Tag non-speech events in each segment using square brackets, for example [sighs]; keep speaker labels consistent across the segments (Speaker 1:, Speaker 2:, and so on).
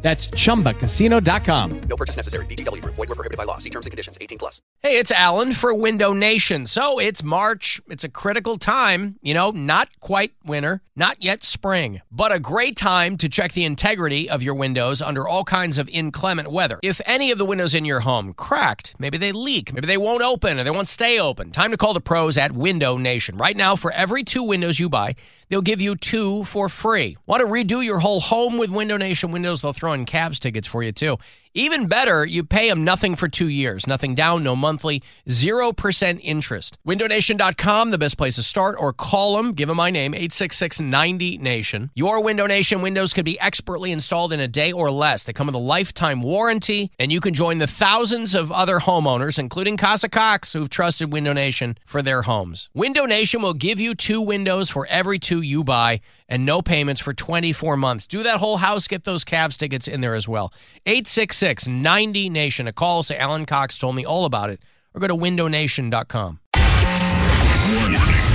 Speaker 1: That's chumbacasino.com.
Speaker 2: No purchase necessary. VGW Group. Void were prohibited by law. See terms and conditions. 18 plus.
Speaker 3: Hey, it's Alan for Window Nation. So it's March. It's a critical time. You know, not quite winter, not yet spring, but a great time to check the integrity of your windows under all kinds of inclement weather. If any of the windows in your home cracked, maybe they leak, maybe they won't open or they won't stay open, time to call the pros at Window Nation. Right now, for every two windows you buy, They'll give you two for free. Want to redo your whole home with Window Nation windows? They'll throw in cabs tickets for you too. Even better, you pay them nothing for two years, nothing down, no monthly, 0% interest. WindowNation.com, the best place to start, or call them, give them my name, 866-90-NATION. Your Window Nation windows could be expertly installed in a day or less. They come with a lifetime warranty, and you can join the thousands of other homeowners, including Casa Cox, who've trusted Window Nation for their homes. Window Nation will give you two windows for every two you buy and no payments for 24 months. Do that whole house. Get those Cavs tickets in there as well. 866 90 Nation. A call. Say Alan Cox told me all about it. Or go to windownation.com.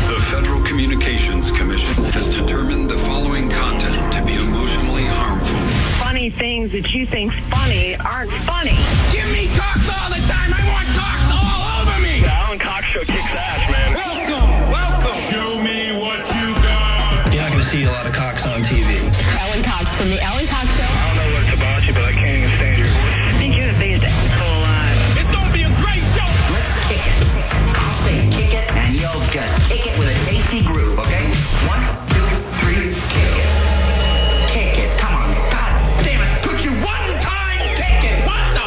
Speaker 4: The Federal Communications Commission has determined the following content to be emotionally harmful.
Speaker 5: funny things that you think's funny aren't funny.
Speaker 6: Give me cocks all the time. I want cocks all over me. The Alan Cox Show kicks ass, man. Welcome, welcome. Show me what you got. You're not gonna see a lot of cocks on TV.
Speaker 7: Alan Cox from the Alan Cox
Speaker 6: I
Speaker 7: Show.
Speaker 6: don't know what it's about you, but I can't even stand your voice. I think you're the biggest asshole uh, alive. It's gonna be a great show.
Speaker 8: Let's kick it. I'll say kick it, and you'll just kick it with a tasty groove, okay? One, two, three, kick it. Kick it, come on. God damn it. Took you one time, kick it. What the?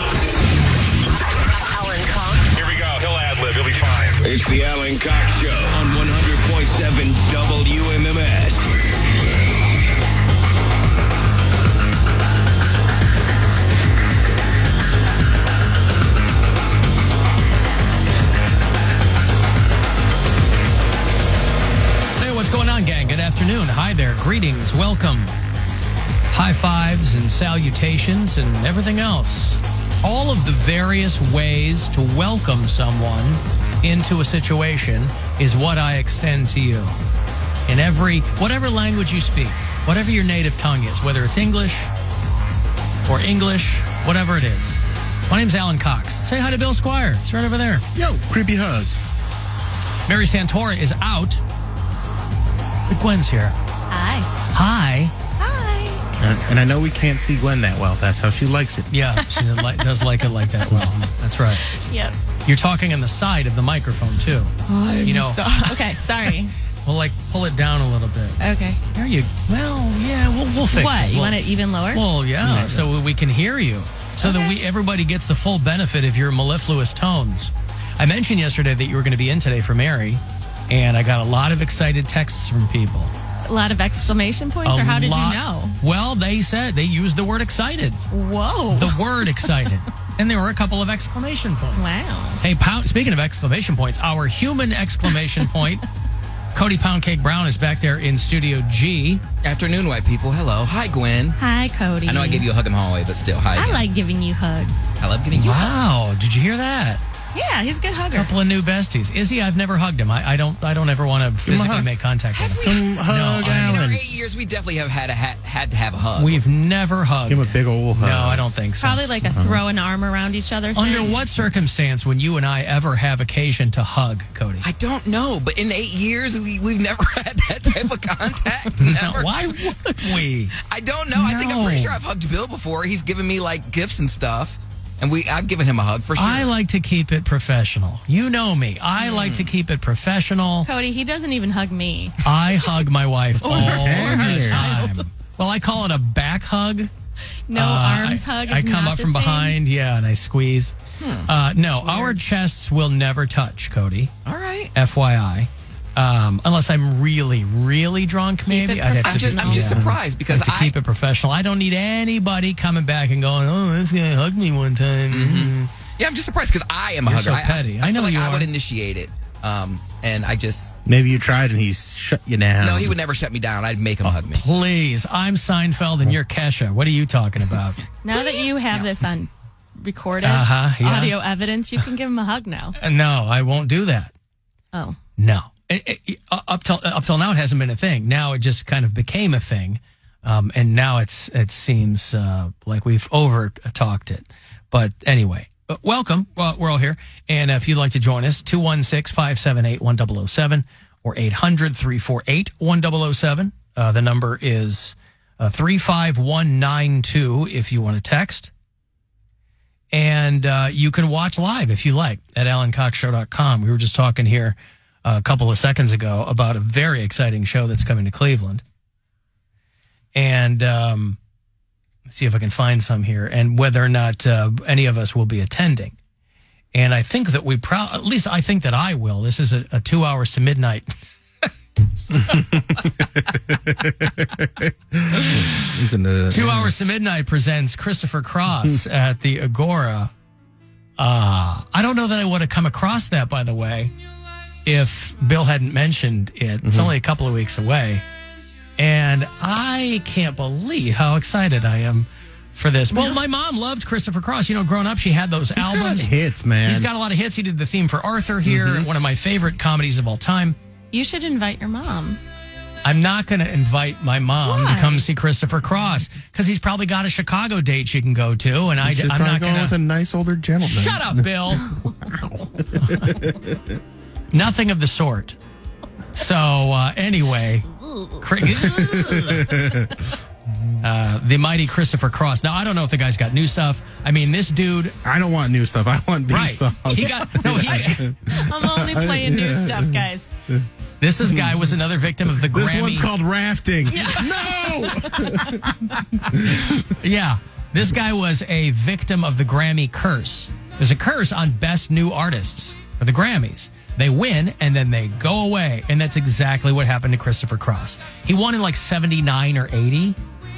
Speaker 7: Alan Cox.
Speaker 6: Here we go. He'll ad lib. He'll be fine.
Speaker 4: It's the Alan Cox Show on 100.7 WMMS.
Speaker 9: Hey, what's going on, gang? Good afternoon. Hi there. Greetings. Welcome. High fives and salutations and everything else. All of the various ways to welcome someone into a situation is what I extend to you. In every, whatever language you speak, whatever your native tongue is, whether it's English or English, whatever it is. My name's Alan Cox. Say hi to Bill Squire. He's right over there.
Speaker 10: Yo, creepy hugs.
Speaker 9: Mary Santora is out. But Gwen's here.
Speaker 7: Hi.
Speaker 9: Hi.
Speaker 7: Hi.
Speaker 10: And, and I know we can't see Gwen that well. That's how she likes it. [laughs]
Speaker 9: Yeah, she did li- does like it like that. Well, that's right.
Speaker 7: Yep.
Speaker 9: You're talking on the side of the microphone too. you know,
Speaker 7: [laughs] okay, sorry.
Speaker 9: we'll like pull it down a little bit.
Speaker 7: Okay.
Speaker 9: There you. Well, yeah, we'll we'll fix
Speaker 7: What?
Speaker 9: it.
Speaker 7: You
Speaker 9: We'll-
Speaker 7: want it even lower?
Speaker 9: Well, yeah, so we can hear you, so that
Speaker 7: Okay.
Speaker 9: we everybody gets the full benefit of your mellifluous tones. I mentioned yesterday that you were going to be in today for Mary, and I got a lot of excited texts from people.
Speaker 7: a lot of exclamation points, or
Speaker 9: A
Speaker 7: how did
Speaker 9: lot-
Speaker 7: you know?
Speaker 9: Well, they said they used the word excited.
Speaker 7: Whoa.
Speaker 9: the word excited. and there were a couple of exclamation points.
Speaker 7: wow.
Speaker 9: Hey, Pound, speaking of exclamation points, our human exclamation point, Cody Poundcake Brown is back there in Studio G.
Speaker 11: Afternoon, white people. Hello. Hi, Gwen.
Speaker 7: Hi, Cody.
Speaker 11: I know I gave you a hug in the hallway, but still, hi.
Speaker 7: I
Speaker 11: again.
Speaker 7: like giving you hugs.
Speaker 11: I love giving you.
Speaker 9: Wow, did you hear that?
Speaker 7: Yeah, he's a good hugger.
Speaker 9: couple of new besties. Izzy, I've never hugged him. I, I don't I don't ever want to physically
Speaker 10: hug.
Speaker 9: make contact with him.
Speaker 10: Come hug
Speaker 9: I-
Speaker 11: Uh, In our
Speaker 10: Alan.
Speaker 11: eight years, we definitely have had a ha- had to have a hug.
Speaker 9: We've never hugged.
Speaker 10: Give him a big old hug.
Speaker 9: no, I don't think so.
Speaker 7: Probably like a throw an arm around each other. Thing.
Speaker 9: Uh-huh. Under what circumstance would you and I ever have occasion to hug, Cody?
Speaker 11: I don't know, but in eight years, we we've never [laughs] had that type of contact.
Speaker 9: [laughs] No,
Speaker 11: Never.
Speaker 9: why would we?
Speaker 11: I don't know. I think I'm pretty
Speaker 9: No.
Speaker 11: sure I've hugged Bill before. He's given me like gifts and stuff, and we I've given him a hug for sure.
Speaker 9: I like to keep it professional. You know me. I like to keep it professional.
Speaker 7: Cody, he doesn't even hug me.
Speaker 9: I hug my wife all the
Speaker 10: her
Speaker 9: time. Well, I call it a back hug.
Speaker 7: No
Speaker 9: Uh,
Speaker 7: arms
Speaker 9: I,
Speaker 7: hug.
Speaker 9: I
Speaker 7: is
Speaker 9: come
Speaker 7: not
Speaker 9: up
Speaker 7: the
Speaker 9: from
Speaker 7: same. Hmm.
Speaker 9: behind, yeah, and I squeeze. Uh, no, our chests will never touch, Cody.
Speaker 11: All right.
Speaker 9: FYI, um, unless I'm really, really drunk, maybe
Speaker 7: it
Speaker 9: I'd have
Speaker 11: I'm
Speaker 9: to.
Speaker 11: just, I'm just
Speaker 9: yeah.
Speaker 11: surprised because
Speaker 9: Like to
Speaker 11: I
Speaker 9: keep it
Speaker 11: Mm-hmm.
Speaker 9: professional. I don't need anybody coming back and going, "Oh, this guy hugged me one time."
Speaker 11: Yeah, I'm just surprised because I am a
Speaker 10: You're
Speaker 11: hugger.
Speaker 10: so
Speaker 11: I- I-
Speaker 10: petty.
Speaker 11: I,
Speaker 10: I
Speaker 11: feel
Speaker 10: know
Speaker 11: like
Speaker 10: you
Speaker 11: I would
Speaker 10: are.
Speaker 11: initiate it, um, and I just
Speaker 10: Maybe you tried and he shut you down.
Speaker 11: no. He would never shut me down. I'd make him hug me.
Speaker 9: Please, I'm Seinfeld and you're Kesha. What are you talking
Speaker 11: [laughs]
Speaker 9: about?
Speaker 7: Now that you have this on recorded
Speaker 9: Uh-huh, yeah.
Speaker 7: audio evidence, you can give him a hug now.
Speaker 9: Uh, no, I won't do that.
Speaker 7: Oh.
Speaker 9: No. It- it- it- uh, up till up till now, it hasn't been a thing. Now it just kind of became a thing, um, and now it's it seems uh, like we've over talked it. But anyway, uh, welcome. Uh, we're all here, and if you'd like to join us, 216-578-1007 or 800-348-1007. Uh, the number is uh, 35192 if you want to text and uh, you can watch live if you like at alancoxshow.com. We were just talking here a couple of seconds ago about a very exciting show that's coming to Cleveland. And um, let's see if I can find some here and whether or not uh, any of us will be attending. And I think that we pro at least I think that I will. This is a, a two hours to midnight.
Speaker 10: He's in the
Speaker 9: Two Hours to Midnight presents Christopher
Speaker 10: Hmm.
Speaker 9: Cross at the Agora. Uh, I don't know that I would have come across that, by the way, if Bill hadn't mentioned it. It's
Speaker 10: Mm-hmm.
Speaker 6: Mhm.
Speaker 9: only a couple of weeks away. And I can't believe how excited I am for this. Well, my mom loved Christopher Cross. You know, growing up, she had those albums.
Speaker 10: hits, man. Mm-hmm.
Speaker 9: He's got a lot of hits. He did the theme for Arthur here, one of my favorite comedies of all time.
Speaker 7: You should invite your mom.
Speaker 9: I'm not going to invite my mom
Speaker 7: Why?
Speaker 9: to come see Christopher Cross because he's probably got a Chicago date she can go to, and I,
Speaker 10: should
Speaker 9: am
Speaker 10: probably
Speaker 9: not
Speaker 10: go
Speaker 9: going
Speaker 10: with a
Speaker 9: to.
Speaker 10: nice older gentleman.
Speaker 9: [laughs] Shut
Speaker 10: [laughs]
Speaker 9: up, [laughs] Bill. Nothing of the sort. So uh, anyway, Cri- [laughs] uh, the mighty Christopher Cross. Now I don't know if the guy's got new stuff. I mean, this dude. I don't want new stuff. I want
Speaker 10: these
Speaker 9: right.
Speaker 10: songs.
Speaker 9: He got no. [laughs] He,
Speaker 7: I'm only playing new stuff, guys.
Speaker 9: this is guy was another victim of the Grammy.
Speaker 10: This one's called rafting.
Speaker 7: No!
Speaker 9: Yeah. This guy was a victim of the Grammy curse. There's a curse on best new artists for the Grammys. They win and then they go away. And that's exactly what happened to Christopher Cross. He won in like 79 or 80.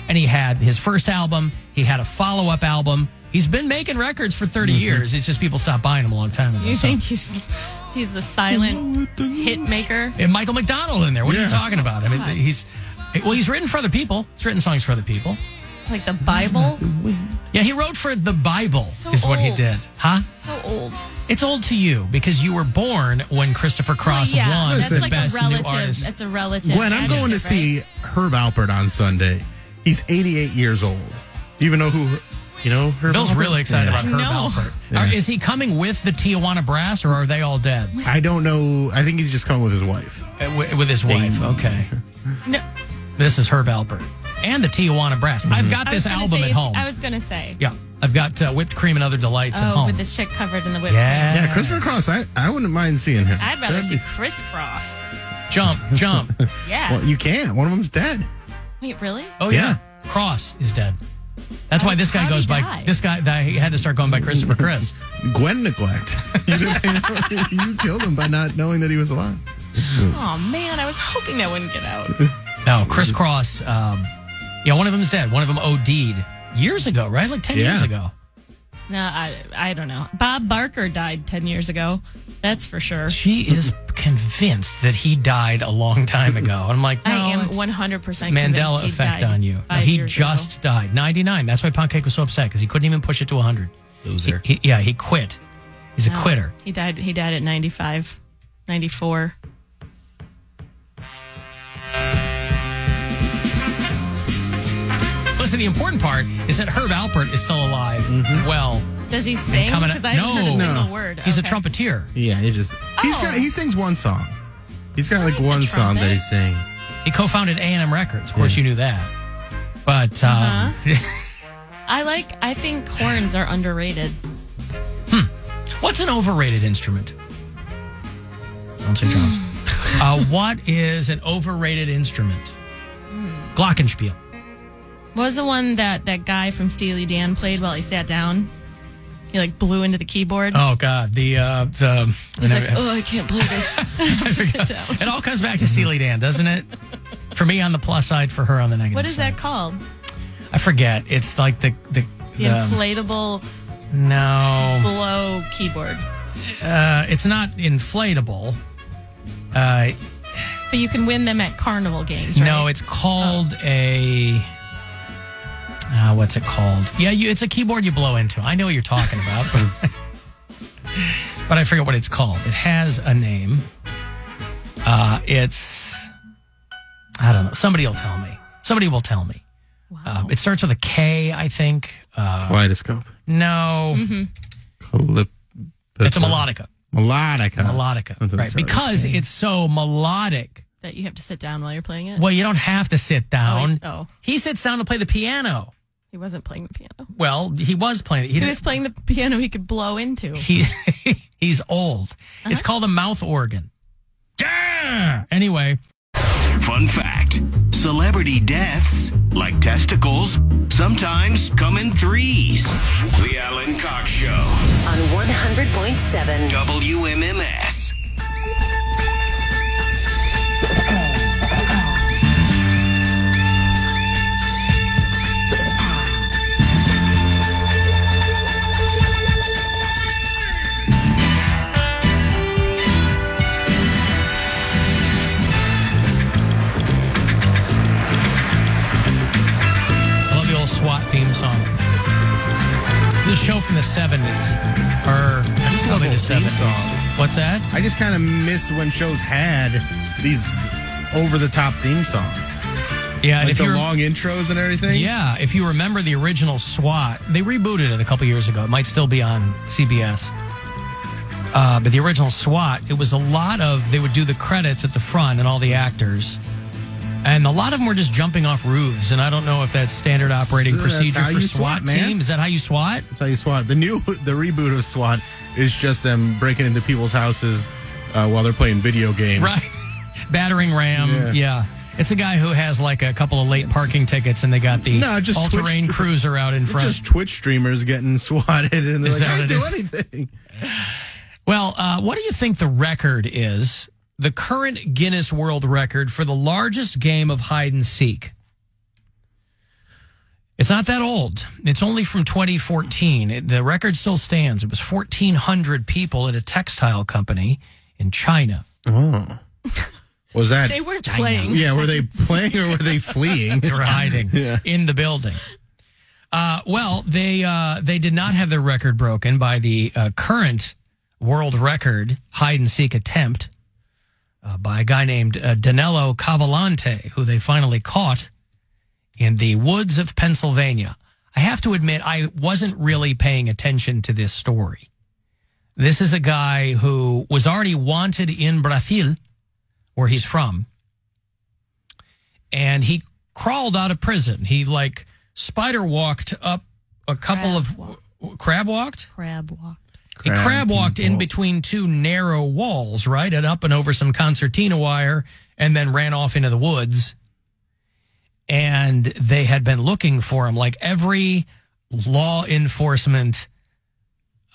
Speaker 9: And he had his first album, he had a follow up album. He's been making records for 30 years. It's just people stopped buying him a long time ago.
Speaker 7: Mm-hmm. You
Speaker 9: So-
Speaker 7: think he's he's the silent hit maker?
Speaker 9: and Michael McDonald in there. What are
Speaker 7: Yeah.
Speaker 9: you talking about? I mean,
Speaker 7: God.
Speaker 9: he's well, he's written for other people. He's written songs for other people.
Speaker 7: Like the Bible?
Speaker 9: Yeah, he wrote for the Bible,
Speaker 7: So
Speaker 9: is what he
Speaker 7: old.
Speaker 9: did. Huh?
Speaker 7: So old.
Speaker 9: It's old to you because you were born when Christopher Cross
Speaker 7: Well, yeah,
Speaker 9: won
Speaker 7: that's
Speaker 9: the
Speaker 7: like
Speaker 9: best
Speaker 7: a
Speaker 9: new
Speaker 7: relative.
Speaker 9: artist.
Speaker 7: It's a relative.
Speaker 10: Glenn, I'm going to
Speaker 7: adjective,
Speaker 10: see
Speaker 7: right?
Speaker 10: Herb Alpert on Sunday. He's 88 years old. Do you even know who? You know Herb.
Speaker 9: Bill's
Speaker 10: Alpert?
Speaker 9: really excited
Speaker 10: Yeah.
Speaker 9: about Herb Alpert.
Speaker 10: Yeah.
Speaker 9: Are- is he coming with the Tijuana Brass or are they all dead?
Speaker 10: I don't know. I think he's just coming with his wife.
Speaker 9: Uh, wi- With his wife, okay.
Speaker 7: No.
Speaker 9: This is Herb Alpert and the Tijuana Brass.
Speaker 10: Mm-hmm.
Speaker 9: I've got
Speaker 7: I
Speaker 9: this
Speaker 7: was gonna
Speaker 9: album
Speaker 7: say
Speaker 9: at
Speaker 7: it's-
Speaker 9: home.
Speaker 7: I was gonna say.
Speaker 9: yeah, I've got uh, whipped cream and other delights at
Speaker 7: Oh,
Speaker 9: home.
Speaker 7: with the chick covered in the whipped
Speaker 9: Yes.
Speaker 10: Yeah, Christopher Cross. I, I wouldn't mind seeing him.
Speaker 7: cream. I'd rather
Speaker 10: That'd
Speaker 7: see
Speaker 10: be-
Speaker 7: Chris Cross.
Speaker 9: Jump, jump.
Speaker 7: [laughs] Yeah.
Speaker 10: Well, you can't. One of them's dead.
Speaker 7: Wait, really?
Speaker 9: Oh yeah. Cross is dead. That's why this guy
Speaker 7: how'd he
Speaker 9: goes by
Speaker 7: die?
Speaker 9: this guy that he had to start going by Christopher Chris.
Speaker 10: Gwen neglect. you, didn't- [laughs] you killed him by not knowing that he was alive.
Speaker 7: Oh man, I was hoping that wouldn't get out.
Speaker 9: [laughs] No, Chris Cross. Um, yeah, one of them's dead. One of them OD'd years ago, right? Like ten years
Speaker 7: Yeah.
Speaker 9: ago.
Speaker 7: No, I I don't know. Bob Barker died ten years ago. That's for sure.
Speaker 9: She is convinced that he died a long time ago. I'm like, no,
Speaker 7: I am
Speaker 9: it's
Speaker 7: one hundred percent
Speaker 9: Mandela effect on you. No, he just died. 99. That's why Pancake was so upset because he couldn't even push it to 100. Loser. yeah, he quit. He's a quitter.
Speaker 7: He died. He died at 95, 94.
Speaker 9: Listen, the important part is that Herb Alpert is still alive.
Speaker 10: Mm-hmm.
Speaker 9: Well,
Speaker 7: Does he
Speaker 9: and
Speaker 7: sing?
Speaker 9: coming-
Speaker 7: Because I haven't
Speaker 9: no,
Speaker 7: heard a single word.
Speaker 9: He's
Speaker 7: Okay. Oh.
Speaker 9: a trumpeter.
Speaker 10: Yeah, he just he's got he sings one song. He's got like one song that he sings.
Speaker 9: He co-founded A&M Records. Of course, you knew that. But um,
Speaker 7: Uh-huh. I like. I think horns are underrated.
Speaker 9: [laughs] What's an overrated instrument? Don't say drums.
Speaker 7: Hmm.
Speaker 9: uh, what is an overrated instrument?
Speaker 7: Hmm.
Speaker 9: Glockenspiel.
Speaker 7: What was the one that that guy from Steely Dan played while he sat down? He like blew into the keyboard.
Speaker 9: Oh God, the uh, the.
Speaker 7: He's like, oh, I can't play
Speaker 9: [laughs]
Speaker 7: this.
Speaker 9: it all comes back to Steely Dan, doesn't it? For me on the plus side, for her on the negative.
Speaker 7: what is that called?
Speaker 9: I forget. It's like the um, oh. the,
Speaker 7: The
Speaker 9: the-
Speaker 7: inflatable
Speaker 9: No.
Speaker 7: Below keyboard.
Speaker 9: Uh, it's not inflatable. Uh,
Speaker 7: But you can win them at carnival games, right?
Speaker 9: no, it's called a. Uh, what's it called? Yeah, you, it's a keyboard you blow into. I know what you're talking about, [laughs] but, but I forget what it's called. It has a name. Uh, it's. I don't know. Somebody will tell me. Somebody will tell me. Uh, it starts with a K, I think. Uh,
Speaker 10: Kaleidoscope.
Speaker 9: No.
Speaker 10: Calip-
Speaker 9: It's a melodica.
Speaker 10: Melodica.
Speaker 9: Melodica.
Speaker 10: Something
Speaker 9: right.
Speaker 10: sort of-
Speaker 9: Because it's so melodic.
Speaker 7: That you have to sit down while you're playing it.
Speaker 9: Well, you don't have to sit down.
Speaker 7: Oh,
Speaker 9: He sits down to play the piano.
Speaker 7: he wasn't playing the piano.
Speaker 9: Well, he was playing it.
Speaker 7: He,
Speaker 9: He,
Speaker 7: was playing the piano he could blow into.
Speaker 9: he [laughs] he's old. It's called a mouth organ. Yeah. Anyway,
Speaker 6: Fun fact celebrity deaths, like testicles, sometimes come in threes. The Alan Cox Show on 100.7 WMMS.
Speaker 9: I love the old SWAT theme song. The show from the seventies, or I just
Speaker 10: love
Speaker 9: love the
Speaker 10: old theme
Speaker 9: seventies.
Speaker 10: songs.
Speaker 9: What's that?
Speaker 10: I just kind of miss when shows had these over the top theme songs.
Speaker 9: Yeah,
Speaker 10: like
Speaker 9: if
Speaker 10: the
Speaker 9: you're-
Speaker 10: long intros and everything.
Speaker 9: Yeah, if you remember the original SWAT, they rebooted it a couple years ago. It might still be on CBS. Uh, but the original SWAT, it was a lot of they would do the credits at the front and all the actors, and a lot of them were just jumping off roofs. And I don't know if that's standard operating
Speaker 10: So that's
Speaker 9: procedure
Speaker 10: how
Speaker 9: for
Speaker 10: you
Speaker 9: SWAT,
Speaker 10: SWAT, man.
Speaker 9: team. Is that how you SWAT?
Speaker 10: That's how you SWAT. The new, [laughs] the reboot of SWAT is just them breaking into people's houses uh, while they're playing video games.
Speaker 9: Right. Battering ram. Yeah.
Speaker 10: Yeah.
Speaker 9: It's a guy who has like a couple of late parking tickets, and they got the
Speaker 10: No, just
Speaker 9: all
Speaker 10: [laughs]
Speaker 9: terrain
Speaker 10: Twitch-
Speaker 9: cruiser out in
Speaker 10: It's
Speaker 9: front.
Speaker 10: Just Twitch streamers getting [laughs] swatted and they're
Speaker 9: Is
Speaker 10: like,
Speaker 9: that
Speaker 10: I
Speaker 9: what
Speaker 10: didn't
Speaker 9: it
Speaker 10: do
Speaker 9: is?
Speaker 10: anything.
Speaker 9: Well, uh, what do you think the record is? The current Guinness World Record for the largest game of hide and seek. It's not that old. It's only from 2014. It- the record still stands. It was 1,400 people at a textile company in China.
Speaker 10: Oh. Was that?
Speaker 7: They weren't playing.
Speaker 10: Yeah, were
Speaker 7: [laughs]
Speaker 10: they playing or were they fleeing?
Speaker 9: They were hiding in the building. Uh, well, they uh, they did not have their record broken by the uh, current world record hide and seek attempt uh, by a guy named uh, Danilo Cavallante, who they finally caught in the woods of Pennsylvania. I have to admit, I wasn't really paying attention to this story. This is a guy who was already wanted in Brazil, where he's from, and he crawled out of prison. He like spider walked up a couple of crab walked.
Speaker 7: Crab walked.
Speaker 9: He crab walked in between two narrow walls, right? And up and over some concertina wire and then ran off into the woods. And they had been looking for him like every law enforcement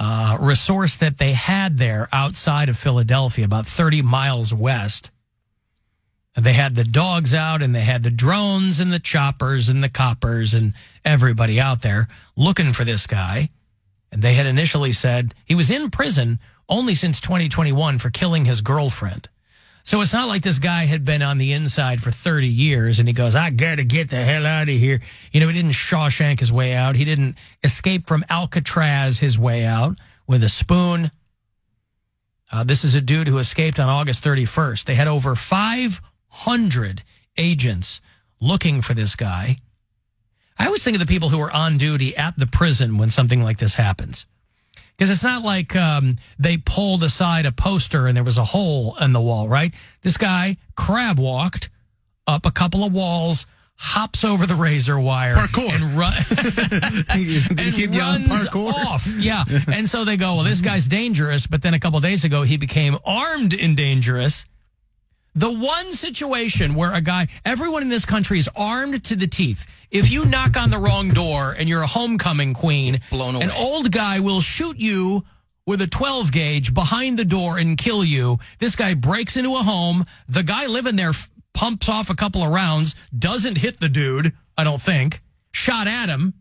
Speaker 9: uh, resource that they had there outside of Philadelphia, about 30 miles west. They had the dogs out and they had the drones and the choppers and the coppers and everybody out there looking for this guy. And they had initially said he was in prison only since 2021 for killing his girlfriend. So it's not like this guy had been on the inside for 30 years and he goes, I gotta get the hell out of here. You know, he didn't Shawshank his way out. He didn't escape from Alcatraz his way out with a spoon. Uh, this is a dude who escaped on August 31st. They had over 500 agents looking for this guy. I always think of the people who are on duty at the prison when something like this happens. Because it's not like um, they pulled aside a poster and there was a hole in the wall, right? This guy crab walked up a couple of walls, hops over the razor wire, and, run-
Speaker 10: [laughs]
Speaker 9: [laughs] and
Speaker 10: keep yelling
Speaker 9: runs
Speaker 10: parkour?
Speaker 9: off. Yeah. And so they go, well, this guy's dangerous. But then a couple of days ago, he became armed and dangerous. The one situation where a guy, everyone in this country is armed to the teeth. If you knock on the wrong door and you're a homecoming queen, blown an old guy will shoot you with a 12 gauge behind the door and kill you. This guy breaks into a home. The guy living there f- pumps off a couple of rounds, doesn't hit the dude, I don't think, shot at him.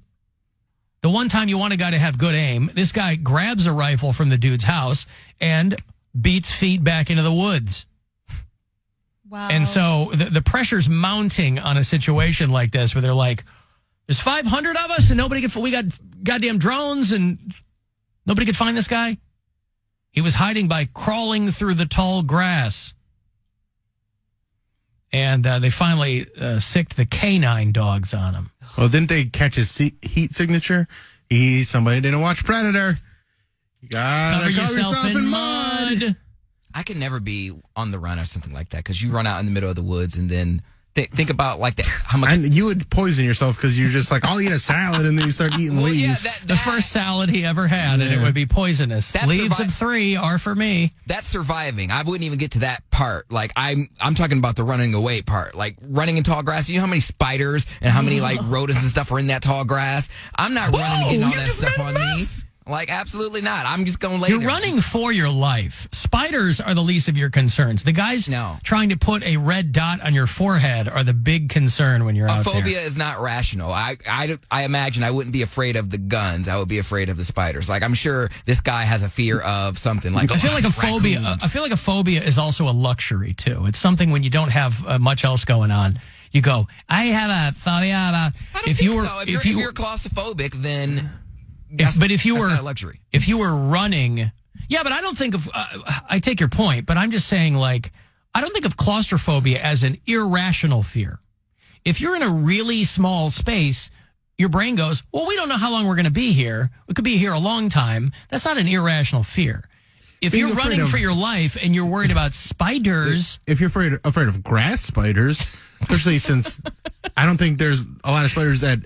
Speaker 9: The one time you want a guy to have good aim, this guy grabs a rifle from the dude's house and beats feet back into the woods.
Speaker 7: Wow.
Speaker 9: And so the, the pressure's mounting on a situation like this where they're like, there's 500 of us and nobody can, we got goddamn drones and nobody could find this guy. He was hiding by crawling through the tall grass. And uh, they finally uh, sicked the canine dogs on him.
Speaker 10: Well, didn't they catch his se- heat signature? He somebody didn't watch Predator. You gotta cover, Uh, yourself, in mud.
Speaker 11: I could never be on the run or something like that because you run out in the middle of the woods and then th- think about like the, how much.
Speaker 10: And you would poison yourself because you're just like, I'll eat a salad, and then you start
Speaker 9: [laughs]
Speaker 10: eating leaves.
Speaker 9: the first salad he ever had, and it
Speaker 10: Yeah.
Speaker 9: would be poisonous.
Speaker 11: That's
Speaker 9: Leaves
Speaker 11: survi-
Speaker 9: of three are for me.
Speaker 11: That's surviving. I wouldn't even get to that part. Like I'm, I'm talking about the running away part. Like running in tall grass. You know how many spiders and how many
Speaker 9: [laughs]
Speaker 11: like rodents and stuff are in that tall grass. I'm not running and getting all that stuff on me. Like absolutely not. I'm just going to lay
Speaker 9: You're
Speaker 11: there.
Speaker 9: running for your life. Spiders are the least of your concerns. The guys trying to put a red dot on your forehead are the big concern when you're
Speaker 11: A
Speaker 9: out there.
Speaker 11: phobia is not rational. I, I, I imagine I wouldn't be afraid of the guns. I would be afraid of the spiders. Like I'm sure this guy has a fear of something like
Speaker 9: I feel like a phobia. uh,
Speaker 11: raccoons.
Speaker 9: I feel like a phobia is also a luxury too. It's something when you don't have uh, much else going on. You go. I have a phobia
Speaker 11: I
Speaker 9: about.
Speaker 11: don't
Speaker 9: if
Speaker 11: think
Speaker 9: you were,
Speaker 11: so. if, you're, if you're claustrophobic, then
Speaker 9: If, but if you
Speaker 11: that's
Speaker 9: were
Speaker 11: not a luxury.
Speaker 9: if you were running, yeah, but I don't think of. Uh, I take your point, but I'm just saying, like, I don't think of claustrophobia as an irrational fear. If you're in a really small space, your brain goes, "Well, we don't know how long we're going to be here. We could be here a long time." That's not an irrational fear. If
Speaker 10: Being
Speaker 9: you're
Speaker 10: afraid
Speaker 9: running
Speaker 10: of-
Speaker 9: for your life and you're worried about spiders,
Speaker 10: If you're afraid afraid of grass spiders, especially since I don't think there's a lot of spiders that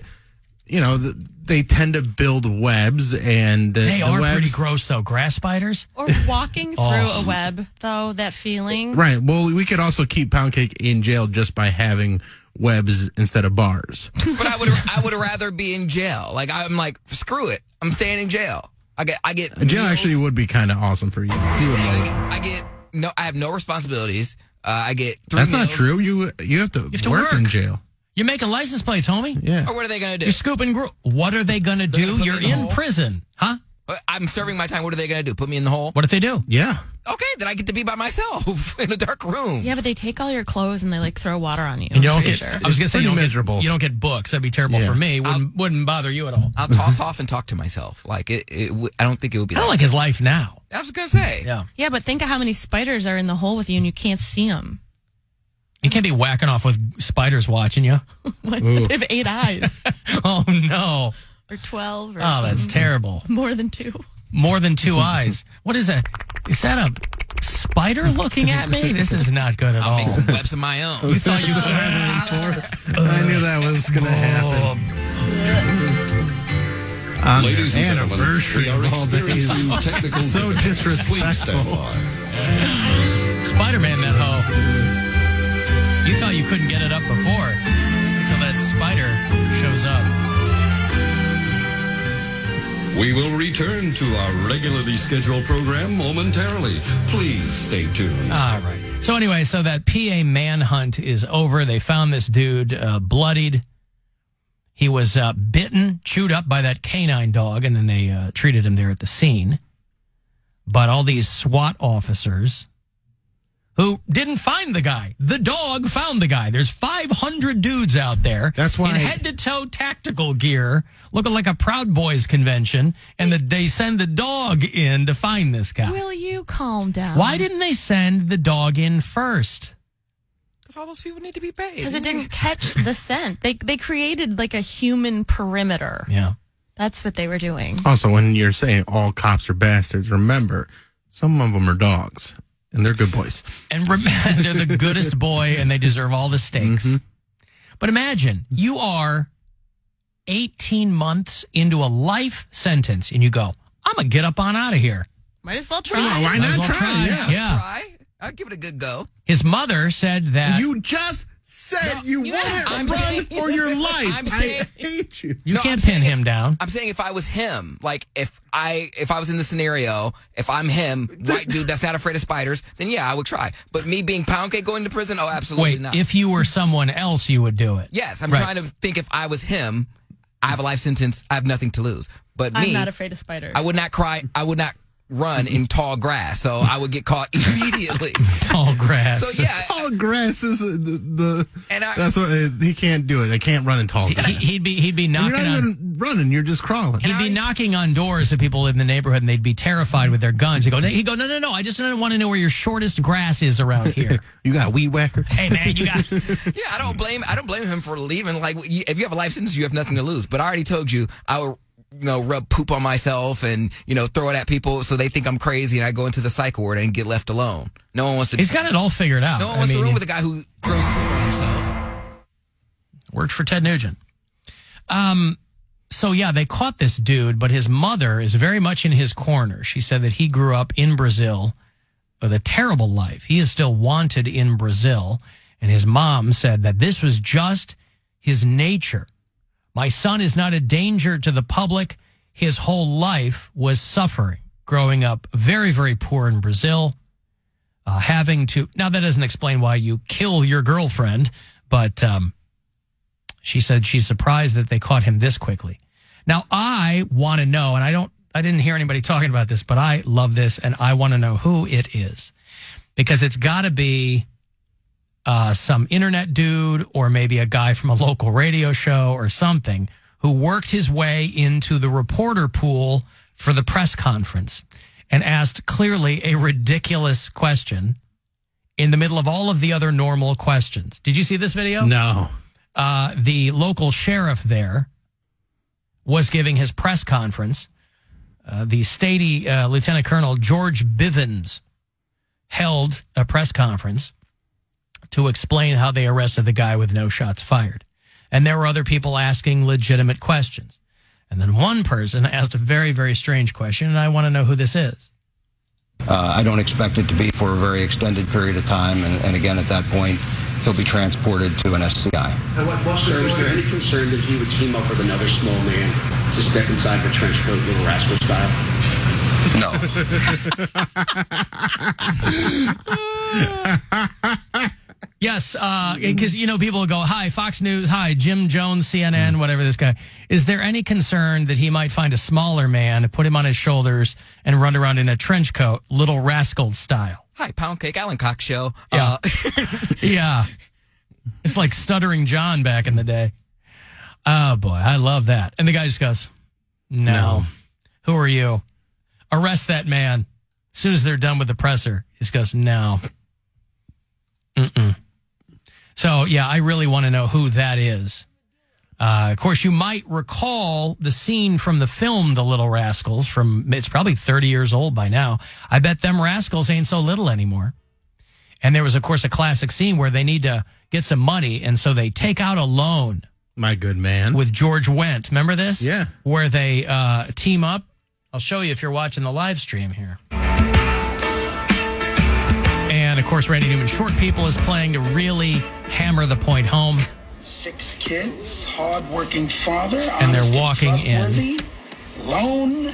Speaker 10: you know th- they tend to build webs and the,
Speaker 9: they
Speaker 10: the
Speaker 9: are pretty
Speaker 10: webs-
Speaker 9: gross though. Grass spiders.
Speaker 7: Or walking through
Speaker 10: Oh.
Speaker 7: a web, though, that feeling.
Speaker 10: Right. Well, we could also keep pound cake in jail just by having webs instead of
Speaker 9: [laughs]
Speaker 10: bars.
Speaker 11: but I would I would rather be in jail. Like I'm like screw it. I'm staying in jail. I get I get
Speaker 10: Jail actually would be kind of awesome for you. You would love it.
Speaker 11: I get no I have no responsibilities. Uh, I get three
Speaker 10: That's not
Speaker 11: meals.
Speaker 10: true. You you have to,
Speaker 11: to
Speaker 10: work, in
Speaker 11: work.
Speaker 10: jail.
Speaker 9: You're making license plates, homie.
Speaker 10: Yeah.
Speaker 11: Or what are they going to do?
Speaker 9: You're scooping. Gro- what are they going to
Speaker 11: They're
Speaker 9: do?
Speaker 11: gonna put
Speaker 9: You're
Speaker 11: me in the
Speaker 9: in
Speaker 11: hole.
Speaker 9: prison, huh?
Speaker 11: Uh, I'm serving my time. What are they going to do? Put me in the hole?
Speaker 9: What if they do?
Speaker 10: Yeah.
Speaker 11: Okay, then I get to be by myself [laughs] in a dark room.
Speaker 7: Yeah, but they take all your clothes and they like throw water on you.
Speaker 9: And you don't
Speaker 7: I'm pretty
Speaker 9: get.
Speaker 7: sure.
Speaker 9: I was gonna say you
Speaker 11: pretty
Speaker 9: don't
Speaker 11: miserable.
Speaker 9: Get, you don't get books. That'd be terrible
Speaker 11: Yeah.
Speaker 9: for me. Wouldn't wouldn't bother you at all.
Speaker 11: I'll toss off and talk to myself. Like it, it w- I don't think it would be.
Speaker 9: I don't like his life now.
Speaker 11: I was gonna say.
Speaker 9: Yeah,
Speaker 7: Yeah, but think of how many spiders are in the hole with you and you can't see [laughs] them.
Speaker 9: you can't be whacking off with spiders watching you. [laughs]
Speaker 7: they have eight eyes
Speaker 9: oh no!
Speaker 7: or 12 or
Speaker 9: Oh, that's
Speaker 7: something.
Speaker 9: terrible.
Speaker 7: [laughs] More than two.
Speaker 9: More than two eyes. What is that? Is that a spider looking at me? This is not good at all.
Speaker 11: make some webs of my own.
Speaker 9: You [laughs] thought you could-
Speaker 10: I knew that was going to happen. On
Speaker 12: Oh. Ladies
Speaker 10: their
Speaker 12: and gentlemen,
Speaker 10: anniversary
Speaker 12: we are
Speaker 10: of all days.
Speaker 9: [laughs]
Speaker 12: experiencing technical
Speaker 10: so
Speaker 12: difficulties. Please
Speaker 10: disrespectful.
Speaker 12: stand
Speaker 9: Spider Man, that hoe. You thought you couldn't get it up before until that spider shows up.
Speaker 12: We will return to our regularly scheduled program momentarily. Please stay tuned.
Speaker 9: All right. So anyway, so that PA manhunt is over. They found this dude uh, bloodied. He was uh, bitten, chewed up by that canine dog, and then they uh, treated him there at the scene. But all these SWAT officers who didn't find the guy, the dog found the guy. There's 500 dudes out there. That's
Speaker 10: why-
Speaker 9: in head to toe tactical gear, looking like a Proud Boys convention, and that they send the dog in to find this guy.
Speaker 7: Will you calm down?
Speaker 9: Why didn't they send the dog in first?
Speaker 11: Because all those people need to be paid.
Speaker 7: Because it didn't catch the scent. They they created like a human perimeter.
Speaker 9: Yeah.
Speaker 7: That's what they were doing.
Speaker 10: Also, when you're saying all cops are bastards, remember some of them are dogs and they're good boys.
Speaker 9: And remember, [laughs] they're the goodest boy and they deserve all the stakes.
Speaker 10: Mm-hmm.
Speaker 9: But imagine you are 18 months into a life sentence and you go, I'm going to get up on out of here.
Speaker 7: Might as well try.
Speaker 9: Might as well Yeah.
Speaker 11: Try. I'll give it a good go.
Speaker 9: His mother said that.
Speaker 10: You just said you
Speaker 11: you-
Speaker 10: wouldn't
Speaker 11: I'm
Speaker 10: run
Speaker 11: saying-
Speaker 10: for your life.
Speaker 11: [laughs] I'm
Speaker 10: I
Speaker 11: saying-
Speaker 10: hate you.
Speaker 9: You
Speaker 11: No,
Speaker 9: can't
Speaker 11: I'm saying
Speaker 9: pin him down.
Speaker 11: I'm saying if I was him, like if I if I was in the scenario, if I'm him, white dude that's not afraid of spiders, then yeah, I would try. But me being pound cake going to prison, oh absolutely
Speaker 9: Wait,
Speaker 11: not.
Speaker 9: if you were someone else, you would do it.
Speaker 11: yes, I'm
Speaker 9: Right.
Speaker 11: trying to think if I was him, I have a life sentence. I have nothing to lose. But
Speaker 7: I'm
Speaker 11: me,
Speaker 7: not afraid of spiders.
Speaker 11: I would not cry. I would not run in tall grass. So I would get caught [laughs] immediately.
Speaker 9: tall grass.
Speaker 11: So yeah,
Speaker 10: [laughs] tall grass is uh, the. the
Speaker 11: And I-
Speaker 10: that's what uh, he can't do it. I can't run in tall grass.
Speaker 9: He, would be he'd be knocking
Speaker 10: you're not
Speaker 9: on
Speaker 10: even running. You're just crawling.
Speaker 9: He'd be knocking on doors of people in the neighborhood, and they'd be terrified with their guns. He'd go, he'd go, no, no, no! I just want to know where your shortest grass is around here.
Speaker 10: [laughs] you got weed whacker.
Speaker 9: Hey man, you
Speaker 10: [laughs]
Speaker 9: got
Speaker 11: yeah. I don't blame. I don't blame him for leaving. Like, you- if you have a life sentence, you have nothing to lose. But I already told you, I would, you know, rub poop on myself and you know, throw it at people so they think I'm crazy, and I go into the psych ward and get left alone. No one wants to.
Speaker 9: He's got it all figured out.
Speaker 11: No one
Speaker 9: I
Speaker 11: wants to
Speaker 9: mean,
Speaker 11: room with a guy who throws poop on himself.
Speaker 9: worked for Ted Nugent. Um, so yeah, they caught this dude, but his mother is very much in his corner. She said that he grew up in Brazil with a terrible life. He is still wanted in Brazil, and his mom said that this was just his nature. My son is not a danger to the public. His whole life was suffering, growing up very, very poor in Brazil uh, having to now that doesn't explain why you kill your girlfriend but um, she said she's surprised that they caught him this quickly now i want to know and i don't i didn't hear anybody talking about this but i love this and i want to know who it is because it's got to be uh, some internet dude or maybe a guy from a local radio show or something who worked his way into the reporter pool for the press conference and asked clearly a ridiculous question in the middle of all of the other normal questions. Did you see this video?
Speaker 10: No.
Speaker 9: Uh, the local sheriff there was giving his press conference. Uh, the statey uh, Lieutenant Colonel George Bivens held a press conference to explain how they arrested the guy with no shots fired. And there were other people asking legitimate questions. And then one person asked a very, very strange question, and I want to know who this is.
Speaker 13: Uh, I don't expect it to be for a very extended period of time, and, and again, at that point, he'll be transported to an SCI.
Speaker 14: Sir, is there any concern that he would team up with another small man to step inside the trench coat, little rascal style?
Speaker 13: No.
Speaker 9: Yes, because you know people will go, "Hi, Fox News, hi, Jim Jones, CNN, whatever this guy." Is there any concern that he might find a smaller man, put him on his shoulders, and run around in a trench coat, little rascal style?
Speaker 11: Hi, Pound Cake Allen Cox Show. Uh,
Speaker 9: Yeah. [laughs] yeah. It's like Stuttering John back in the day. Oh, boy. I love that. And the guy just goes, No. Who are you? Arrest that man. As soon as they're done with the presser, he just goes, No. Mm-mm. So, yeah, I really want to know who that is. Uh, of course, you might recall the scene from the film The Little Rascals from, it's probably 30 years old by now. I bet them rascals ain't so little anymore. And there was, of course, a classic scene where they need to get some money. And so they take out a loan.
Speaker 10: My good man.
Speaker 9: With George Wendt. Remember this?
Speaker 10: Yeah.
Speaker 9: Where they uh, team up. I'll show you if you're watching the live stream here. And of course, Randy Newman Short People is playing to really hammer the point home.
Speaker 15: Six kids, hardworking father,
Speaker 9: And they're
Speaker 15: honest
Speaker 9: walking in.
Speaker 15: trustworthy, Loan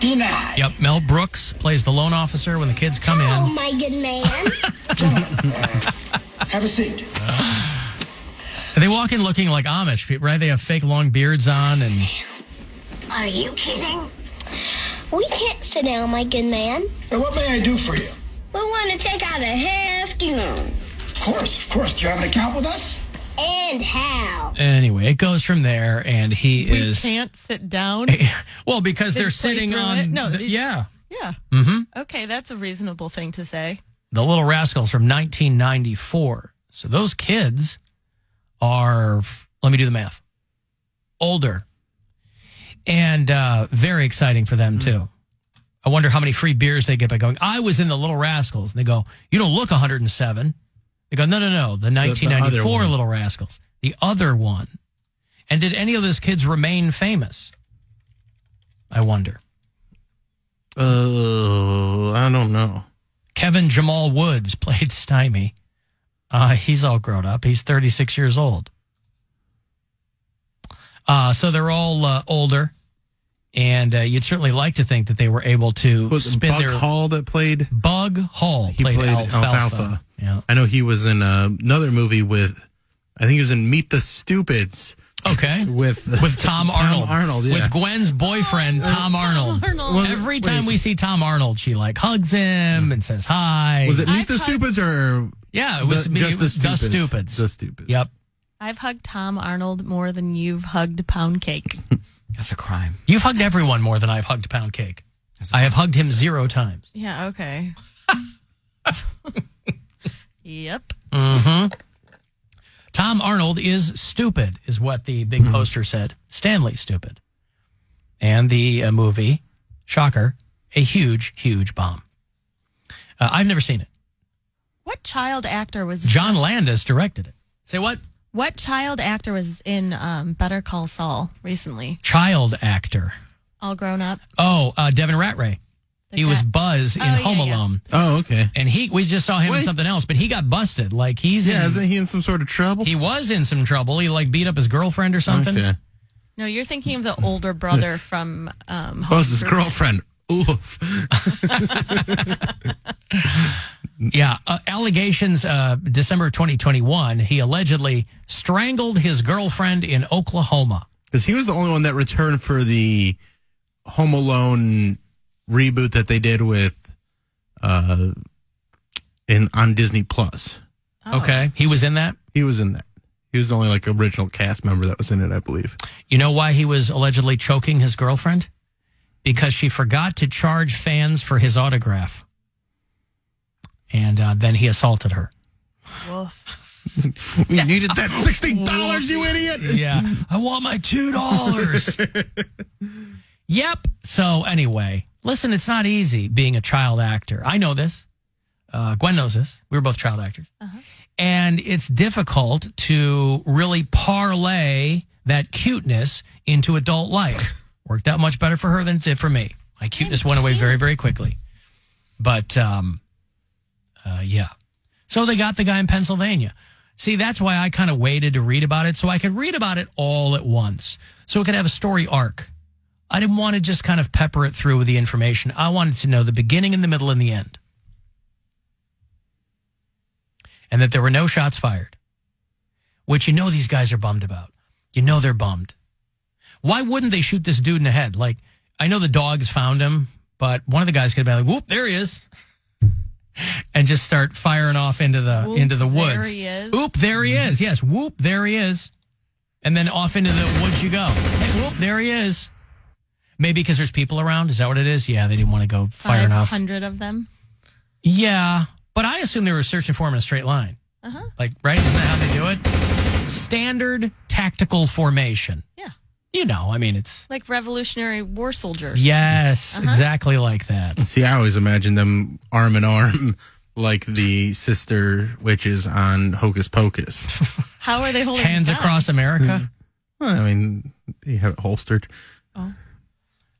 Speaker 15: denied.
Speaker 9: Yep. Mel Brooks plays the loan officer when the kids come
Speaker 15: Oh,
Speaker 9: in.
Speaker 15: my good [laughs] man. uh, Have a seat.
Speaker 9: They walk in looking like Amish people, right? They have fake long beards on and.
Speaker 16: Are you kidding? We can't sit down, my good man.
Speaker 15: what may I do for you?
Speaker 16: We want to take out a hefty loan.
Speaker 15: Of course, of course. Do you have an account with us?
Speaker 16: And how?
Speaker 9: Anyway, it goes from there, and he
Speaker 7: we
Speaker 9: is.
Speaker 7: can't sit down.
Speaker 9: Well, because
Speaker 7: They
Speaker 9: they're
Speaker 7: play
Speaker 9: sitting
Speaker 7: through
Speaker 9: on.
Speaker 7: it? No,
Speaker 9: the-
Speaker 7: they-
Speaker 9: yeah.
Speaker 7: Yeah.
Speaker 9: Mm-hmm.
Speaker 7: Okay, that's a reasonable thing to say.
Speaker 9: The Little Rascals from 1994. So those kids are, let me do the math, older and uh, very exciting for them too. I wonder how many free beers they get by going, I was in the Little Rascals. And they go, You don't look 107. They go, No, no, no, the
Speaker 10: the other
Speaker 9: 1994
Speaker 10: one.
Speaker 9: Little Rascals, the other one. And did any of those kids remain famous? I wonder.
Speaker 10: Oh, I don't know.
Speaker 9: Kevin Jamal Woods [laughs] played Stymie. Uh, he's all grown up. He's 36 years old. Uh, so they're all uh, older, and uh, you'd certainly like to think that they were able to
Speaker 10: Was it
Speaker 9: spin
Speaker 10: Buck
Speaker 9: their
Speaker 10: Hall that played
Speaker 9: Bug Hall
Speaker 10: He
Speaker 9: played,
Speaker 10: played
Speaker 9: Alfalfa.
Speaker 10: Alfalfa.
Speaker 9: Yeah.
Speaker 10: I know he was in uh, another movie with, I think he was in Meet the Stupids,
Speaker 9: Okay.
Speaker 10: With [laughs]
Speaker 9: with Tom Arnold.
Speaker 10: Arnold, yeah.
Speaker 9: With Gwen's
Speaker 11: Oh,
Speaker 9: boyfriend, [laughs] Tom, Arnold.
Speaker 10: Arnold.
Speaker 9: Every time we see Tom Arnold, she like hugs him and says hi.
Speaker 10: Was it Meet the Stupids or
Speaker 9: Yeah, it was
Speaker 10: the,
Speaker 9: me-
Speaker 10: just
Speaker 9: it was
Speaker 10: the
Speaker 9: The
Speaker 10: Stupids?
Speaker 9: Stupids.
Speaker 10: The Stupids.
Speaker 9: Yep.
Speaker 7: I've hugged Tom Arnold more than you've hugged pound cake.
Speaker 11: That's a crime.
Speaker 9: You've hugged everyone more than I've hugged Pound Cake. I have hugged him zero times.
Speaker 7: Yeah, okay. yep.
Speaker 9: Mm-hmm. Tom Arnold is stupid, is what the big
Speaker 7: Mm-hmm.
Speaker 9: poster said. Stanley stupid, and the uh, movie, shocker, a huge, huge bomb. Uh, I've never seen it.
Speaker 7: What child actor was
Speaker 9: John Landis directed it. Say what?
Speaker 7: What child actor was in um, Better Call Saul recently?
Speaker 9: Child actor.
Speaker 7: All grown up.
Speaker 9: Oh, uh, Devin Ratray. He was Buzz in
Speaker 7: Oh, yeah,
Speaker 9: Home
Speaker 7: yeah.
Speaker 9: Alone.
Speaker 10: Oh, okay.
Speaker 9: And he, we just saw him in
Speaker 10: Wait.
Speaker 9: something else, but he got busted. Like he's
Speaker 10: Yeah,
Speaker 9: in,
Speaker 10: isn't he in some sort of trouble?
Speaker 9: He was in some trouble. He like beat up his girlfriend or something.
Speaker 10: Okay.
Speaker 7: No, you're thinking of the older brother from um, Home
Speaker 10: Buzz's
Speaker 7: Improvement.
Speaker 10: girlfriend. Oof.
Speaker 9: [laughs] Yeah, uh, allegations. Uh, December 2021, he allegedly strangled his girlfriend in Oklahoma.
Speaker 10: Because he was the only one that returned for the Home Alone reboot that they did with uh in on Disney Plus.
Speaker 9: Oh. Okay, he was in that.
Speaker 10: He was in that. He was the only like original cast member that was in it, I believe.
Speaker 9: You know why he was allegedly choking his girlfriend? Because she forgot to charge fans for his autograph, and uh, then he assaulted her.
Speaker 7: Woof.
Speaker 15: [laughs]
Speaker 10: you needed that sixty dollars, you idiot.
Speaker 9: Yeah, I want my
Speaker 10: [laughs]
Speaker 9: two dollars. yep. So anyway, listen, it's not easy being a child actor. I know this. Uh, Gwen knows this. We were both child actors, and it's difficult to really parlay that cuteness into
Speaker 10: [laughs]
Speaker 9: adult life. Worked out much better for her than it did for me. My cuteness went away very, very quickly. But um, uh, yeah. So they got the guy in Pennsylvania. See, that's why I kind of waited to read about it so I could read about it all at once. So it could have a story arc. I didn't want to just kind of pepper it through with the information. I wanted to know the beginning and the middle and the end. And that there were no shots fired, which you know these guys are bummed about. You know they're bummed. Why wouldn't they shoot this dude in the head? Like, I know the dogs found him, but one of the guys could have been like, whoop, there he is [laughs] and just start firing off into the
Speaker 12: Whoop,
Speaker 9: into the woods.
Speaker 12: there he is.
Speaker 9: Oop, there he is. Yes, whoop, there he is. And then off into the woods you go. Hey, whoop, there he is. Maybe because there's people around. Is that what it is? Yeah, they didn't want to go firing off.
Speaker 7: 500 of them.
Speaker 9: Yeah, but I assume they were searching for him in a straight line.
Speaker 7: Uh-huh.
Speaker 9: Like, right? Isn't that how they do it? Standard tactical formation.
Speaker 7: Yeah.
Speaker 9: You know, I mean, it's
Speaker 7: Like Revolutionary War soldiers.
Speaker 9: yes,
Speaker 7: Uh-huh.
Speaker 9: exactly like that.
Speaker 10: See, I always imagine them arm in arm, [laughs] like the sister witches on Hocus Pocus.
Speaker 7: How are they holding
Speaker 9: Hands
Speaker 7: guns?
Speaker 9: across America.
Speaker 10: Well, Hmm. I mean, you have it holstered.
Speaker 7: Oh.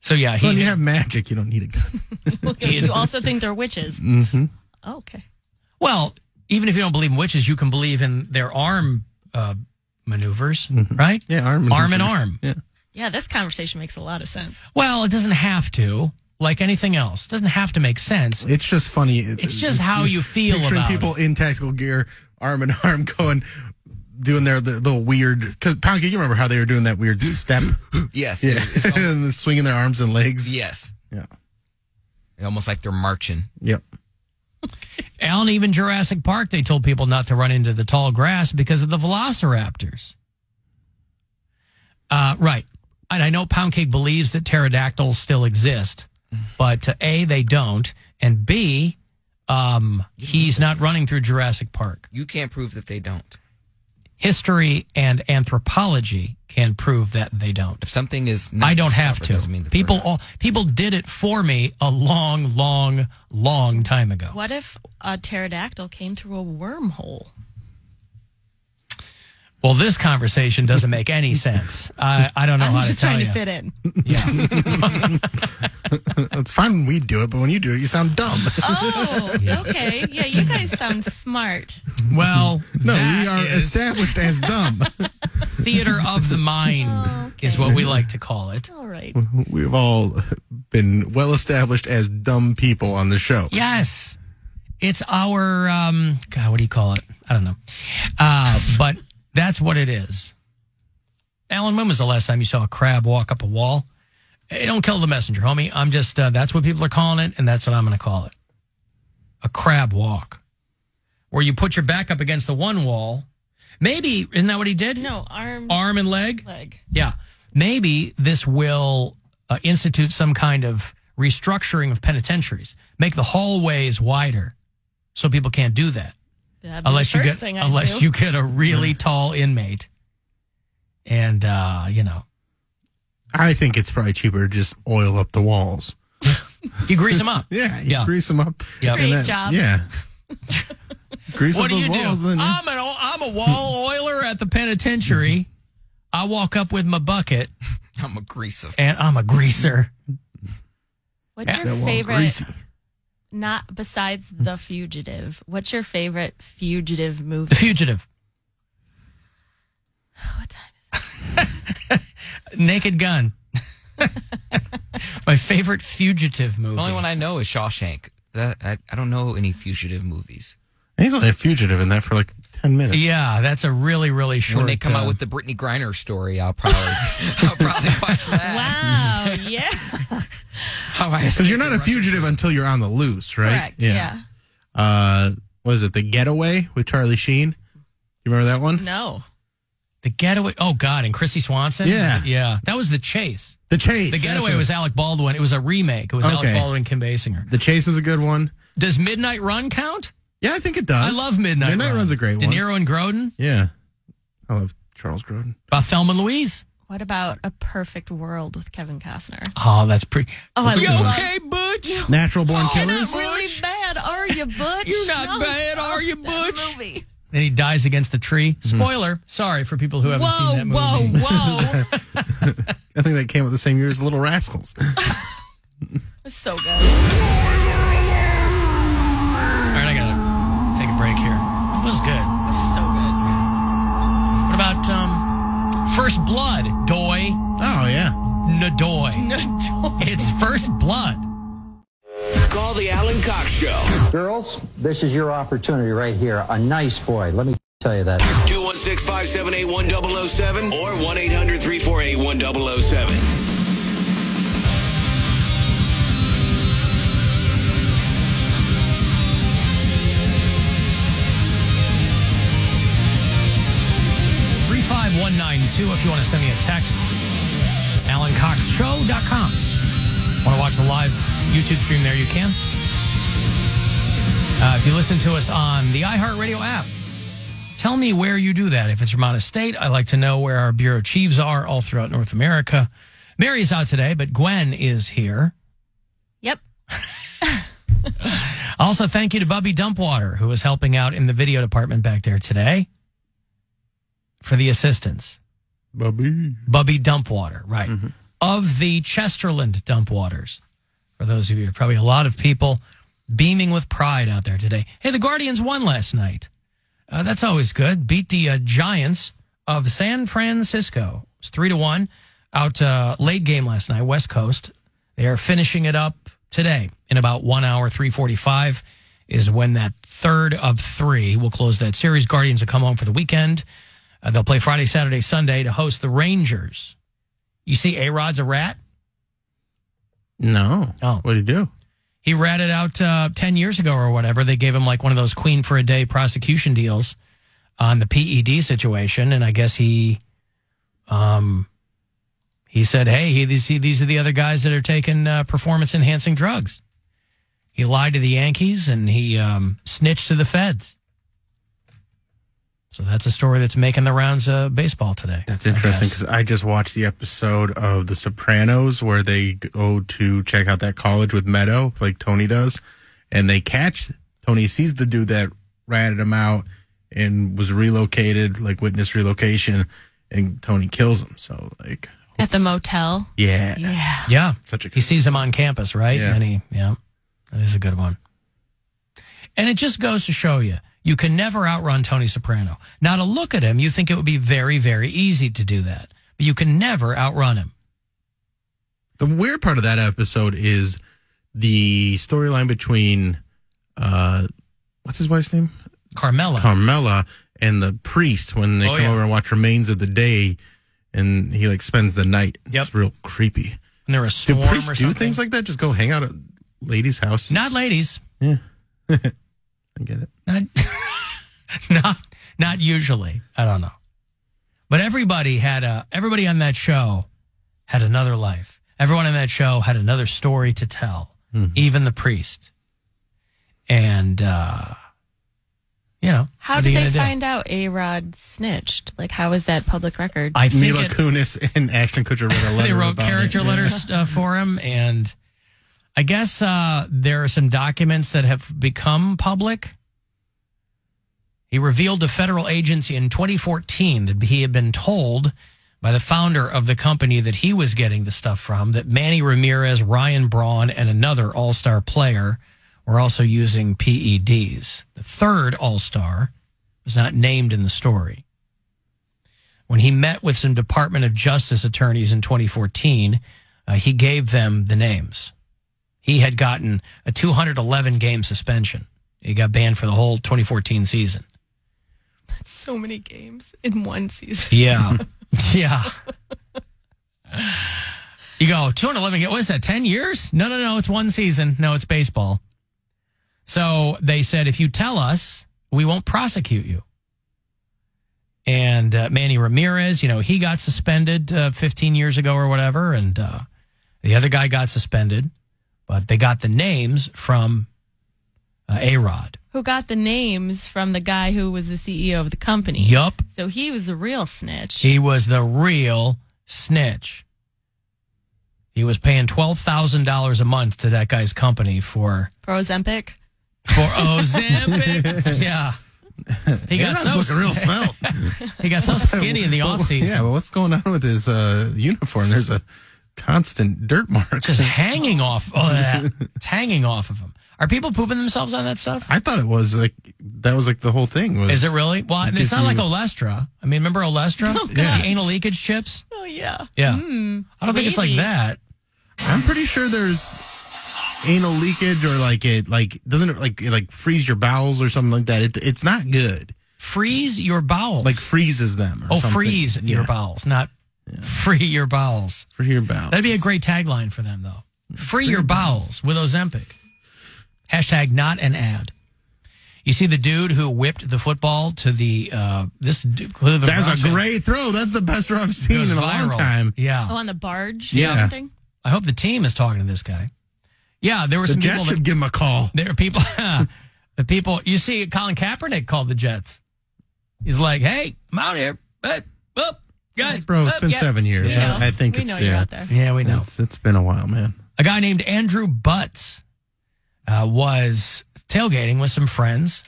Speaker 9: So yeah,
Speaker 10: when you have magic, you don't need a gun.
Speaker 7: you also think they're witches.
Speaker 10: Mm-hmm.
Speaker 7: Oh, okay.
Speaker 9: Well, even if you don't believe in witches, you can believe in their arm uh, maneuvers, right?
Speaker 10: Mm-hmm. Yeah, arm
Speaker 9: arm in
Speaker 10: maneuvers.
Speaker 9: arm.
Speaker 10: Yeah.
Speaker 7: Yeah, this conversation makes a lot of sense.
Speaker 9: Well, it doesn't have to, like anything else. It doesn't have to make sense.
Speaker 10: It's just funny.
Speaker 9: It's just how you feel
Speaker 10: Picturing
Speaker 9: about
Speaker 10: people in tactical gear, arm in [laughs] arm, going, doing their the, little weird. Cause Pound Cake, you remember how they were doing that weird step?
Speaker 11: [laughs] Yes.
Speaker 10: yeah, [laughs]
Speaker 11: It's al-
Speaker 10: and swinging their arms and legs. [laughs]
Speaker 11: yes.
Speaker 10: Yeah.
Speaker 11: Almost like they're marching.
Speaker 10: Yep.
Speaker 9: [laughs] Alan, even Jurassic Park, they told people not to run into the tall grass because of the velociraptors. Uh, right. And I know Pound Cake believes that pterodactyls still exist, but uh, A, they don't. And B, um, he's not running through Jurassic Park.
Speaker 11: You can't prove that they don't.
Speaker 9: History and anthropology can prove that they don't.
Speaker 11: If something is, not
Speaker 9: I don't have
Speaker 11: discovered,
Speaker 9: to.
Speaker 11: doesn't mean that
Speaker 9: People, all, people did it for me a long, long, long time ago.
Speaker 7: What if a pterodactyl came through a wormhole?
Speaker 9: Well, this conversation doesn't
Speaker 7: [laughs]
Speaker 9: make any sense. I, Oh, I don't know
Speaker 7: I'm
Speaker 9: how
Speaker 7: just
Speaker 9: to tell
Speaker 7: trying
Speaker 9: you.
Speaker 7: to fit in.
Speaker 10: it's fine when we do it, but when you do it, you sound dumb.
Speaker 7: Oh, okay. Yeah, you guys sound smart.
Speaker 9: [laughs] Well,
Speaker 10: [laughs] no,
Speaker 9: that
Speaker 10: we are
Speaker 9: is
Speaker 10: established as dumb.
Speaker 9: [laughs] theater of the mind is what we like to call it.
Speaker 7: Oh, All right.
Speaker 10: [laughs] We've all been well established as dumb people on the show.
Speaker 9: Yes, it's our um, God. What do you call it? I don't know, uh, but that's what it is. Alan, when was the last time you saw a crab walk up a wall? Hey, don't kill the messenger, homie. I'm just, uh, that's what people are calling it, and that's what I'm going to call it a crab walk, where you put your back up against the one wall. Maybe, isn't that what he did?
Speaker 7: No, arm.
Speaker 9: Arm and leg? Yeah. Maybe this will uh, institute some kind of restructuring of penitentiaries, make the hallways wider so people can't do that.
Speaker 7: That'd be
Speaker 9: Unless
Speaker 7: the
Speaker 9: you
Speaker 7: first
Speaker 9: get
Speaker 7: thing I'd
Speaker 9: unless
Speaker 7: do.
Speaker 9: you get a
Speaker 10: Mm.
Speaker 9: really tall inmate and uh, you know,
Speaker 10: I think it's probably cheaper to just oil up the walls.
Speaker 9: you grease them up.
Speaker 10: [laughs] yeah, you
Speaker 9: Yeah.
Speaker 10: grease them up.
Speaker 9: Yep.
Speaker 10: and
Speaker 9: Great
Speaker 10: then-
Speaker 9: job.
Speaker 10: Yeah. grease
Speaker 9: what
Speaker 10: up
Speaker 9: do
Speaker 10: those
Speaker 9: you do?
Speaker 10: walls. Then,
Speaker 9: I'm an o- I'm a
Speaker 10: [laughs]
Speaker 9: wall oiler at the penitentiary. I walk up with my bucket
Speaker 11: I'm a greaser.
Speaker 9: and I'm a greaser.
Speaker 7: What's
Speaker 9: Yeah.
Speaker 7: your
Speaker 9: That wall
Speaker 7: favorite?
Speaker 9: greasy.
Speaker 7: Not besides The Fugitive. What's your favorite fugitive movie?
Speaker 9: The fugitive. what time is it? [laughs] Naked Gun. My favorite fugitive movie.
Speaker 11: The only one I know is Shawshank. That I, I don't know any fugitive movies.
Speaker 10: He's only a fugitive in that for like 10 minutes.
Speaker 9: Yeah, Uh, that's a really really short.
Speaker 11: when they come
Speaker 9: uh,
Speaker 11: out with the Brittany Griner story, I'll probably
Speaker 10: [laughs]
Speaker 11: I'll probably watch that.
Speaker 7: [laughs] Wow. yeah.
Speaker 10: Because you're not a fugitive until you're on the loose, right?
Speaker 7: Correct. Yeah.
Speaker 10: Uh, what is it? The Getaway with Charlie Sheen. You remember that one?
Speaker 7: No.
Speaker 9: the getaway. Oh God, and Christy Swanson.
Speaker 10: Yeah.
Speaker 9: yeah, that was the chase.
Speaker 10: The Chase.
Speaker 9: The
Speaker 10: that's
Speaker 9: getaway
Speaker 10: it.
Speaker 9: was Alec Baldwin. It was a remake. It was Alec
Speaker 10: Okay.
Speaker 9: Baldwin and Kim Basinger.
Speaker 10: The Chase is a good one.
Speaker 9: Does Midnight Run count?
Speaker 10: Yeah, I think it does.
Speaker 9: I love Midnight
Speaker 10: Midnight
Speaker 9: Run.
Speaker 10: Run's a great
Speaker 9: De
Speaker 10: one.
Speaker 9: Niro and Grodin.
Speaker 10: Yeah. I love Charles Grodin.
Speaker 9: About Thelma and Louise.
Speaker 7: What about A Perfect World with Kevin Costner?
Speaker 9: Oh, that's pretty.
Speaker 7: Oh, I
Speaker 9: You
Speaker 7: love-
Speaker 9: okay, Butch?
Speaker 10: Natural Born
Speaker 9: Oh,
Speaker 10: Killers.
Speaker 7: Not really bad, are
Speaker 9: [laughs]
Speaker 7: you, Butch?
Speaker 9: You're not bad, are you,
Speaker 7: that's a movie.
Speaker 9: Then he dies against the tree.
Speaker 10: Mm-hmm.
Speaker 9: Spoiler. Sorry for people who haven't
Speaker 7: Whoa,
Speaker 9: seen that movie.
Speaker 7: whoa,
Speaker 9: [laughs]
Speaker 7: whoa!
Speaker 10: I think that came out the same year as Little Rascals.
Speaker 7: It's so good.
Speaker 9: All right, I gotta take a break here. It was good. It
Speaker 7: was so good.
Speaker 9: What about um, First Blood? Doy.
Speaker 10: Oh yeah.
Speaker 9: Nadoy.
Speaker 7: Nadoy.
Speaker 9: It's First Blood.
Speaker 6: Call the Alan Cox Show.
Speaker 17: Girls, this is your opportunity right here. A nice boy. Let me tell you that.
Speaker 6: 216 578 1007 or 1 800 348 1007.
Speaker 9: Three five one nine two. If you want to send me a text, AlanCoxShow.com. Want to watch the live YouTube stream? There you can. Uh, if you listen to us on the iHeartRadio app, tell me where you do that. If it's from out of state, I'd like to know where our bureau chiefs are all throughout North America. Mary's out today, but Gwen is here.
Speaker 7: Yep.
Speaker 9: Also, thank you to Bubby Dumpwater, who is helping out in the video department back there today for the assistance.
Speaker 10: Bubby.
Speaker 9: Bubby Dumpwater, right. Of the Chesterland Dumpwaters. For those of you, probably a lot of people beaming with pride out there today. Hey, the Guardians won last night. Uh, that's always good. Beat the uh, Giants of San Francisco. It's three to one. Out uh, late game last night, West Coast. They are finishing it up today in about one hour, three forty-five is when that third of three will close that series. Guardians will come home for the weekend. Uh, they'll play Friday, Saturday, Sunday to host the Rangers. You see, A Rod's a rat.
Speaker 10: No.
Speaker 9: Oh.
Speaker 10: What do you do?
Speaker 9: He ratted out uh, 10 years ago or whatever. They gave him like one of those queen for a day prosecution deals on the PED situation. And I guess he, um, he said, Hey, he, these, these are the other guys that are taking uh, performance enhancing drugs. He lied to the Yankees and he um, snitched to the feds. So that's a story that's making the rounds of baseball today.
Speaker 10: That's interesting because I just watched the episode of The Sopranos where they go to check out that college with Meadow, like Tony does, and they catch Tony sees the dude that ratted him out and was relocated, like witness relocation, and Tony kills him. So like,
Speaker 7: At the motel.
Speaker 10: yeah,
Speaker 7: Yeah.
Speaker 9: Yeah.
Speaker 10: Such a
Speaker 9: he sees him on campus, right?
Speaker 10: Yeah.
Speaker 9: And he, yeah. That is a good one. And it just goes to show you, you can never outrun Tony Soprano. Now, to look at him, you think it would be very, very easy to do that, but you can never outrun him.
Speaker 10: The weird part of that episode is the storyline between uh what's his wife's name?
Speaker 9: Carmela.
Speaker 10: Carmela and the priest when they
Speaker 9: Oh,
Speaker 10: come
Speaker 9: yeah.
Speaker 10: over and watch Remains of the Day and he like spends the night.
Speaker 9: Yep.
Speaker 10: It's real creepy.
Speaker 9: And they're a storm
Speaker 10: do priests
Speaker 9: or
Speaker 10: do
Speaker 9: something?
Speaker 10: things like that? Just go hang out at ladies' houses?
Speaker 9: Not ladies.
Speaker 10: Yeah. [laughs] I get it.
Speaker 9: Not, [laughs] not, not usually. I don't know. But everybody had a, everybody on that show had another life. Everyone on that show had another story to tell,
Speaker 10: Mm-hmm.
Speaker 9: even the priest. And, uh, you know,
Speaker 7: How
Speaker 9: what are
Speaker 7: did
Speaker 9: you
Speaker 7: they
Speaker 9: gonna do?
Speaker 7: find out A Rod snitched? Like, how is that public record?
Speaker 9: I think
Speaker 10: Mila
Speaker 9: it-
Speaker 10: Kunis and Ashton Kutcher wrote a letter.
Speaker 9: [laughs] they wrote
Speaker 10: about it.
Speaker 9: character
Speaker 10: Yeah.
Speaker 9: letters uh, for him and i guess uh, there are some documents that have become public he revealed to federal agency in 2014 that he had been told by the founder of the company that he was getting the stuff from that manny ramirez ryan braun and another all-star player were also using ped's the third all-star was not named in the story when he met with some Department of Justice attorneys in 2014, uh, he gave them the names. He had gotten a 211 game suspension. He got banned for the whole 2014 season.
Speaker 7: so many games in one season.
Speaker 9: Yeah. yeah. You go, 211 games. What is that, 10 years? No, no, no. It's one season. No, it's baseball. So they said, if you tell us, we won't prosecute you. And uh, Manny Ramirez, you know, he got suspended uh, 15 years ago or whatever. And uh, the other guy got suspended, but they got the names from uh, A Rod.
Speaker 7: Who got the names from the guy who was the CEO of the company?
Speaker 9: Yup.
Speaker 7: So he was the real snitch.
Speaker 9: He was the real snitch. He was paying twelve thousand dollars a month to that guy's company for
Speaker 7: For Ozempic? [laughs]
Speaker 9: for Ozempic. yeah, he got
Speaker 10: Aaron's
Speaker 9: so
Speaker 10: looking
Speaker 9: [laughs]
Speaker 10: real smelt.
Speaker 9: he got so skinny in the
Speaker 10: [laughs] Well,
Speaker 9: off season.
Speaker 10: Yeah, but what's going on with his uh, uniform? There's a constant dirt mark. [laughs]
Speaker 9: just hanging off. Oh, that. it's hanging off of him. Are people pooping themselves on that stuff?
Speaker 10: I thought it was like that was like the whole thing. Was,
Speaker 9: Is it really? Well, and it's
Speaker 10: gives
Speaker 9: not like
Speaker 10: you-
Speaker 9: Olestra. I mean, remember Olestra?
Speaker 10: Yeah.
Speaker 9: The anal leakage chips?
Speaker 7: Oh, yeah. Hmm.
Speaker 9: Yeah. I don't think it's like that.
Speaker 10: I'm pretty sure there's anal leakage or like it like doesn't it like it like freeze your bowels or something like that. It, it's not good.
Speaker 9: Freeze your bowels.
Speaker 10: Like freezes them. or
Speaker 9: Oh,
Speaker 10: something.
Speaker 9: freeze your
Speaker 10: Yeah.
Speaker 9: bowels, not free your bowels.
Speaker 10: Free your bowels.
Speaker 9: That'd be a great tagline for them, though. Free, your bowels, with Ozempic. Hashtag not an ad. You see the dude who whipped the football to the uh, this. dude- Cleveland
Speaker 10: That was
Speaker 9: Browns
Speaker 10: a
Speaker 9: fan.
Speaker 10: great throw. That's the best throw I've
Speaker 9: It
Speaker 10: seen
Speaker 9: was
Speaker 10: in a long
Speaker 9: viral.
Speaker 10: time.
Speaker 9: Yeah.
Speaker 7: Oh, on the barge
Speaker 9: Yeah.
Speaker 7: or something?
Speaker 9: I hope the team is talking to this guy. Yeah, there were
Speaker 10: The
Speaker 9: some
Speaker 10: Jets
Speaker 9: people.
Speaker 10: should give him a call.
Speaker 9: There are people. [laughs] the people. You see, Colin Kaepernick called the Jets. He's like, "Hey, I'm out here, but, but guys,
Speaker 10: Bro, it's
Speaker 9: uh,
Speaker 10: been
Speaker 9: yeah."
Speaker 10: seven years.
Speaker 9: Yeah.
Speaker 10: I, I think
Speaker 9: We
Speaker 10: it's
Speaker 9: know
Speaker 10: yeah.
Speaker 9: you're out there. Yeah, we know.
Speaker 10: It's- it's been a while, man.
Speaker 9: A guy named Andrew Butts uh, was tailgating with some friends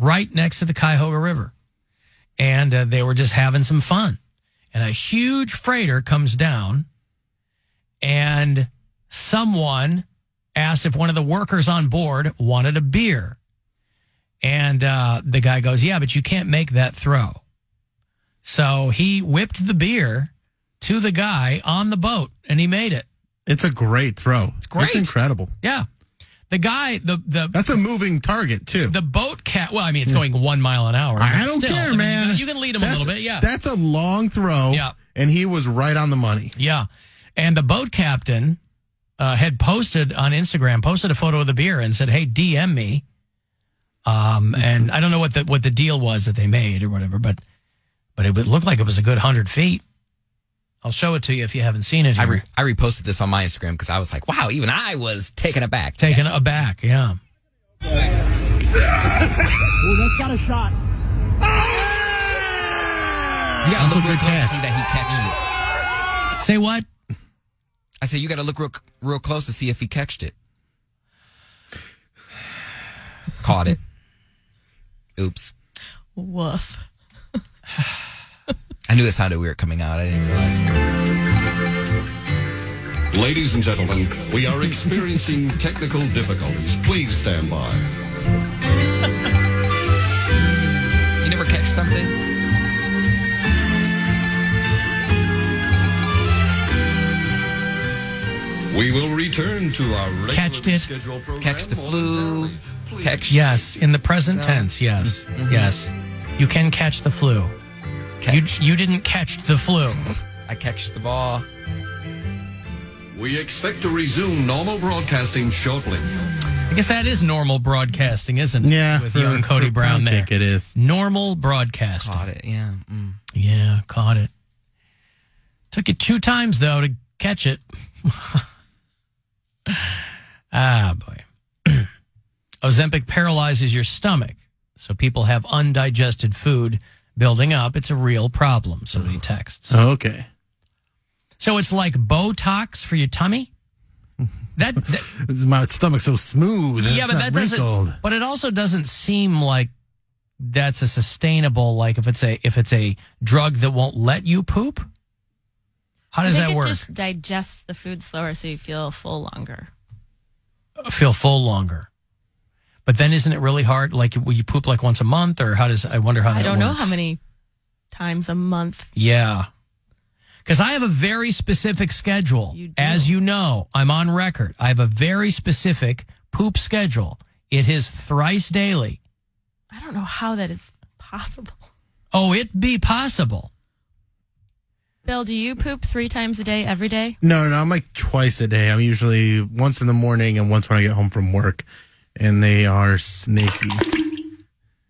Speaker 9: right next to the Cuyahoga River. And uh, they were just having some fun. And a huge freighter comes down, and someone asked if one of the workers on board wanted a beer. And uh, the guy goes, Yeah, but you can't make that throw. So he whipped the beer to the guy on the boat, and he made it.
Speaker 10: It's a great throw. It's
Speaker 9: great.
Speaker 10: It's incredible.
Speaker 9: Yeah. The guy, the the
Speaker 10: That's a moving target too.
Speaker 9: the boat cat. Well, I mean, it's going one mile an hour.
Speaker 10: I
Speaker 9: but
Speaker 10: don't
Speaker 9: still,
Speaker 10: care,
Speaker 9: I mean,
Speaker 10: man.
Speaker 9: You can, you can lead him a
Speaker 10: That's-
Speaker 9: little bit. Yeah.
Speaker 10: That's a long throw.
Speaker 9: Yeah.
Speaker 10: And he was right on the money.
Speaker 9: Yeah. And the boat captain uh, had posted on Instagram, posted a photo of the beer and said, "Hey, DM me." Um, and I don't know what the what the deal was that they made or whatever, but but it would look like it was a good hundred feet. I'll show it to you if you haven't seen it.
Speaker 11: I,
Speaker 9: Here.
Speaker 11: re- I reposted this on my Instagram because I was like, wow, even I was taken aback. [laughs]
Speaker 9: Taken aback, yeah.
Speaker 12: Oh, that's got a shot.
Speaker 11: You
Speaker 12: That's
Speaker 11: gotta look
Speaker 12: a
Speaker 11: real
Speaker 12: good
Speaker 11: close
Speaker 12: catch.
Speaker 11: to see that he catched
Speaker 9: it. Say what?
Speaker 11: I said you gotta look real, real close to see if he catched it. Caught it. Oops.
Speaker 7: Woof.
Speaker 11: I knew it sounded weird coming out. I didn't realize.
Speaker 18: Ladies and gentlemen, we are experiencing technical difficulties. Please stand by.
Speaker 11: You never catch something?
Speaker 18: We will return to our regularly
Speaker 9: Catched it.
Speaker 18: scheduled program.
Speaker 11: Catch the flu. Catch.
Speaker 9: Yes, in the present tense. Yes, yes. You can catch the flu. You, you didn't catch the flu.
Speaker 11: I catch the ball.
Speaker 18: We expect to resume normal broadcasting shortly.
Speaker 9: I guess that is normal broadcasting, isn't it? Yeah. With
Speaker 10: for-
Speaker 9: young Cody
Speaker 10: for-
Speaker 9: Brown
Speaker 10: I
Speaker 9: there.
Speaker 10: think it is.
Speaker 9: Normal broadcasting. Caught
Speaker 11: it, yeah. mm.
Speaker 9: Yeah, caught it. Took it two times, though, to catch it. [laughs] ah, boy. [clears throat] Ozempic paralyzes your stomach, so people have undigested food building up. It's a real problem, somebody texts.
Speaker 10: Okay.
Speaker 9: So it's like Botox for your tummy? That, that
Speaker 10: My stomach's so smooth. and
Speaker 9: yeah,
Speaker 10: it's
Speaker 9: but
Speaker 10: not
Speaker 9: that doesn't.
Speaker 10: wrinkled.
Speaker 9: But it also doesn't seem like that's a sustainable. Like if it's a if it's a drug that won't let you poop, how does
Speaker 7: I think
Speaker 9: that
Speaker 7: it
Speaker 9: work?
Speaker 7: Just digests the food slower, so you feel full longer.
Speaker 9: Feel full longer. But then isn't it really hard? Like will you poop like once a month, or how does I wonder how
Speaker 7: I
Speaker 9: that
Speaker 7: don't know
Speaker 9: works.
Speaker 7: how many times a month.
Speaker 9: Yeah. Because I have a very specific schedule. As you know, I'm on record. I have a very specific poop schedule. It is thrice daily.
Speaker 7: I don't know how that is possible.
Speaker 9: Oh, it be possible.
Speaker 7: Bill, do you poop three times a day every day?
Speaker 10: No, no, I'm like twice a day. I'm usually once in the morning and once when I get home from work. And they are snaky.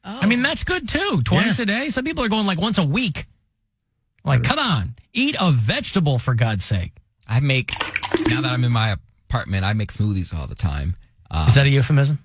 Speaker 9: I mean, that's good too. Twice a day. Some people are going like once a week. Like, come on, eat a vegetable for God's sake.
Speaker 11: I make now that I'm in my apartment, I make smoothies all the time. Um,
Speaker 9: Is that a euphemism?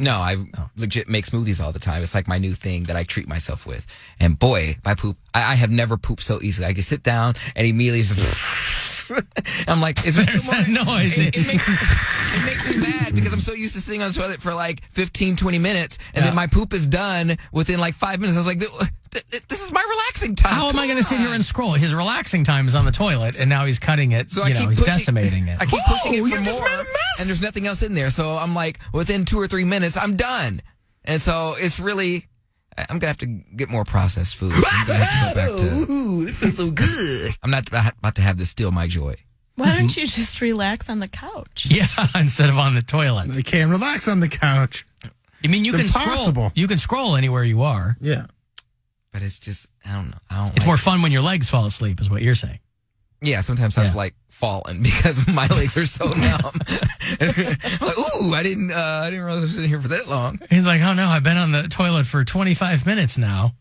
Speaker 11: no, I legit make smoothies all the time. It's like my new thing that I treat myself with. And boy, my poop, I, I have never pooped so easily. I can sit down and immediately just, [laughs] I'm like, is there
Speaker 9: There's
Speaker 11: still more?
Speaker 9: that noise.
Speaker 11: It, it makes, it makes me mad because I'm so used to sitting on the toilet for like 15, 20 minutes and then my poop is done within like five minutes. I was like, "Th- th- this is my relaxing time.
Speaker 9: How am I going to sit here and scroll? His relaxing time is on the toilet, and now he's cutting it.
Speaker 11: So I
Speaker 9: you know,
Speaker 11: keep
Speaker 9: he's
Speaker 11: pushing-
Speaker 9: decimating it.
Speaker 11: I keep pushing it for more, and there's nothing else in there. So I'm like, within two or three minutes, I'm done. And so it's really, I- I'm gonna have to get more processed food. I'm gonna have to go back to. Ooh, it feels so good. [laughs] I'm not about to have this steal my joy.
Speaker 7: Why don't
Speaker 9: Mm-hmm.
Speaker 7: you just relax on the couch?
Speaker 9: Yeah, [laughs] instead of on the toilet.
Speaker 10: I can't relax on the couch.
Speaker 9: I mean, you
Speaker 10: It's
Speaker 9: can
Speaker 10: impossible.
Speaker 9: scroll. You can scroll anywhere you are.
Speaker 10: Yeah,
Speaker 11: but it's just I don't know. I don't.
Speaker 9: It's more fun when your legs fall asleep, is what you're saying.
Speaker 11: Yeah, sometimes I've like fallen [laughs] because my legs are so numb. [laughs] I'm like, ooh, I didn't, uh, I didn't realize I was sitting here for that long.
Speaker 9: He's like, oh no, I've been on the toilet for 25 minutes now.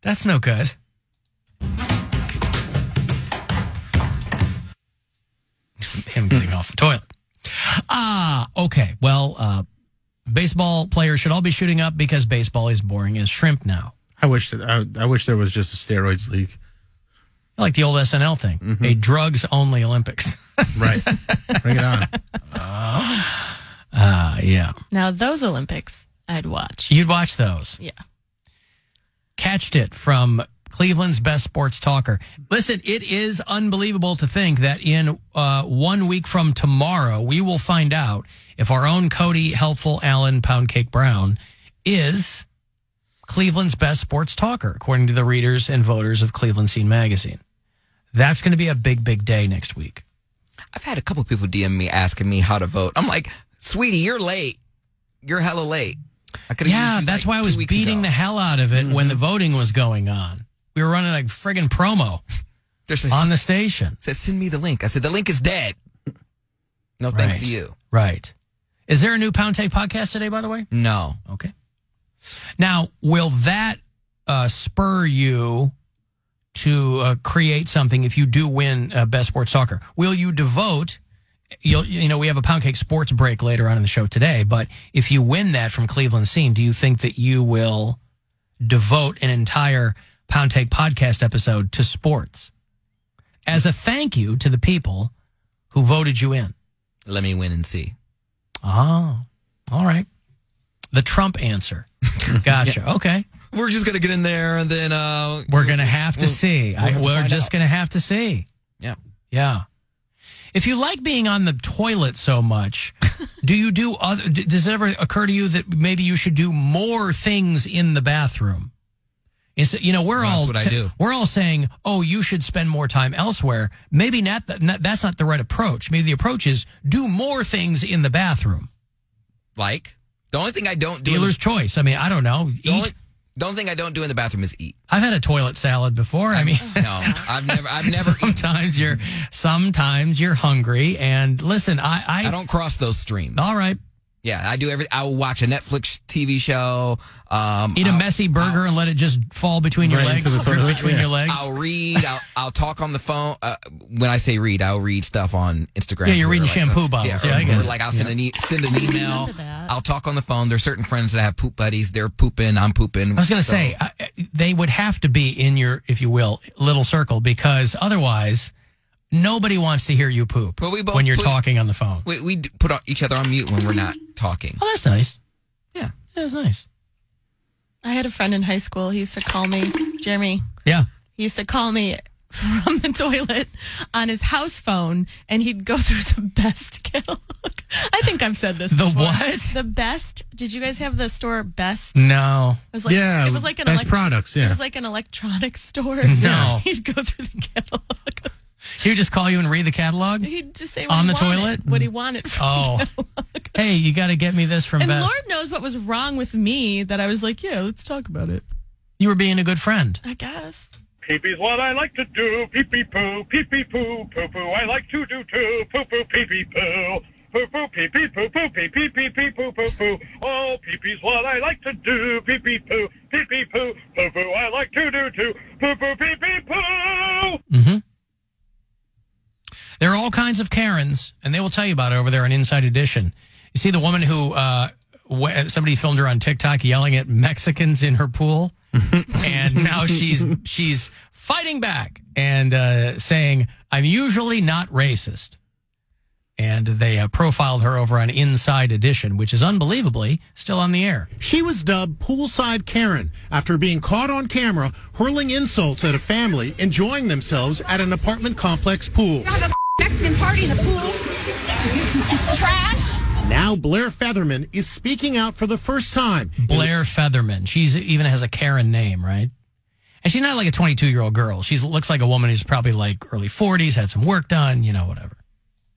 Speaker 9: That's no good. Him getting off the toilet. Ah, okay. Well, uh, baseball players should all be shooting up because baseball is boring as shrimp now.
Speaker 10: I wish that I, I wish there was just a steroids league.
Speaker 9: Like the old SNL thing, a drugs only Olympics.
Speaker 10: Mm-hmm. Right. Bring it on.
Speaker 9: [laughs] Ah, yeah.
Speaker 7: Now those Olympics, I'd watch.
Speaker 9: You'd watch those.
Speaker 7: Yeah.
Speaker 9: Catched it from Cleveland's best sports talker. Listen, it is unbelievable to think that in uh, one week from tomorrow, we will find out if our own Cody Helpful Allen Poundcake Brown is Cleveland's best sports talker, according to the readers and voters of Cleveland Scene Magazine. That's going to be a big, big day next week.
Speaker 11: I've had a couple people DM me asking me how to vote. I'm like, sweetie, you're late. You're hella late. I could
Speaker 9: Yeah, Ah, that's why I was beating the hell out of it when the voting was going on. We were running like friggin' [laughs] promo on the station.
Speaker 11: Said, send me the link. I said, the link is dead. No thanks to you.
Speaker 9: Right. Is there a new Pound Take podcast today, by the way?
Speaker 11: No.
Speaker 9: Okay. Now, will that uh, spur you to uh, create something if you do win uh, Best Sports Soccer? Will you devote? You'll, you know, we have a pound cake sports break later on in the show today, but if you win that from Cleveland Scene, do you think that you will devote an entire pound take podcast episode to sports as a thank you to the people who voted you in?
Speaker 11: Let me win and see.
Speaker 9: Oh, all right. The
Speaker 11: [laughs]
Speaker 9: Trump answer. Gotcha. Okay.
Speaker 11: We're just gonna get in there and then uh
Speaker 9: We're going to have to
Speaker 11: we'll-
Speaker 9: see.
Speaker 11: we'll
Speaker 9: I-
Speaker 11: have to
Speaker 9: we're
Speaker 11: find
Speaker 9: just
Speaker 11: out.
Speaker 9: going to have to see.
Speaker 11: Yeah.
Speaker 9: Yeah. If you like being on the toilet so
Speaker 11: [laughs]
Speaker 9: much, do you do other? d- Does it ever occur to you that maybe you should do more things in the bathroom? Is you know we're
Speaker 11: Well, that's
Speaker 9: all
Speaker 11: what I do.
Speaker 9: we're all saying, oh, you should spend more time elsewhere. Maybe not, th- not. That's not the right approach. Maybe the approach is do more things in the bathroom.
Speaker 11: Like the only thing I don't do
Speaker 9: Dealer's choice. I mean, I don't know. Eat,
Speaker 11: the only, Don't think I don't do in the bathroom is eat.
Speaker 9: I've had a toilet salad before. I mean,
Speaker 11: No, I've never.
Speaker 9: [laughs]
Speaker 11: I've never.
Speaker 9: sometimes you're sometimes you're hungry, and listen, I I,
Speaker 11: I don't cross those streams.
Speaker 9: All right,
Speaker 11: Yeah, I do every. I will watch a Netflix TV show. Um,
Speaker 9: eat a
Speaker 11: I'll-
Speaker 9: messy burger and let it just fall between your
Speaker 11: Right into
Speaker 9: legs,
Speaker 11: the
Speaker 9: drip
Speaker 11: toilet,
Speaker 9: [laughs] between
Speaker 11: yeah.
Speaker 9: your legs.
Speaker 11: I'll read. I'll, I'll talk on the phone. Uh, when I say read, I'll read stuff on Instagram.
Speaker 9: Yeah, you're
Speaker 11: or
Speaker 9: reading shampoo
Speaker 11: uh,
Speaker 9: bottles.
Speaker 11: or-
Speaker 9: Yeah, I get
Speaker 11: or
Speaker 9: it.
Speaker 11: like I'll send
Speaker 9: Yeah.
Speaker 11: an e- send an email. I'll talk on the phone. There's certain friends that have poop buddies. They're pooping. I'm pooping.
Speaker 9: I was going to
Speaker 11: So-
Speaker 9: say I, I- they would have to be in your, if you will, little circle because otherwise, nobody wants to hear you poop
Speaker 11: Well, we both
Speaker 9: when you're
Speaker 11: put-
Speaker 9: talking on the phone.
Speaker 11: we, we d- put each other on mute when we're not talking.
Speaker 9: Oh, that's nice.
Speaker 11: Yeah,
Speaker 9: that's nice.
Speaker 7: I had a friend in high school. He used to call me Jeremy.
Speaker 9: Yeah.
Speaker 7: He used to call me from the toilet on his house phone, and he'd go [laughs] through the best catalog. I think I've said this.
Speaker 9: The
Speaker 7: before.
Speaker 9: what?
Speaker 7: The best. Did you guys have the store Best?
Speaker 9: No.
Speaker 7: It was like
Speaker 10: Yeah,
Speaker 7: it was like an
Speaker 10: Best
Speaker 7: elect-
Speaker 10: Products, yeah.
Speaker 7: it was like an electronics [laughs] store.
Speaker 9: No.
Speaker 7: [laughs] he'd go through the
Speaker 9: He would just call you and read the catalog.
Speaker 7: He'd just say what
Speaker 9: On
Speaker 7: he
Speaker 9: the
Speaker 7: wanted,
Speaker 9: toilet?
Speaker 7: what he wanted. From
Speaker 9: Oh, [laughs] hey, you got to get me this from
Speaker 7: and
Speaker 9: Best.
Speaker 7: Lord knows what was wrong with me that I was like, yeah, let's talk about it.
Speaker 9: you were being a good friend.
Speaker 7: I guess.
Speaker 4: Peepee's what I like to do. Pee pee poo, pee pee poo, poo poo. I like to do too. Poo poo, pee pee poo. Poo poo, pee pee poo, poo pee pee pee pee poo poo poo. Oh, peepee's what I like to do. Pee pee poo, pee pee poo, poo poo. I like to do too. Poo poo, pee pee poo.
Speaker 9: Mm-hmm. There are all kinds of Karens, and they will tell you about it over there on Inside Edition. You see the woman who uh, wh- somebody filmed her on TikTok yelling at Mexicans in her pool, and now she's she's fighting back and uh, saying, "I'm usually not racist." And they uh, profiled her over on Inside Edition, which is unbelievably still on the air.
Speaker 19: She was dubbed Poolside Karen after being caught on camera hurling insults at a family enjoying themselves at an apartment complex pool.
Speaker 20: have a Mexican party in the pool. Trash.
Speaker 19: Now Blair Featherman is speaking out for the first time.
Speaker 9: Blair Featherman. She's even has a Karen name, right? And she's not like a 22 year old girl. She looks like a woman who's probably like early 40s, had some work done, you know, whatever.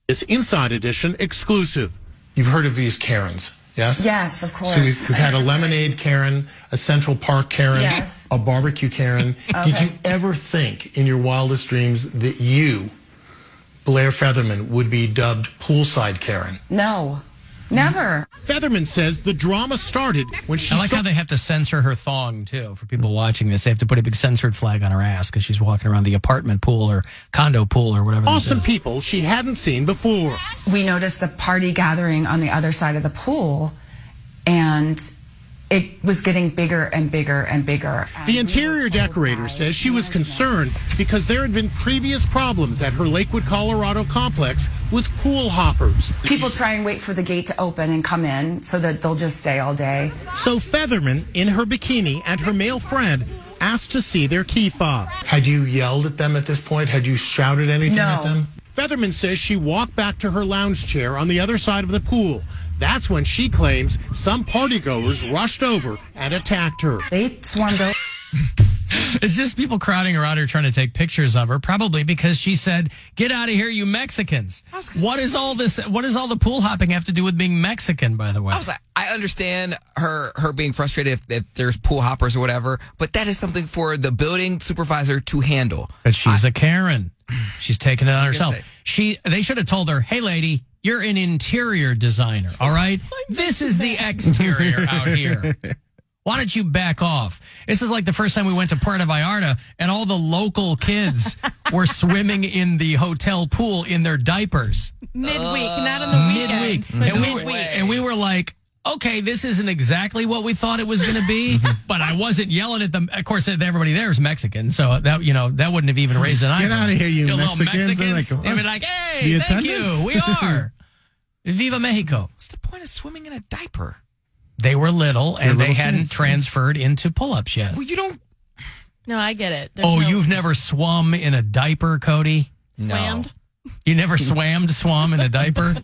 Speaker 19: This Inside Edition exclusive. You've heard of these Karens, yes?
Speaker 21: Yes, of course.
Speaker 19: So we've, we've had a lemonade Karen, a Central Park Karen,
Speaker 21: Yes.
Speaker 19: a barbecue Karen. Did
Speaker 21: [laughs] Okay.
Speaker 19: you ever think in your wildest dreams that you, Blair Featherman, would be dubbed poolside Karen?
Speaker 21: No, never.
Speaker 19: Featherman says the drama started when she.
Speaker 9: I like how they have to censor her thong too for people watching this. They have to put a big censored flag on her ass because she's walking around the apartment pool or condo pool or whatever. this
Speaker 19: Awesome
Speaker 9: is.
Speaker 19: people she hadn't seen before.
Speaker 21: We noticed a party gathering on the other side of the pool, and it was getting bigger and bigger and bigger.
Speaker 19: The interior decorator says she was concerned because there had been previous problems at her Lakewood, Colorado complex with pool hoppers.
Speaker 21: People try and wait for the gate to open and come in so that they'll just stay all day.
Speaker 19: So Featherman, in her bikini, and her male friend asked to see their key fob. Had you yelled at them at this point? Had you shouted anything at them? Featherman says she walked back to her lounge chair on the other side of the pool. That's when she claims some partygoers rushed over and attacked her.
Speaker 21: They swarmed over.
Speaker 9: It's just people crowding around her trying to take pictures of her, probably because she said, "Get out of here, you Mexicans." What is all this? What does all the pool hopping have to do with being Mexican? By the way,
Speaker 11: I was like, I understand her her being frustrated if, if there's pool hoppers or whatever, but that is something for the building supervisor to handle.
Speaker 9: But she's a Karen. She's taking it on herself.
Speaker 11: say.
Speaker 9: She they should have told her, "Hey lady, you're an interior designer, all right? This is the [laughs] exterior out here. Why don't you back off?" This is like the first time we went to Puerto Vallarta and all the local kids were swimming in the hotel pool in their diapers.
Speaker 7: Midweek, not on the weekend.
Speaker 9: Uh, Midweek. And we, were- and we were like, okay, this isn't exactly what we thought it was going
Speaker 7: [laughs]
Speaker 9: to be,
Speaker 7: Mm-hmm.
Speaker 9: but I wasn't yelling at them. Of course, everybody there is Mexican, so that you know that wouldn't have even raised an eyebrow.
Speaker 10: Get outta here, you
Speaker 9: little
Speaker 10: Mexicans. They're
Speaker 9: Mexicans.
Speaker 10: like,
Speaker 9: They'd be
Speaker 10: what?
Speaker 9: like, hey,
Speaker 10: The
Speaker 9: thank
Speaker 10: attendants?
Speaker 9: you. We
Speaker 10: [laughs]
Speaker 9: are. Viva Mexico.
Speaker 11: What's the point of swimming in a diaper?
Speaker 9: They were little
Speaker 11: They're
Speaker 9: and they
Speaker 11: little
Speaker 9: hadn't
Speaker 11: kids.
Speaker 9: transferred into pull-ups yet.
Speaker 11: Well, you don't.
Speaker 7: No, I get it. There's
Speaker 9: Oh,
Speaker 7: no-
Speaker 9: you've never swum in a diaper, Cody?
Speaker 7: Swammed?
Speaker 9: You never swam, swum in
Speaker 7: [laughs]
Speaker 9: a diaper?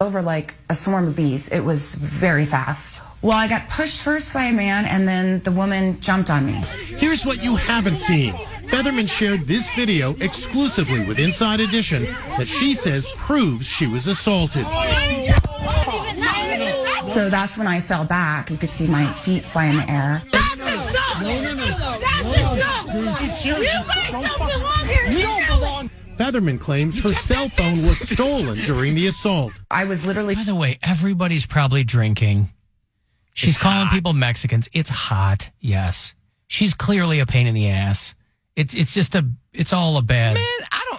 Speaker 21: over like a swarm of bees. It was very fast. Well, I got pushed first by a man, and then the woman jumped on me.
Speaker 19: Here's what you haven't seen. Featherman shared this video exclusively with Inside Edition that she says proves she was assaulted.
Speaker 21: So that's when I fell back. You could see my feet fly in the air.
Speaker 20: That's assault.
Speaker 12: No, no, no.
Speaker 20: That's enough. You guys don't belong here.
Speaker 19: You don't belong. Featherman claims her cell phone was stolen during the assault.
Speaker 9: I was literally. By the way, everybody's probably drinking. She's calling people Mexicans. It's hot. Yes. She's clearly a pain in the ass. It's it's just a it's all a bad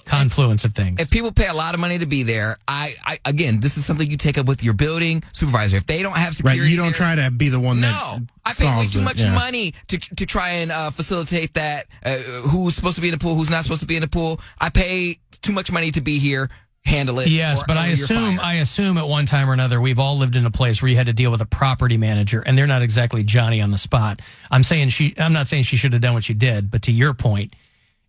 Speaker 9: confluence of things.
Speaker 11: If people pay a lot of money to be there, I, I again, this is something you take up with your building supervisor. If they don't have
Speaker 10: Right,
Speaker 11: security,
Speaker 10: you don't
Speaker 11: there-
Speaker 10: try to be the one
Speaker 11: No,
Speaker 10: that
Speaker 11: I pay way
Speaker 10: solves
Speaker 11: too
Speaker 10: it,
Speaker 11: much
Speaker 10: yeah.
Speaker 11: money to to try and uh, facilitate that. Uh, who's supposed to be in the pool? Who's not supposed to be in the pool? I pay too much money to be here. Handle it.
Speaker 9: Yes,
Speaker 11: or-
Speaker 9: but
Speaker 11: or
Speaker 9: I
Speaker 11: you're
Speaker 9: assume
Speaker 11: fired.
Speaker 9: I assume at one time or another we've all lived in a place where you had to deal with a property manager, and they're not exactly Johnny on the spot. I'm saying she. I'm not saying she should have done what she did, but to your point,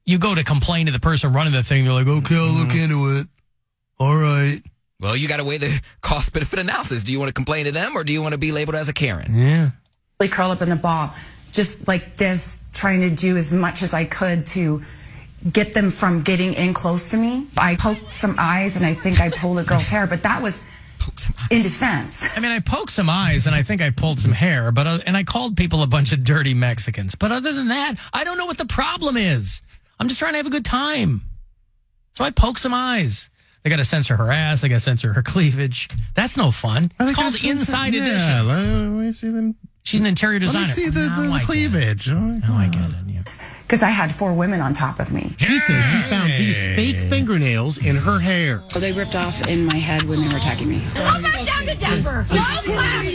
Speaker 9: you go to complain to the person running the thing. They're like, "Okay, I'll look into it. All right."
Speaker 11: Well, you got to weigh the [laughs] cost benefit analysis. Do you want to complain to them or do you want to be labeled as a Karen?
Speaker 9: Yeah.
Speaker 21: really curl up in the ball, just like this, trying to do as much as I could to get them from getting in close to me. I poked some eyes and I think I pulled a girl's hair, but that was in defense.
Speaker 9: I mean, I poked some eyes and I think I pulled some hair, but uh, and I called people a bunch of dirty Mexicans. But other than that, I don't know what the problem is. I'm just trying to have a good time. So I poke some eyes. They got to censor her ass. They got to censor her cleavage. That's no fun. It's called Inside Edition.
Speaker 10: Yeah, let, let me see them.
Speaker 9: She's an interior designer.
Speaker 10: Let me see the,
Speaker 9: No,
Speaker 10: the
Speaker 9: I get it.
Speaker 10: cleavage. No,
Speaker 9: I get it.
Speaker 21: [laughs] Because I had four women on top of me.
Speaker 19: She says she found these fake fingernails in her hair.
Speaker 1: Oh, They ripped off in my head when they were attacking me.
Speaker 20: Come back down to Denver. No class.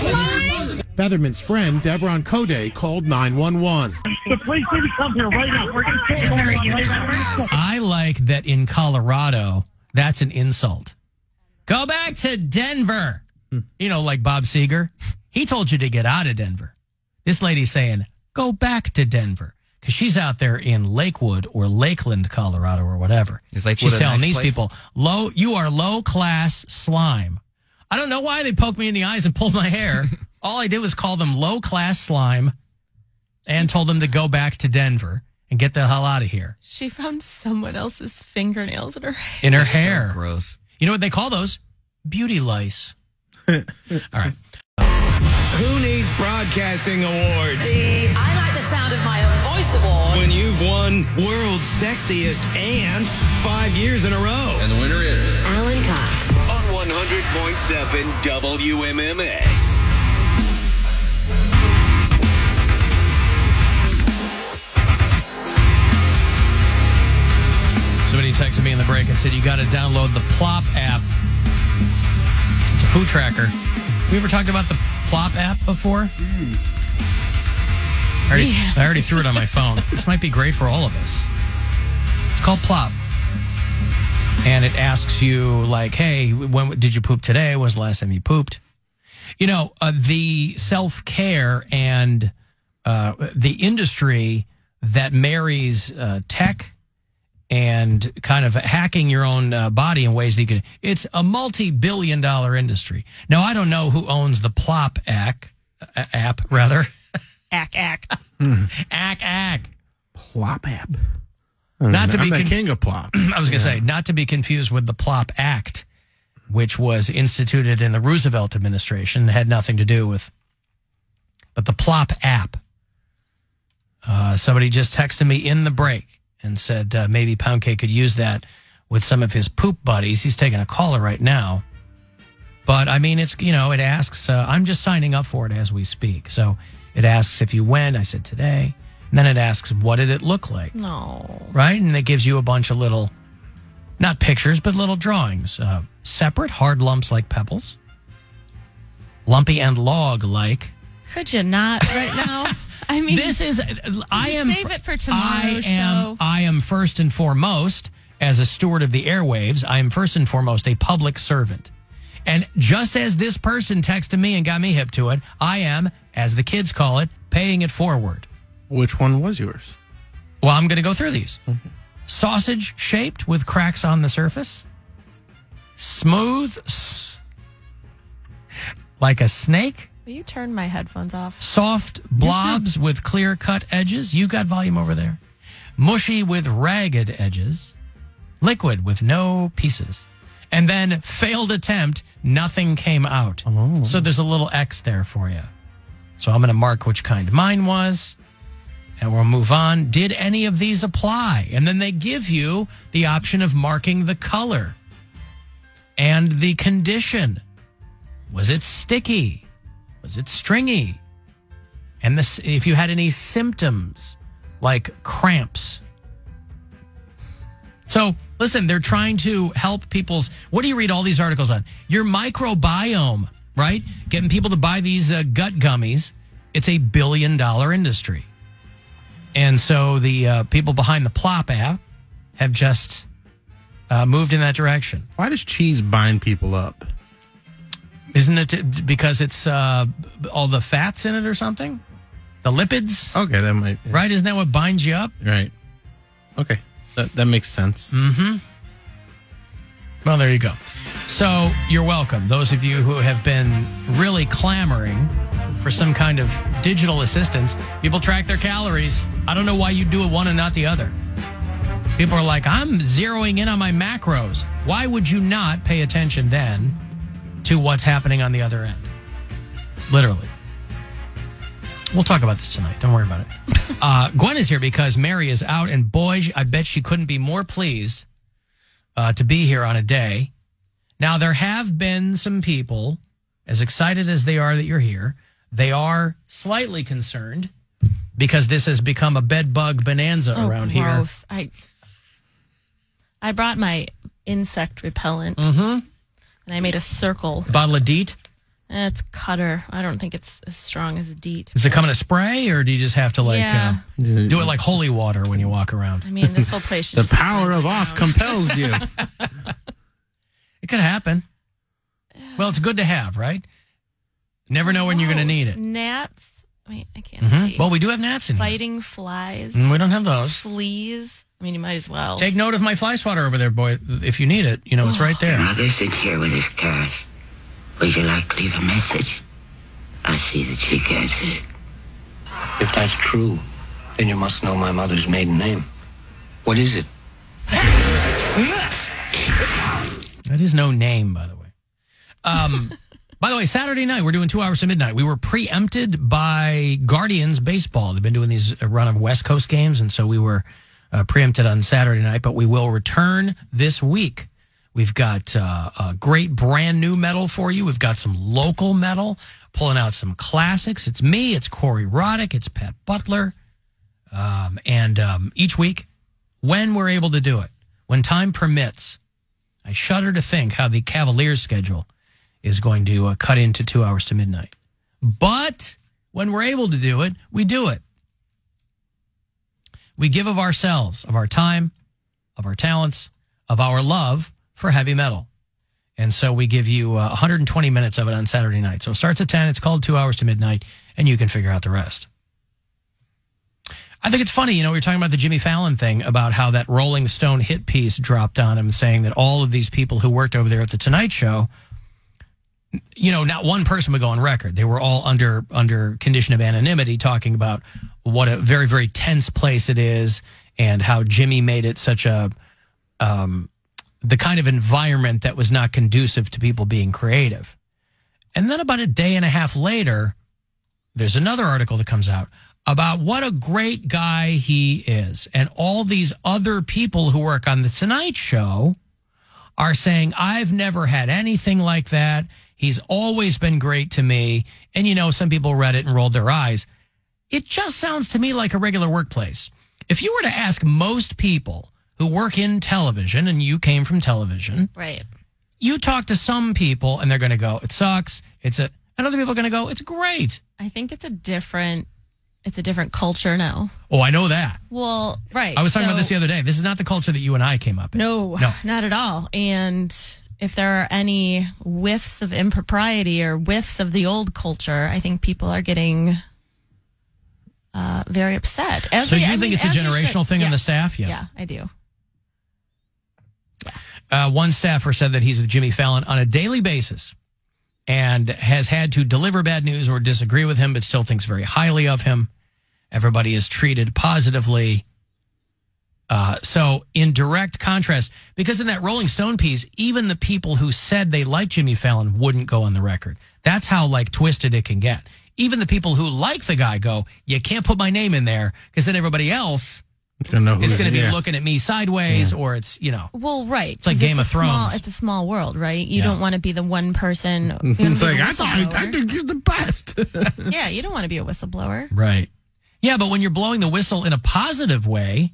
Speaker 20: Slime.
Speaker 19: Featherman's friend, Debron Code, called 911.
Speaker 12: The police need to come here right now. We're going to take over right now.
Speaker 9: I like that in Colorado, that's an insult. Go back to Denver. You know, like Bob Seeger. He told you to get out of Denver. This lady's saying, go back to Denver. Because she's out there in Lakewood or Lakeland, Colorado or whatever.
Speaker 11: Is Lakewood a
Speaker 9: she's telling
Speaker 11: nice
Speaker 9: these
Speaker 11: place?
Speaker 9: people, low, you are low class slime. I don't know why they poked me in the eyes and pulled
Speaker 11: [laughs]
Speaker 9: my hair. All I did was call them low class slime and told them to go back to Denver and get the hell out of here.
Speaker 7: She found someone else's fingernails in her hair.
Speaker 9: in her hair.
Speaker 11: gross.
Speaker 9: You know what they call those?
Speaker 11: [laughs]
Speaker 9: Beauty lice. All right.
Speaker 2: Who needs broadcasting awards?
Speaker 12: I like the sound of my own voice award.
Speaker 2: When you've won World's Sexiest and five years in a row.
Speaker 6: And the winner is
Speaker 2: Alan Cox.
Speaker 6: on 100.7 WMMS.
Speaker 9: Somebody texted me in the break and said, You got to download the Plop app. It's a poo tracker. We ever talked about the Plop app before? I, already,
Speaker 12: Yeah.
Speaker 9: I already threw it on my phone. this might be great for all of us. It's called Plop. And it asks you, like, hey, when did you poop today? When was the last time you pooped? You know, uh, the self care and uh, the industry that marries uh, tech and kind of hacking your own uh, body in ways that you can. It's a multi-billion dollar industry. Now I don't know who owns the Plop app, uh, app rather.
Speaker 7: Ack, ack.
Speaker 9: ack, ack.
Speaker 10: Plop app.
Speaker 9: Not to
Speaker 10: Mm-hmm. I'm
Speaker 9: be
Speaker 10: the
Speaker 9: conf-
Speaker 10: king of plop.
Speaker 9: [clears throat] I was going to
Speaker 10: Yeah.
Speaker 9: say not to be confused with the Plop Act, which was instituted in the Roosevelt administration, had nothing to do with. But the Plop app. Uh, somebody just texted me in the break and said uh, maybe Pound Cake could use that with some of his poop buddies. He's taking a caller right now. But I mean, it's, you know, it asks, uh, I'm just signing up for it as we speak. So it asks if you went. I said today. And then it asks, what did it look like?
Speaker 7: No.
Speaker 9: right? And it gives you a bunch of little, not pictures, but little drawings. Uh, separate hard lumps like pebbles, lumpy and log like.
Speaker 7: Could you not right now? [laughs] I mean,
Speaker 9: This is. I am.
Speaker 7: Save it for tomorrow.
Speaker 9: I am. I am first and foremost as a steward of the airwaves. I am first and foremost a public servant. And just as this person texted me and got me hip to it, I am, as the kids call it, paying it forward.
Speaker 10: Which one was yours?
Speaker 9: Well, I'm going to go through these. Sausage shaped with cracks on the surface. Smooth s- like a snake.
Speaker 7: Will you turn my headphones off?
Speaker 9: Soft blobs with clear cut edges. You got volume over there. Mushy with ragged edges. Liquid with no pieces. And then failed attempt, nothing came out. So there's a little X there for you. So I'm going to mark which kind mine was. and we'll move on. Did any of these apply? And then they give you the option of marking the color and the condition. Was it sticky? Was it stringy? And this, if you had any symptoms like cramps. So listen, they're trying to help people's. What do you read all these articles on? Your microbiome, right? Getting people to buy these uh, gut gummies. It's a billion dollar industry. And so the uh, people behind the Plop app have just uh, moved in that direction.
Speaker 10: Why does cheese bind people up?
Speaker 9: Isn't it because it's uh, all the fats in it or something? The lipids?
Speaker 10: Okay, that might.
Speaker 9: Right? Isn't that what binds you up?
Speaker 10: Right. Okay. That, that makes sense.
Speaker 9: Mm-hmm. Well, there you go. So you're welcome. Those of you who have been really clamoring for some kind of digital assistance, people track their calories. I don't know why you do it one and not the other. People are like, I'm zeroing in on my macros. Why would you not pay attention then to what's happening on the other end? Literally. We'll talk about this tonight. Don't worry about it. Uh, Gwen is here because Mary is out, and boy, I bet she couldn't be more pleased uh, to be here on a day. Now, there have been some people, as excited as they are that you're here, they are slightly concerned because this has become a bed bug bonanza
Speaker 7: oh,
Speaker 9: around
Speaker 7: gross. I I brought my insect repellent.
Speaker 9: Mhm.
Speaker 7: And I made a circle.
Speaker 9: here. Bottle of DEET.
Speaker 7: Eh, It's cutter. I don't think it's as strong as DEET.
Speaker 9: Does it come in a spray, or do you just have to like
Speaker 7: Yeah.
Speaker 9: uh, do it like holy water when you walk around?
Speaker 7: I mean, this whole place should
Speaker 9: The
Speaker 7: just be
Speaker 9: power
Speaker 7: burnt
Speaker 9: of
Speaker 7: down.
Speaker 9: off compels
Speaker 7: [laughs]
Speaker 9: you. It could happen. Well, it's good to have, right? Never know when you're going to need it.
Speaker 7: Oh, Gnats. I mean, I can't.
Speaker 9: Mhm.
Speaker 7: see.
Speaker 9: Well, we do have gnats in here.
Speaker 7: Fighting flies.
Speaker 9: Mm, we don't have those.
Speaker 7: Fleas. I mean, you might as well.
Speaker 9: Take note of my fly swatter over there, boy. If you need it, you know it's right there.
Speaker 22: Mother's
Speaker 7: Oh.
Speaker 22: in here with his cat. Would you like to leave a message? I see that she can't see it. If that's true, then you must know my mother's maiden name. What is it?
Speaker 9: That is no name, by the way. Um, by the way, Saturday night we're doing two hours to midnight. We were preempted by Guardians baseball. They've been doing these a run of West Coast games, and so we were uh, preempted on Saturday night. But we will return this week. We've got uh, a great brand new metal for you. We've got some local metal, pulling out some classics. It's me. It's Corey Roddick. It's Pat Butler. Um, and um, each week, when we're able to do it, when time permits, I shudder to think how the Cavaliers schedule is going to uh, cut into two hours to midnight. But when we're able to do it, we do it. We give of ourselves, of our time, of our talents, of our love for heavy metal. And so we give you uh, 120 minutes of it on Saturday night. So it starts at 10. It's called two hours to midnight, and you can figure out the rest. I think it's funny, you know, we were talking about the Jimmy Fallon thing about how that Rolling Stone hit piece dropped on him saying that all of these people who worked over there at the Tonight Show, you know, not one person would go on record. They were all under under condition of anonymity talking about what a very very tense place it is and how Jimmy made it such a um the kind of environment that was not conducive to people being creative. And then about a day and a half later, there's another article that comes out about what a great guy he is. And all these other people who work on The Tonight Show are saying, I've never had anything like that. He's always been great to me. And you know, some people read it and rolled their eyes. It just sounds to me like a regular workplace. If you were to ask most people who work in television and you came from television,
Speaker 7: Right.
Speaker 9: you talk to some people and they're going to go, it sucks. It's a, and other people are going to go, Oh, it's great.
Speaker 7: I think it's a different. It's a different culture now.
Speaker 9: Oh, I know that.
Speaker 7: Well, right.
Speaker 9: I was talking about
Speaker 7: so-
Speaker 9: this the other day. This is not the culture that you and I came up in.
Speaker 7: No,
Speaker 9: No.
Speaker 7: not at all. And if there are any whiffs of impropriety or whiffs of the old culture, I think people are getting uh, very upset. As
Speaker 9: So
Speaker 7: they-
Speaker 9: you
Speaker 7: I
Speaker 9: think
Speaker 7: mean,
Speaker 9: it's a
Speaker 7: as they should.
Speaker 9: generational thing on
Speaker 7: Yeah.
Speaker 9: the staff? Yeah.
Speaker 7: Yeah. I do.
Speaker 9: Uh, one staffer said that he's with Jimmy Fallon on a daily basis and has had to deliver bad news or disagree with him, but still thinks very highly of him. Everybody is treated positively. Uh, so, in direct contrast, because in that Rolling Stone piece, even the people who said they liked Jimmy Fallon wouldn't go on the record. That's how like twisted it can get. even the people who like the guy go, you can't put my name in there because then everybody else
Speaker 10: know who
Speaker 9: is
Speaker 10: it-
Speaker 9: going to be
Speaker 10: yeah.
Speaker 9: looking at me sideways or it's, you know.
Speaker 7: Well, right.
Speaker 9: It's like
Speaker 7: 'cause
Speaker 9: Game of
Speaker 7: a small-
Speaker 9: Thrones.
Speaker 7: it's a small world, right? You
Speaker 9: Yeah.
Speaker 7: don't want to be the one
Speaker 9: [laughs]
Speaker 7: person. you don't
Speaker 9: It's
Speaker 7: be the
Speaker 9: like, I thought I-
Speaker 7: whistleblower.
Speaker 9: I
Speaker 10: did the best.
Speaker 7: [laughs] yeah, you don't want to be a whistleblower.
Speaker 9: Right. Yeah, but when you're blowing the whistle in a positive way,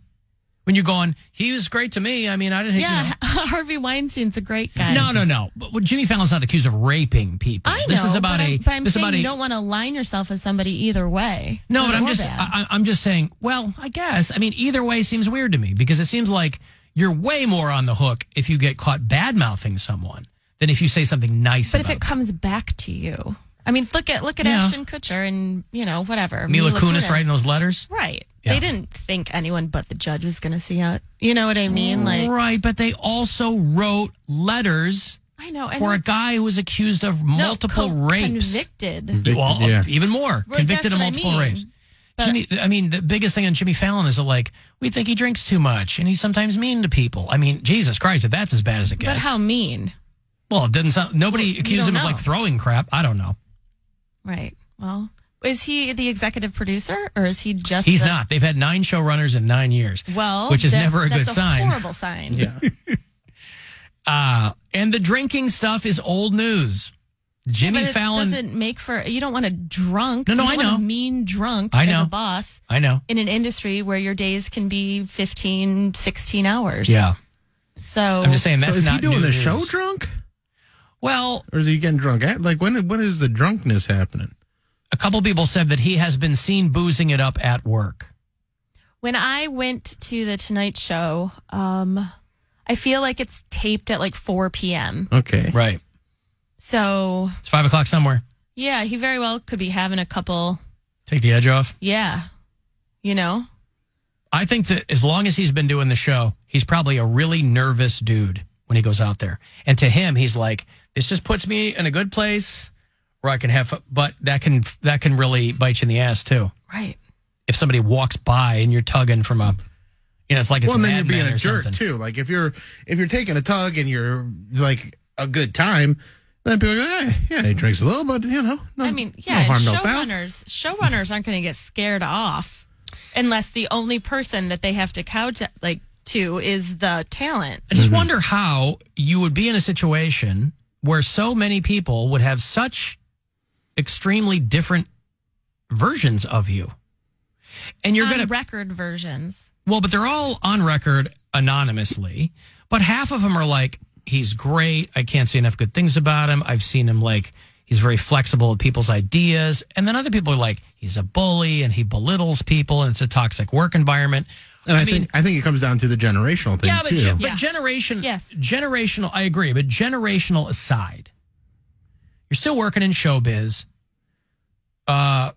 Speaker 9: when you're going, he was great to me. I mean, I didn't think, you know.
Speaker 7: Yeah, [laughs] Harvey Weinstein's a great guy.
Speaker 9: [laughs] No, no, no. But what Jimmy Fallon's not accused of raping people.
Speaker 7: I know.
Speaker 9: This is about
Speaker 7: but
Speaker 9: a.
Speaker 7: I'm, but I'm
Speaker 9: this is
Speaker 7: saying
Speaker 9: about
Speaker 7: you
Speaker 9: a-
Speaker 7: don't want to align yourself as somebody either way.
Speaker 9: No,
Speaker 7: good
Speaker 9: but I'm
Speaker 7: or
Speaker 9: just.
Speaker 7: bad.
Speaker 9: I, I'm just saying. Well, I guess. I mean, either way seems weird to me because it seems like you're way more on the hook if you get caught bad mouthing someone than if you say something nice.
Speaker 7: But if
Speaker 9: about
Speaker 7: it comes back to you, I mean, look at look at
Speaker 9: Yeah.
Speaker 7: Ashton Kutcher and you know whatever
Speaker 9: Mila Kunis writing those letters.
Speaker 7: Right.
Speaker 9: Yeah.
Speaker 7: They didn't think anyone but the judge was going to see it. You know what I mean? Like
Speaker 9: right, but they also wrote letters.
Speaker 7: I know, and
Speaker 9: for a
Speaker 7: that's-
Speaker 9: guy who was accused of
Speaker 7: no,
Speaker 9: multiple
Speaker 7: co-
Speaker 9: rapes.
Speaker 7: convicted.
Speaker 9: Well,
Speaker 10: yeah.
Speaker 9: even more
Speaker 7: Well, that's
Speaker 9: convicted of
Speaker 7: what I
Speaker 9: multiple
Speaker 7: mean.
Speaker 9: rapes. Jimmy, uh, I mean, the biggest thing on Jimmy Fallon is that, like, we think he drinks too much and he's sometimes mean to people. I mean, Jesus Christ, if that's as bad as it
Speaker 7: But
Speaker 9: gets.
Speaker 7: how mean?
Speaker 9: well, it doesn't sound, nobody
Speaker 7: you
Speaker 9: accused
Speaker 7: don't
Speaker 9: him of,
Speaker 7: know.
Speaker 9: like, throwing crap. I don't know.
Speaker 7: Right. Well, is he the executive producer or is he just?
Speaker 9: He's
Speaker 7: the-
Speaker 9: not. They've had nine showrunners in nine years,
Speaker 7: Well,
Speaker 9: which is
Speaker 7: that's-
Speaker 9: never a
Speaker 7: that's
Speaker 9: good sign.
Speaker 7: Horrible sign.
Speaker 9: [laughs] Uh, and the drinking stuff is old news. Jimmy
Speaker 7: but it
Speaker 9: Fallon.
Speaker 7: doesn't make for you don't want a drunk.
Speaker 9: No, no,
Speaker 7: you
Speaker 9: I
Speaker 7: don't want
Speaker 9: know.
Speaker 7: a mean drunk.
Speaker 9: I
Speaker 7: as
Speaker 9: know.
Speaker 7: a boss
Speaker 9: I know.
Speaker 7: in an industry where your days can be 15, 16 hours.
Speaker 9: Yeah.
Speaker 7: So
Speaker 9: I'm just saying that's
Speaker 10: so is
Speaker 9: not
Speaker 10: he doing
Speaker 9: new
Speaker 10: the
Speaker 9: news.
Speaker 10: show drunk?
Speaker 9: Well,
Speaker 10: or is he getting drunk? At like when? When is the drunkenness happening?
Speaker 9: A couple people said that he has been seen boozing it up at work.
Speaker 7: When I went to the Tonight Show, um, I feel like it's taped at like 4 p.m.
Speaker 10: Okay.
Speaker 9: Right.
Speaker 7: So
Speaker 9: It's five o'clock somewhere.
Speaker 7: yeah, he very well could be having a couple.
Speaker 9: Take the edge off.
Speaker 7: Yeah, you know.
Speaker 9: I think that as long as he's been doing the show, he's probably a really nervous dude when he goes out there. And to him, he's like, this just puts me in a good place where I can have, fu- but that can, that can really bite you in the ass too.
Speaker 7: Right.
Speaker 9: If somebody walks by and you're tugging from a, you know, it's like it's
Speaker 10: well, and then you're
Speaker 9: Mad
Speaker 10: being
Speaker 9: Men
Speaker 10: a
Speaker 9: or
Speaker 10: jerk
Speaker 9: something.
Speaker 10: too. Like if you're if you're taking a tug and you're like a good time, then people go, hey, yeah, he drinks a little, but you know, no,
Speaker 7: I mean,
Speaker 10: no
Speaker 7: yeah, and
Speaker 10: harm, no foul.
Speaker 7: showrunners, showrunners aren't going to get scared off unless the only person that they have to cow to, like to is the talent.
Speaker 9: I just
Speaker 10: Mm-hmm.
Speaker 9: wonder how you would be in a situation where so many people would have such extremely different versions of you. And you're
Speaker 7: On
Speaker 9: going to
Speaker 7: record versions.
Speaker 9: well, but they're all on record anonymously. But half of them are like, he's great. I can't say enough good things about him. I've seen him like, he's very flexible with people's ideas. And then other people are like, he's a bully and he belittles people and it's a toxic work environment.
Speaker 10: And I, think I think it comes down to the generational thing
Speaker 9: yeah, but,
Speaker 10: too.
Speaker 9: ge- but generation, generational, I agree, but generational aside, you're still working in showbiz. Uh,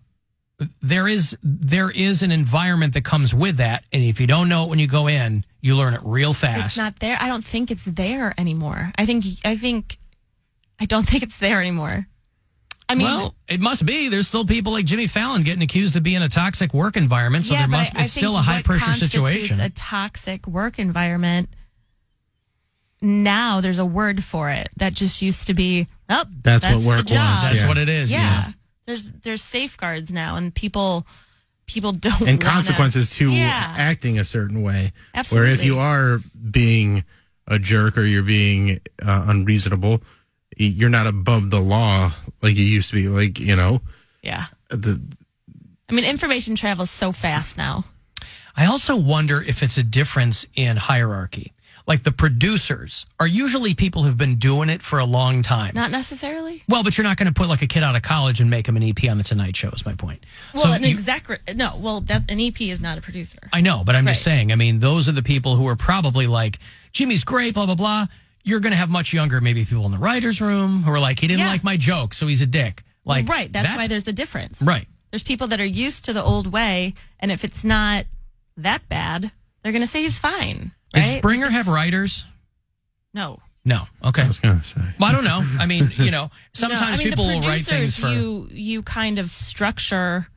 Speaker 9: there is there is an environment that comes with that, and if you don't know it when you go in, you learn it real
Speaker 7: It's
Speaker 9: fast.
Speaker 7: not there. I don't think it's there anymore. I think I think I don't think it's there anymore. I mean,
Speaker 9: well, it must be. There's still people like Jimmy Fallon getting accused of being a toxic work environment, so
Speaker 7: yeah,
Speaker 9: there
Speaker 7: but
Speaker 9: must
Speaker 7: I, I
Speaker 9: it's
Speaker 7: think
Speaker 9: still a high
Speaker 7: what
Speaker 9: pressure
Speaker 7: constitutes
Speaker 9: situation.
Speaker 7: A toxic work environment. Now there's a word for it that just used to be. Oh,
Speaker 9: That's what
Speaker 7: the
Speaker 9: work was.
Speaker 7: job."
Speaker 9: That's what it is,
Speaker 7: Yeah.
Speaker 9: yeah.
Speaker 7: there's there's safeguards now, and people people don't
Speaker 10: and
Speaker 7: wanna-
Speaker 10: consequences to
Speaker 7: Yeah.
Speaker 10: acting a certain way.
Speaker 7: Absolutely.
Speaker 10: Where if you are being a jerk or you're being uh, unreasonable, y- you're not above the law like you used to be. Like you know,
Speaker 7: yeah.
Speaker 10: The,
Speaker 7: I mean, information travels so fast now.
Speaker 9: I also wonder if it's a difference in hierarchy. Like the producers are usually people who've been doing it for a long time.
Speaker 7: Not necessarily.
Speaker 9: well, but you're not going to put like a kid out of college and make him an EP on the Tonight Show. Is my point.
Speaker 7: Well,
Speaker 9: So
Speaker 7: an
Speaker 9: you-
Speaker 7: exec. No, well, that an EP is not a producer.
Speaker 9: I know, but I'm just
Speaker 7: Right.
Speaker 9: saying. I mean, those are the people who are probably like, Jimmy's great, blah blah blah. You're going to have much younger, maybe people in the writers' room who are like, he didn't
Speaker 7: Yeah.
Speaker 9: like my joke, so he's a dick. Like,
Speaker 7: right. That's, why there's a difference.
Speaker 9: right.
Speaker 7: There's people that are used to the old way, and if it's not that bad, they're going to say he's fine.
Speaker 9: Did
Speaker 7: Right?
Speaker 9: Springer have writers?
Speaker 7: No.
Speaker 9: No. Okay. I was
Speaker 10: going to say.
Speaker 9: Well, I don't know. I mean, you
Speaker 7: [laughs]
Speaker 9: know,
Speaker 7: No,
Speaker 9: sometimes
Speaker 7: I mean,
Speaker 9: people
Speaker 7: the
Speaker 9: will write
Speaker 7: producers,
Speaker 9: things for.
Speaker 7: you. You kind of structure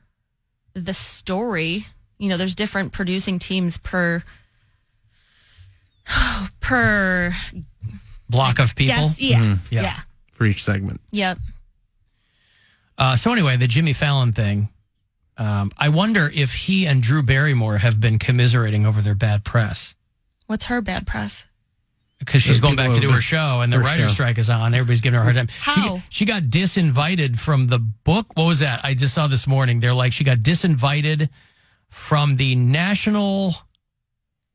Speaker 7: the story. You know, there's different producing teams per [sighs] per
Speaker 9: block of people. Mm-hmm.
Speaker 7: Yes, yes, yeah.
Speaker 10: for each segment.
Speaker 7: Yep.
Speaker 9: Uh, so anyway, the Jimmy Fallon thing. Um, I wonder if he and Drew Barrymore have been commiserating over their bad press
Speaker 7: What's her bad press?
Speaker 9: because she's
Speaker 10: Yeah,
Speaker 9: going back
Speaker 10: people
Speaker 9: to do
Speaker 10: have
Speaker 9: her
Speaker 10: been-
Speaker 9: show and the
Speaker 10: her
Speaker 9: writer's
Speaker 10: show.
Speaker 9: strike is on. Everybody's giving her a hard time.
Speaker 7: How?
Speaker 9: She, she got disinvited from the book. What was that? I just saw this morning. They're like, she got disinvited from the national.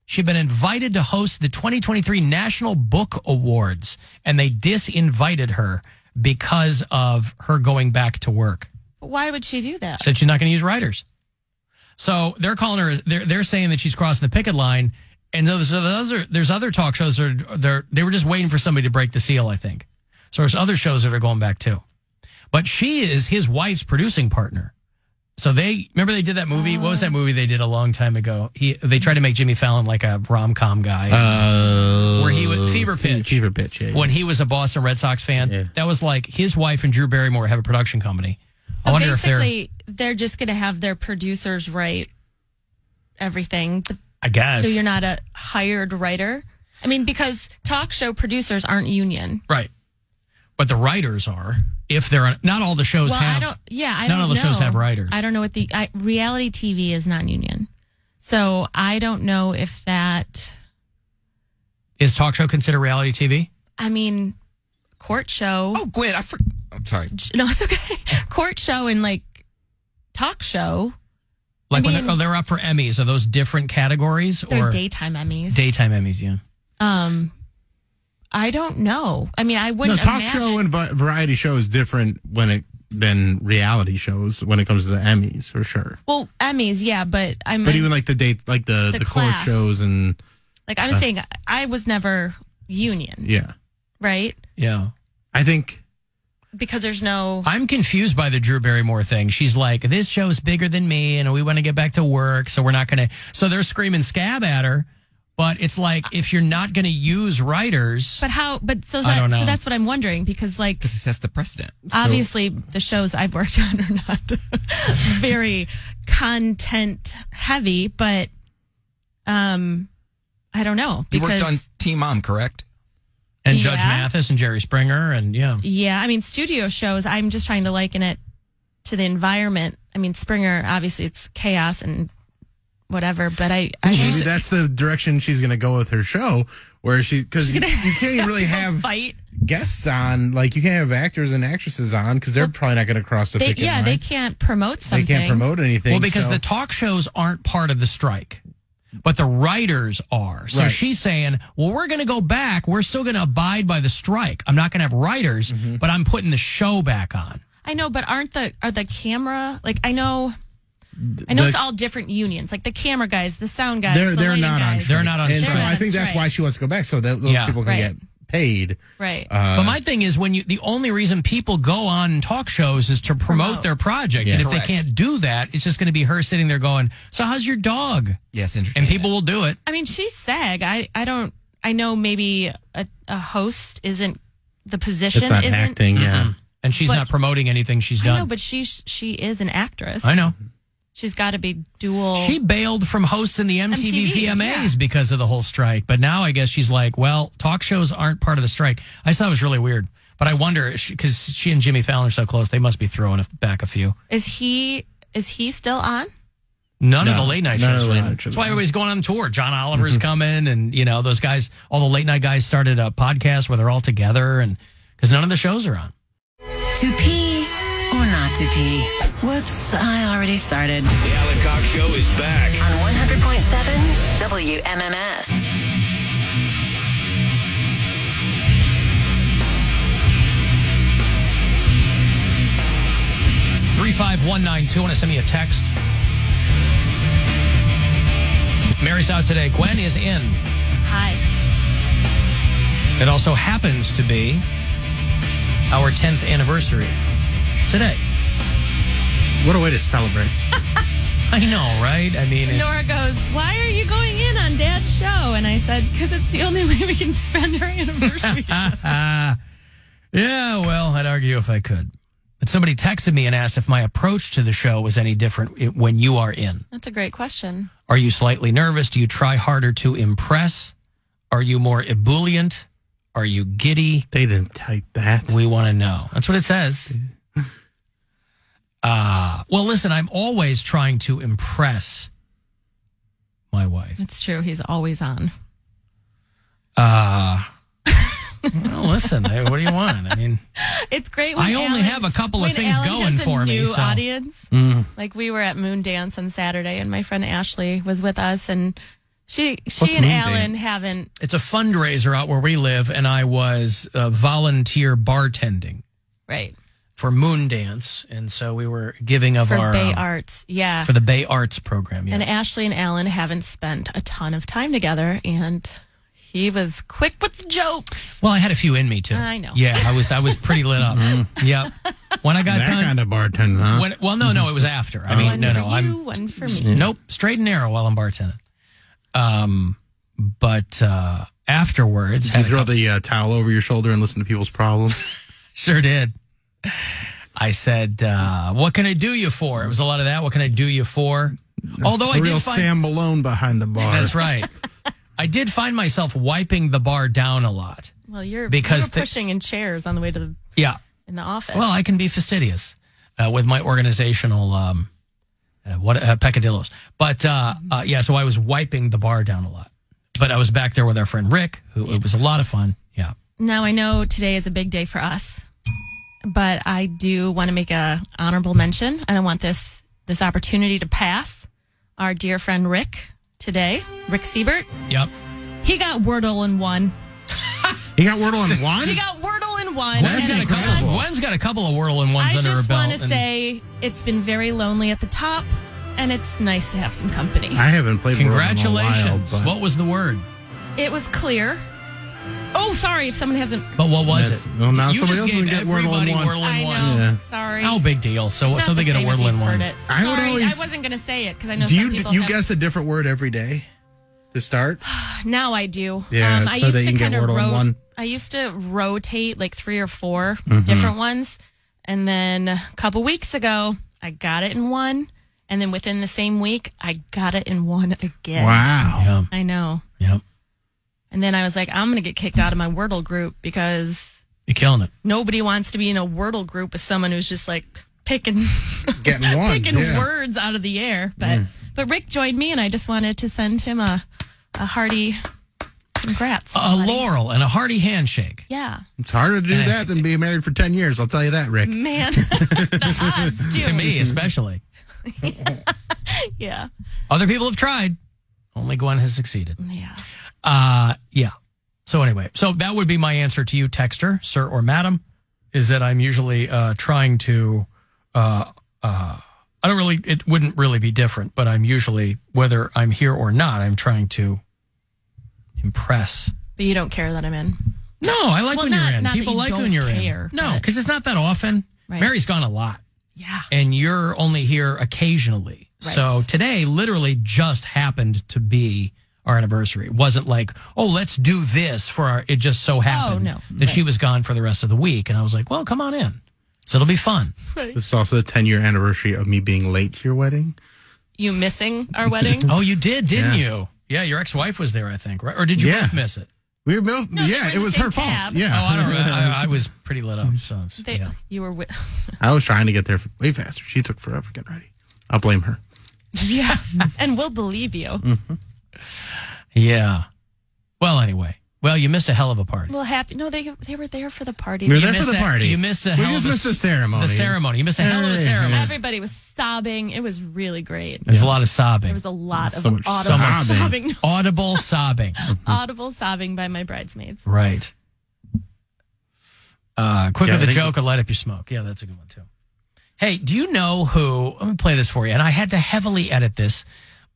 Speaker 9: She'd been invited to host the 2023 National Book Awards and they disinvited her because of her going back to work.
Speaker 7: But Why would she do that?
Speaker 9: Said she's not going to use writers. So they're calling her. They're they're saying that she's crossing the picket line. And so there's other there's other talk shows that are they're, they were just waiting for somebody to break the seal. I think. So there's other shows that are going back too. But she is his wife's producing partner. So they remember they did that movie. What was that movie they did a long time ago? He they tried to make Jimmy Fallon like a rom com guy.
Speaker 10: Uh,
Speaker 9: Where he would- Fever Pitch.
Speaker 10: Fever pitch. Yeah, yeah.
Speaker 9: when he was a Boston Red Sox fan, that was like his wife and Drew Barrymore have a production company.
Speaker 7: So
Speaker 9: I wonder if they're
Speaker 7: basically, they're just going to have their producers write everything. But
Speaker 9: I guess.
Speaker 7: So you're not a hired writer? I mean, because talk show producers aren't union.
Speaker 9: Right. But the writers are, if there are not all the shows
Speaker 7: well,
Speaker 9: have.
Speaker 7: I don't, yeah, I
Speaker 9: not
Speaker 7: don't
Speaker 9: all the
Speaker 7: know.
Speaker 9: shows have writers.
Speaker 7: I don't know what the I, reality TV is non union. So I don't know if that,
Speaker 9: Is talk show considered reality TV?
Speaker 7: I mean, court show.
Speaker 11: Oh, Gwen, I forgot. I'm sorry.
Speaker 7: No, it's okay. [laughs] court show and like talk show. I
Speaker 9: Like when
Speaker 7: mean-
Speaker 9: they're, oh, they're up for Emmys, are those different categories
Speaker 7: They're
Speaker 9: or
Speaker 7: daytime Emmys.
Speaker 9: daytime Emmys? Yeah.
Speaker 7: Um, I don't know. I mean, I
Speaker 10: No,
Speaker 7: wouldn't
Speaker 10: talk
Speaker 7: imagine.
Speaker 10: show and vi- variety show is different when it than reality shows when it comes to the Emmys for sure.
Speaker 7: Well, Emmys, yeah, but I'm
Speaker 10: But even like the date, like the
Speaker 7: The
Speaker 10: the, court
Speaker 7: class.
Speaker 10: shows and
Speaker 7: like I'm
Speaker 10: uh,
Speaker 7: saying I was never union,
Speaker 10: yeah,
Speaker 7: right?
Speaker 9: Yeah.
Speaker 10: I think
Speaker 7: Because there's no
Speaker 9: I'm confused by the Drew Barrymore thing. She's like, this show's bigger than me and we want to get back to work. So we're not going to. So they're screaming scab at her. But it's like, if you're not going to use writers.
Speaker 7: But how? But so
Speaker 9: I
Speaker 7: that,
Speaker 9: don't know.
Speaker 7: so that's what I'm wondering because like
Speaker 11: Because it sets the precedent.
Speaker 7: obviously the shows I've worked [laughs] on are not [laughs] very content heavy, but um, I don't know
Speaker 11: You
Speaker 7: because
Speaker 11: worked on Team Mom, correct?
Speaker 9: And Judge
Speaker 7: Yeah.
Speaker 9: Mathis and Jerry Springer and yeah.
Speaker 7: yeah, I mean studio shows. I'm just trying to liken it to the environment. I mean Springer, obviously it's chaos and whatever, but I, I
Speaker 10: maybe
Speaker 7: don't-
Speaker 10: that's the direction she's going to go with her show, where she because
Speaker 7: [laughs]
Speaker 10: you, you can't really have
Speaker 7: fight.
Speaker 10: [laughs] guests on, like you can't have actors and actresses on because they're probably not going to cross the
Speaker 7: They,
Speaker 10: picket
Speaker 7: yeah,
Speaker 10: line.
Speaker 7: they can't promote something.
Speaker 10: They can't promote anything.
Speaker 9: Well, because
Speaker 10: so-
Speaker 9: the talk shows aren't part of the strike, but the writers are. So
Speaker 10: Right.
Speaker 9: she's saying, well, we're going to go back. We're still going to abide by the strike. I'm not going to have writers,
Speaker 10: Mm-hmm.
Speaker 9: but I'm putting the show back on.
Speaker 7: I know, but aren't the are the camera like I know I know
Speaker 10: the-
Speaker 7: it's all different unions, like the camera guys, the sound guys,
Speaker 10: they're
Speaker 7: the
Speaker 10: they're
Speaker 7: lighting
Speaker 10: not on.
Speaker 7: guys.
Speaker 10: strike. And so I think that's why she wants to go back so that those
Speaker 9: Yeah.
Speaker 10: people can
Speaker 7: Right.
Speaker 10: get paid.
Speaker 7: Right.
Speaker 10: Uh,
Speaker 9: but my thing is when you the only reason people go on talk shows is to promote, their project.
Speaker 10: Yeah.
Speaker 9: And if
Speaker 10: Correct.
Speaker 9: they can't do that, it's just going to be her sitting there going, "So how's your dog?"
Speaker 11: Yes,
Speaker 9: and people will do it.
Speaker 7: I mean, she's SAG. I I don't. I know maybe a, a host isn't the position isn't.
Speaker 9: Mhm. And she's
Speaker 7: But-
Speaker 9: not promoting anything she's
Speaker 7: I know,
Speaker 9: done.
Speaker 7: but she she is an actress.
Speaker 9: I know.
Speaker 7: She's got to be dual.
Speaker 9: She bailed from hosting the MTV,
Speaker 7: MTV,
Speaker 9: VMAs because of the whole strike, but now I guess she's like, well, talk shows aren't part of the strike. I just thought it was really weird, but I wonder because she, and Jimmy Fallon are so close, they must be throwing a, back a few.
Speaker 7: is he is he still on?
Speaker 9: None of
Speaker 10: No,
Speaker 9: the late night
Speaker 10: none of
Speaker 9: shows.
Speaker 10: the
Speaker 9: were
Speaker 10: late
Speaker 9: on.
Speaker 10: night shows
Speaker 9: That's
Speaker 10: were Mm-hmm.
Speaker 9: why
Speaker 10: on.
Speaker 9: everybody's going on tour. John Oliver's coming, and you know those guys. All the late night guys started a podcast where they're all together, and because none of the shows are on.
Speaker 5: To pee or not to pee? Whoops, I already started.
Speaker 6: The Alan Cox Show is back.
Speaker 5: On 100.7 WMMS.
Speaker 9: Three five one nine two. Want to send me a text? Mary's out today. Gwen is in.
Speaker 7: Hi.
Speaker 9: It also happens to be our 10th anniversary today.
Speaker 10: What a way to celebrate.
Speaker 9: [laughs] I know, right? I mean, it's,
Speaker 7: Nora goes, Why are you going in on dad's show? And I said, Because it's the only [laughs] way we can spend our
Speaker 9: [laughs]
Speaker 7: anniversary.
Speaker 9: Ah, [laughs] yeah, well, I'd argue if I could. But somebody texted me and asked if my approach to the show was any different i- when you are in.
Speaker 7: That's a great question.
Speaker 9: Are you slightly nervous? Do you try harder to impress? Are you more ebullient? Are you giddy?
Speaker 10: They didn't type that. [laughs]
Speaker 9: We want to know. That's what it says. Uh, well, listen, I'm always trying to impress my wife.
Speaker 7: It's true. He's always on.
Speaker 9: Uh, [laughs] well, listen, hey, what do you want? I mean,
Speaker 7: It's great. When
Speaker 9: I only
Speaker 7: Alan-
Speaker 9: have a couple of
Speaker 7: when
Speaker 9: things
Speaker 7: Alan
Speaker 9: going
Speaker 7: has a
Speaker 9: for me,
Speaker 7: New
Speaker 9: so-
Speaker 7: audience.
Speaker 9: Mm.
Speaker 7: Like we were at Moon Dance on Saturday, and my friend Ashley was with us, and she she
Speaker 9: What's
Speaker 7: and
Speaker 9: Moon
Speaker 7: Alan
Speaker 9: Dance?
Speaker 7: haven't.
Speaker 9: it's a fundraiser out where we live, and I was uh, volunteer bartending
Speaker 7: Right
Speaker 9: for Moon Dance, and so we were giving of
Speaker 7: for
Speaker 9: our
Speaker 7: Bay
Speaker 9: um,
Speaker 7: Arts, yeah.
Speaker 9: for the Bay Arts program.
Speaker 7: And
Speaker 9: Yeah.
Speaker 7: Ashley and Alan haven't spent a ton of time together, and he was quick with the jokes.
Speaker 9: Well, I had a few in me too.
Speaker 7: I know.
Speaker 9: Yeah, I was I was pretty lit up. yep. When I got
Speaker 10: Mm. That
Speaker 9: done,
Speaker 10: kind of bartending, huh?
Speaker 9: When, well, no, no, it was after. I mean,
Speaker 7: one
Speaker 9: no,
Speaker 7: for
Speaker 9: no,
Speaker 7: you,
Speaker 9: I'm
Speaker 7: one for me.
Speaker 9: Nope, straight and narrow while I'm bartending. Um, but uh, afterwards,
Speaker 10: Did you throw the uh, towel over your shoulder and listen to people's problems?
Speaker 9: sure did. I said, uh, "What can I do you for?" It was a lot of that. What can I do you for? Although I
Speaker 10: real
Speaker 9: did find
Speaker 10: Sam Malone behind the bar. [laughs]
Speaker 9: that's right. I did find myself wiping the bar down a lot.
Speaker 7: Well, you're
Speaker 9: Because
Speaker 7: because
Speaker 9: the-
Speaker 7: pushing in chairs on the way to the
Speaker 9: Yeah.
Speaker 7: in the office.
Speaker 9: Well, I can be fastidious uh, with my organizational um, uh, what uh, peccadillos. But uh, uh, yeah, so I was wiping the bar down a lot. But I was back there with our friend Rick, who it was a lot of fun. Yeah.
Speaker 7: Now I know today is a big day for us, but I do want to make a honorable mention. and I want this this opportunity to pass. Our dear friend Rick today, Rick Siebert,
Speaker 9: Yep.
Speaker 7: he got Wordle in one.
Speaker 10: He got Wordle
Speaker 9: [laughs]
Speaker 10: in one.
Speaker 7: He got Wordle in one.
Speaker 9: Gwen's
Speaker 7: and
Speaker 9: got, a
Speaker 7: it
Speaker 9: couple,
Speaker 7: was-
Speaker 9: Gwen's got a couple of whirling ones
Speaker 7: I
Speaker 9: under her
Speaker 7: just
Speaker 9: belt.
Speaker 7: want to
Speaker 9: and-
Speaker 7: say it's been very lonely at the top, and it's nice to have some company.
Speaker 10: I haven't played. Wordle in a while,
Speaker 9: Congratulations.
Speaker 10: but-
Speaker 9: what was the word?
Speaker 7: It was clear. Oh, sorry if someone hasn't.
Speaker 9: But what was
Speaker 10: That's-
Speaker 9: it?
Speaker 10: well, now
Speaker 9: you
Speaker 10: somebody
Speaker 9: just
Speaker 10: else
Speaker 9: gave
Speaker 10: can get Wordle in
Speaker 9: everybody
Speaker 10: one.
Speaker 9: Whirl in
Speaker 7: I
Speaker 9: one.
Speaker 7: know. Sorry.
Speaker 9: How [laughs] big deal? So
Speaker 7: It's
Speaker 9: so
Speaker 7: not
Speaker 9: they
Speaker 7: the
Speaker 9: get a
Speaker 7: same if
Speaker 9: Wordle in
Speaker 7: you've
Speaker 9: one.
Speaker 7: heard it.
Speaker 10: I would
Speaker 7: Sorry,
Speaker 10: always-
Speaker 7: I wasn't going to say it because I know
Speaker 10: Do you
Speaker 7: some people
Speaker 10: you
Speaker 7: have-
Speaker 10: guess a different word every day to
Speaker 7: [gasps]
Speaker 10: start?
Speaker 7: Now I do. Um,
Speaker 10: Yeah,
Speaker 7: I
Speaker 10: so
Speaker 7: used
Speaker 10: that you
Speaker 7: to
Speaker 10: can get
Speaker 7: kind of
Speaker 10: Wordle in one.
Speaker 7: I used to rotate like three or 4
Speaker 10: Mhm.
Speaker 7: different ones, and then a couple weeks ago I got it in one, and then within the same week I got it in one again.
Speaker 9: Wow.
Speaker 7: I know.
Speaker 9: Yep.
Speaker 7: And then I was like, I'm going to get kicked out of my Wordle group because
Speaker 9: You're killing it.
Speaker 7: nobody wants to be in a Wordle group with someone who's just like picking
Speaker 10: [laughs]
Speaker 7: [laughs]
Speaker 10: Getting one.
Speaker 7: picking
Speaker 10: yeah.
Speaker 7: words out of the air. But
Speaker 10: Mm.
Speaker 7: but Rick joined me, and I just wanted to send him a a hearty congrats.
Speaker 9: A laurel and a hearty handshake.
Speaker 7: Yeah,
Speaker 10: It's harder to do
Speaker 9: And I-
Speaker 10: that than being married for ten years. I'll tell you that,
Speaker 7: [laughs]
Speaker 10: Rick.
Speaker 7: man. the odds, too.
Speaker 9: to me, especially.
Speaker 7: Yeah.
Speaker 9: Other people have tried. Only Gwen has succeeded.
Speaker 7: Yeah.
Speaker 9: Uh, yeah. So anyway, so that would be my answer to you, texter, sir or madam, is that I'm usually uh, trying to. Uh, uh, I don't really. It wouldn't really be different, but I'm usually whether I'm here or not, I'm trying to impress.
Speaker 7: But you don't care that I'm in.
Speaker 9: No, I like
Speaker 7: Well,
Speaker 9: when
Speaker 7: not-
Speaker 9: you're in.
Speaker 7: not that
Speaker 9: People
Speaker 7: you
Speaker 9: like
Speaker 7: don't
Speaker 9: when you're
Speaker 7: care,
Speaker 9: in. No,
Speaker 7: but-
Speaker 9: because it's not that often.
Speaker 7: Right.
Speaker 9: Mary's gone a lot.
Speaker 7: Yeah.
Speaker 9: And you're only here occasionally.
Speaker 7: Right.
Speaker 9: So today literally just happened to be our anniversary. It wasn't like, oh, let's do this for our, it just so happened
Speaker 7: Oh, no.
Speaker 9: that she
Speaker 7: Right.
Speaker 9: was gone for the rest of the week. And I was like, well, come on in. So it'll
Speaker 7: [laughs]
Speaker 9: be fun.
Speaker 10: This is also the ten year anniversary of me being late to your wedding.
Speaker 7: You missing
Speaker 10: [laughs]
Speaker 7: our wedding?
Speaker 9: [laughs] oh, you did, didn't
Speaker 10: Yeah.
Speaker 9: you? Yeah, your ex wife was there, I think, right? Or did you
Speaker 10: Yeah.
Speaker 9: both miss it?
Speaker 10: We were both. yeah, it was her fault. Yeah.
Speaker 9: Oh, I don't know. I, I was pretty lit up. So,
Speaker 10: [laughs]
Speaker 7: They,
Speaker 9: yeah.
Speaker 7: You were with.
Speaker 10: I was trying to get there way faster. She took forever getting ready. I'll blame her.
Speaker 7: [laughs] yeah. and we'll believe you.
Speaker 9: Yeah. Well, anyway. Well, you missed a hell of a party.
Speaker 7: Well, happy. No, they they were there for the party.
Speaker 9: You missed a- You missed a
Speaker 10: We
Speaker 9: hell
Speaker 10: just
Speaker 9: of a
Speaker 10: missed the ceremony.
Speaker 9: The ceremony. You missed a hell of a
Speaker 10: Hey.
Speaker 9: ceremony.
Speaker 7: Everybody was sobbing. It was really great.
Speaker 9: There's a lot of sobbing.
Speaker 7: There was a lot of
Speaker 9: So much
Speaker 7: audible
Speaker 9: sobbing.
Speaker 7: sobbing. [laughs]
Speaker 9: Audible sobbing. [laughs]
Speaker 7: audible sobbing by my bridesmaids.
Speaker 9: right. Uh, quick
Speaker 10: Yeah, I
Speaker 9: with the
Speaker 10: think-
Speaker 9: joke or light up your smoke. Yeah, that's a good one too. Hey, do you know who? Let me play this for you. And I had to heavily edit this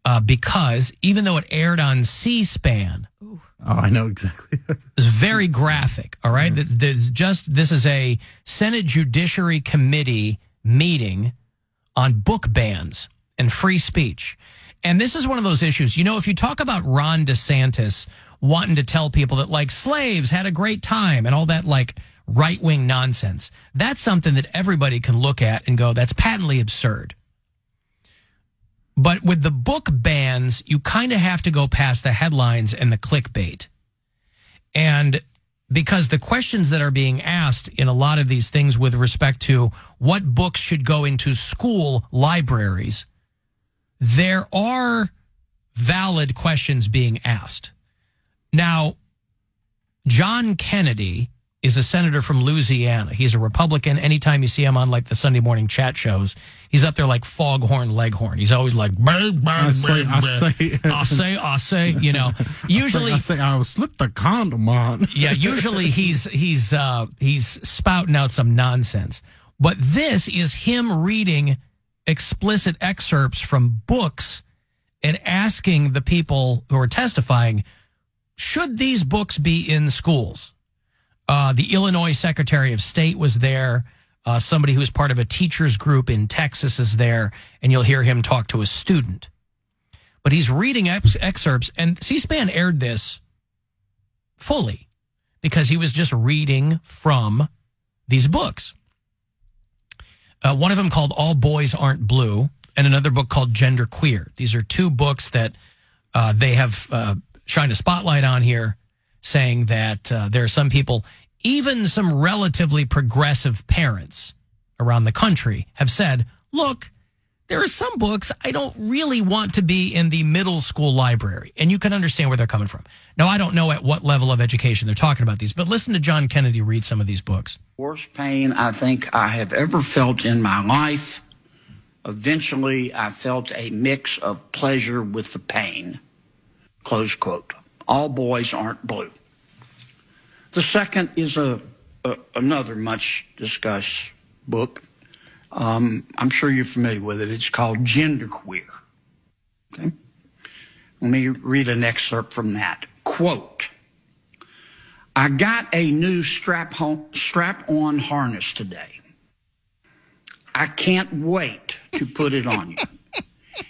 Speaker 9: uh, because even though it aired on C-SPAN,
Speaker 10: Oh, I know exactly.
Speaker 9: [laughs] It's very graphic. All right, Th- there's just this is a Senate Judiciary Committee meeting on book bans and free speech, and this is one of those issues. You know, if you talk about Ron DeSantis wanting to tell people that like slaves had a great time and all that like right wing nonsense, that's something that everybody can look at and go, that's patently absurd. But with the book bans, you kind of have to go past the headlines and the clickbait. And because the questions that are being asked in a lot of these things with respect to what books should go into school libraries, there are valid questions being asked. Now, John Kennedy is a senator from Louisiana. He's a Republican. Anytime you see him on like the Sunday morning chat shows, he's up there like foghorn leghorn. He's always like, "Bah, bah,
Speaker 10: I say-
Speaker 9: bah,
Speaker 10: I
Speaker 9: bah.
Speaker 10: say-
Speaker 9: I say, I say, you know. Usually,
Speaker 10: [laughs] I say I slipped the condom on.
Speaker 9: [laughs] yeah, usually he's he's uh he's spouting out some nonsense. But this is him reading explicit excerpts from books and asking the people who are testifying, should these books be in schools? Uh, the Illinois Secretary of State was there. Uh, somebody who is part of a teachers group in Texas is there, and you'll hear him talk to a student. But he's reading ex- excerpts, and C-SPAN aired this fully because he was just reading from these books. Uh, one of them called All Boys Aren't Blue, and another book called Gender Queer. These are two books that uh, they have uh, shined a spotlight on here, saying that uh, there are some people, even some relatively progressive parents around the country, have said, look, there are some books I don't really want to be in the middle school library. And you can understand where they're coming from. Now, I don't know at what level of education they're talking about these, but listen to John Kennedy read some of these books.
Speaker 23: Worst pain I think I have ever felt in my life. Eventually, I felt a mix of pleasure with the pain. Close quote. All boys aren't blue. The second is a, a another much discussed book. Um, I'm sure you're familiar with it. It's called Genderqueer. Okay. Let me read an excerpt from that. Quote. I got a new strap strap on harness today. I can't wait to put it on you.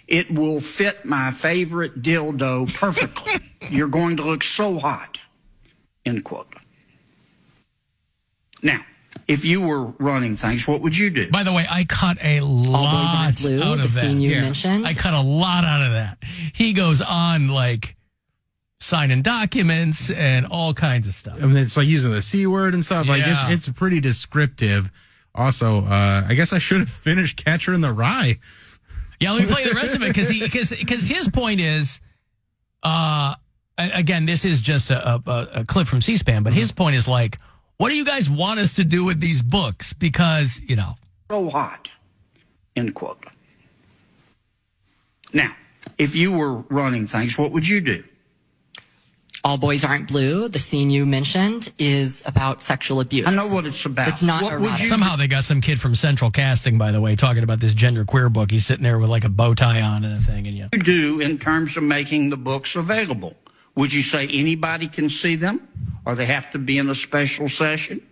Speaker 23: It will fit my favorite dildo perfectly. You're going to look so hot. End quote. Now, if you were running things, what would you do?
Speaker 9: By the way, I cut a lot
Speaker 23: Blue,
Speaker 9: out
Speaker 23: the
Speaker 9: of that.
Speaker 23: senior Yeah. mentioned.
Speaker 9: I cut a lot out of that. He goes on like signing documents and all kinds of
Speaker 10: [laughs]
Speaker 9: stuff.
Speaker 10: I mean, it's like using the c word and stuff. Like
Speaker 9: Yeah.
Speaker 10: it's it's pretty descriptive. Also, uh, I guess I should have finished Catcher in the Rye.
Speaker 9: Yeah, let me play the rest of it because he because because his point is, uh, a- again, this is just a, a, a- a clip from C-SPAN, but his point is like, what do you guys want us to do with these books? Because you know,
Speaker 23: so hot. End quote. Now, if you were running things, what would you do?
Speaker 8: All Boys Aren't Blue, the scene you mentioned, is about sexual abuse.
Speaker 23: I know what it's about.
Speaker 8: It's not
Speaker 23: What would
Speaker 8: erotic.
Speaker 23: you-
Speaker 9: somehow they got some kid from Central Casting, by the way, talking about this gender queer book. He's sitting there with like a bow tie on and a thing, and yeah,
Speaker 23: you do in terms of making the books available? Would you say anybody can see them, or they have to be in a special session?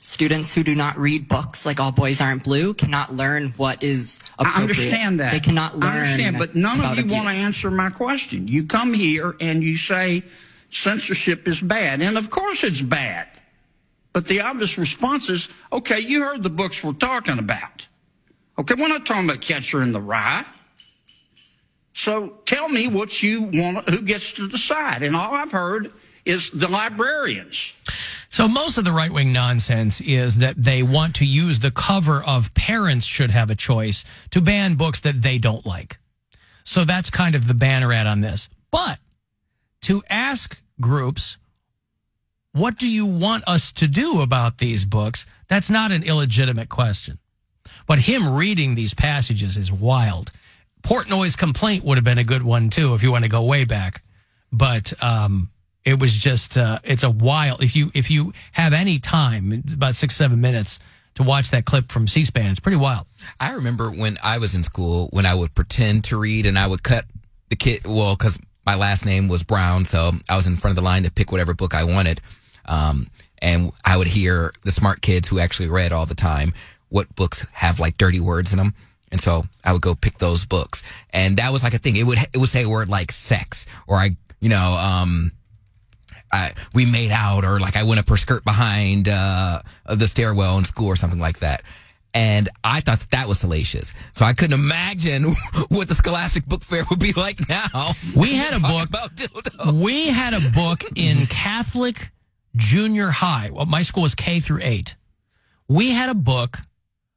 Speaker 8: Students who do not read books like All Boys Aren't Blue cannot learn what is appropriate.
Speaker 23: I understand that.
Speaker 8: They cannot learn.
Speaker 23: I understand, but none
Speaker 8: about
Speaker 23: of you want to
Speaker 8: abuse.
Speaker 23: answer my question. You come here and you say censorship is bad, and of course it's bad. But the obvious response is, okay, you heard the books we're talking about. Okay, we're not talking about Catcher in the Rye. So tell me what you want, who gets to decide. And all I've heard is the librarians.
Speaker 9: So most of the right wing nonsense is that they want to use the cover of parents should have a choice to ban books that they don't like. So that's kind of the banner ad on this. But to ask groups, what do you want us to do about these books? That's not an illegitimate question. But him reading these passages is wild. Portnoy's complaint would have been a good one too if you want to go way back. But um it was just uh it's a wild if you if you have any time, it's about six, seven minutes to watch that clip from C SPAN, it's pretty wild.
Speaker 11: I remember when I was in school when I would pretend to read and I would cut the kid well because my last name was Brown, so I was in front of the line to pick whatever book I wanted. Um, and I would hear the smart kids who actually read all the time what books have like dirty words in them. And so I would go pick those books, and that was like a thing. It would it would say a word like sex, or I you know um, I, we made out or like I went up her skirt behind uh, the stairwell in school or something like that. And I thought that, that was salacious. So I couldn't imagine [laughs] what the Scholastic Book Fair would be like now.
Speaker 9: We had a book.
Speaker 11: About dildo.
Speaker 9: we had a book in Catholic junior high, well, my school was K through eight. We had a book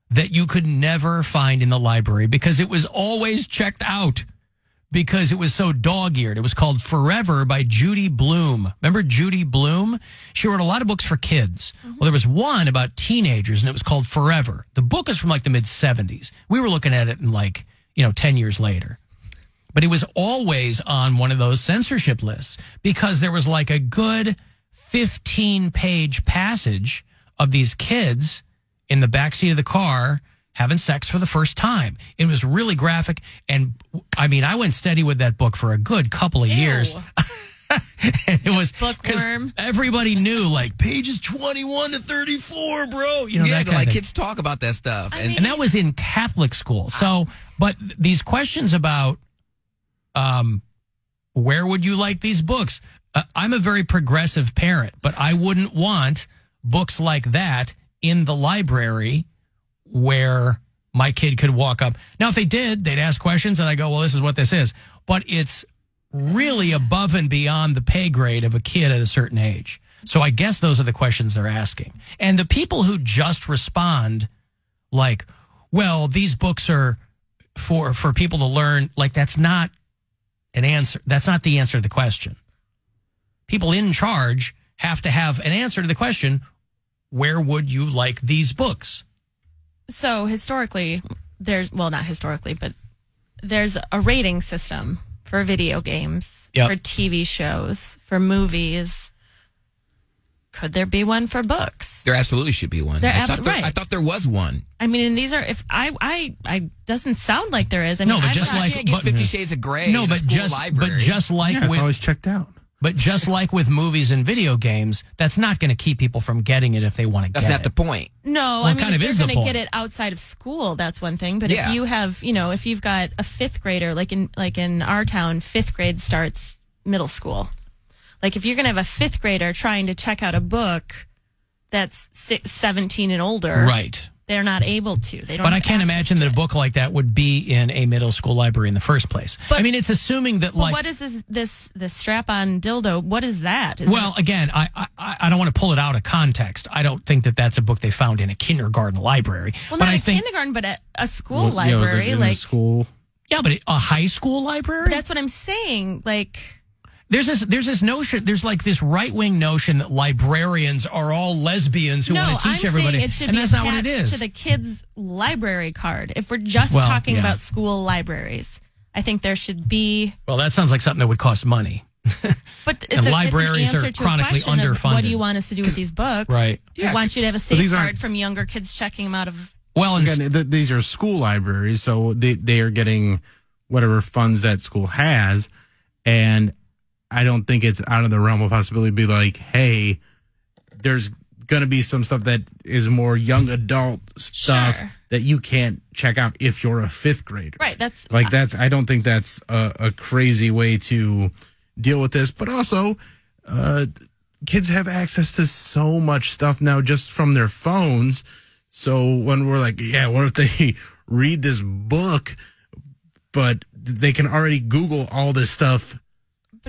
Speaker 9: that you could never find in the library because it was always checked out because it was so dog eared. It was called Forever by Judy Bloom. Remember Judy Bloom? She wrote a lot of books for kids. Well, there was one about teenagers and it was called Forever. The book is from like the mid 70s. We were looking at it in like, you know, 10 years later. But it was always on one of those censorship lists because there was like a good 15 page passage of these kids in the backseat of the car having sex for the first time. It was really graphic. And I mean, I went steady with that book for a good couple of years. [laughs] And it was because everybody knew like pages 21 to 34, bro. You know,
Speaker 11: yeah,
Speaker 9: that kind
Speaker 11: like
Speaker 9: of thing.
Speaker 11: kids talk about that stuff. and
Speaker 9: and that was in Catholic school. So, but these questions about, um, where would you like these books? Uh, I'm a very progressive parent, but I wouldn't want books like that in the library where my kid could walk up. Now, if they did, they'd ask questions, and I go, "Well, this is what this is," but it's really above and beyond the pay grade of a kid at a certain age. So I guess those are the questions they're asking. And the people who just respond like, well, these books are for for people to learn, like that's not an answer. That's not the answer to the question. People in charge have to have an answer to the question, where would you like these books?
Speaker 7: So historically, there's well, not historically, but there's a rating system for video games,
Speaker 9: Yep.
Speaker 7: for TV shows, for movies. Could there be one for books?
Speaker 11: There absolutely should be one.
Speaker 7: There
Speaker 11: I,
Speaker 7: abso-
Speaker 11: thought there,
Speaker 7: right.
Speaker 11: I thought there was one.
Speaker 7: I mean, and these are if I I I doesn't sound like there is. I mean,
Speaker 9: no, but
Speaker 7: I'm
Speaker 9: just
Speaker 7: not-
Speaker 9: like but- No, but just but just like
Speaker 10: Yeah, it's
Speaker 9: with
Speaker 10: always checked out.
Speaker 9: But just like with movies and video games, that's not going to keep people from getting it if they want to.
Speaker 11: That's
Speaker 9: get
Speaker 11: not
Speaker 9: it.
Speaker 11: the point.
Speaker 7: No,
Speaker 9: Well,
Speaker 7: I
Speaker 9: it
Speaker 7: mean,
Speaker 9: kind of
Speaker 7: if
Speaker 9: is the
Speaker 7: you're going to
Speaker 9: point.
Speaker 7: get it outside of school, that's one thing. But
Speaker 9: Yeah.
Speaker 7: if you have, you know, if you've got a fifth grader, like in like in our town, fifth grade starts middle school. Like if you're going to have a fifth grader trying to check out a book that's six, 17 and older,
Speaker 9: Right.
Speaker 7: They're not able to. They don't.
Speaker 9: But I
Speaker 7: have
Speaker 9: can't
Speaker 7: ac-
Speaker 9: imagine that a book like that would be in a middle school library in the first place. I mean, it's assuming that
Speaker 7: Well,
Speaker 9: like
Speaker 7: what is this this this strap on dildo? What is that? Is
Speaker 9: Well, again, I, I I don't want to pull it out of context. I don't think that that's a book they found in a kindergarten library.
Speaker 7: it, well
Speaker 9: but
Speaker 7: not
Speaker 9: I
Speaker 7: a
Speaker 9: think
Speaker 7: kindergarten, but at a school
Speaker 9: Well, yeah, was it
Speaker 7: library.
Speaker 9: in the
Speaker 7: like
Speaker 9: school. Yeah, but a high school library.
Speaker 7: that's what I'm saying. Like.
Speaker 9: There's this there's this notion. There's like this right wing notion that librarians are all lesbians who
Speaker 7: no,
Speaker 9: want to teach
Speaker 7: I'm
Speaker 9: everybody,
Speaker 7: saying it should
Speaker 9: and
Speaker 7: be
Speaker 9: that's
Speaker 7: attached
Speaker 9: not what it is.
Speaker 7: to the kids' library card. If we're just
Speaker 9: Well,
Speaker 7: talking
Speaker 9: yeah.
Speaker 7: about school libraries, I think there should be.
Speaker 9: well, that sounds like something that would cost money.
Speaker 7: But it's
Speaker 9: And
Speaker 7: a,
Speaker 9: libraries
Speaker 7: it's an
Speaker 9: are
Speaker 7: answer to
Speaker 9: chronically
Speaker 7: a question Of what do
Speaker 9: underfunded.
Speaker 7: you want us to do with these books?
Speaker 10: Right.
Speaker 7: We want you to have a
Speaker 10: But these
Speaker 7: safeguard
Speaker 10: aren't-
Speaker 7: from younger kids checking them out of.
Speaker 9: Well,
Speaker 10: again, th- these are school libraries, so they they are getting whatever funds that school has, and I don't think it's out of the realm of possibility to be like, hey, there's going to be some stuff that is more young adult stuff
Speaker 7: Sure.
Speaker 10: that you can't check out if you're a fifth grader.
Speaker 7: Right. That's
Speaker 10: Like that's I don't think that's a, a crazy way to deal with this, but also uh kids have access to so much stuff now just from their phones. So when we're like, yeah, what if they [laughs] read this book but they can already Google all this stuff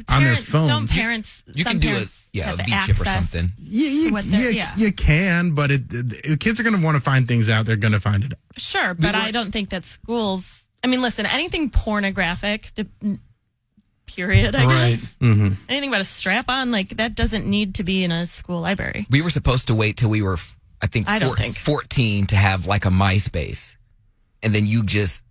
Speaker 10: on their
Speaker 7: Parents-
Speaker 10: phones.
Speaker 7: Don't parents?
Speaker 10: You
Speaker 7: some
Speaker 10: can do it,
Speaker 7: parents
Speaker 10: yeah, a
Speaker 7: have
Speaker 10: V-chip or
Speaker 7: access
Speaker 10: something.
Speaker 7: to what they're-
Speaker 10: you, you can, but it, it- kids are going to want to find things out. They're going to find it.
Speaker 7: Sure, but I don't think that schools. I mean, listen, anything pornographic, de- period. I guess.
Speaker 10: Mm-hmm.
Speaker 7: Anything about a strap on, like that doesn't need to be in a school library.
Speaker 11: We were supposed to wait till we were, f- I think,
Speaker 7: I don't
Speaker 11: four-
Speaker 7: think.
Speaker 11: 14 to have like a MySpace. And then you just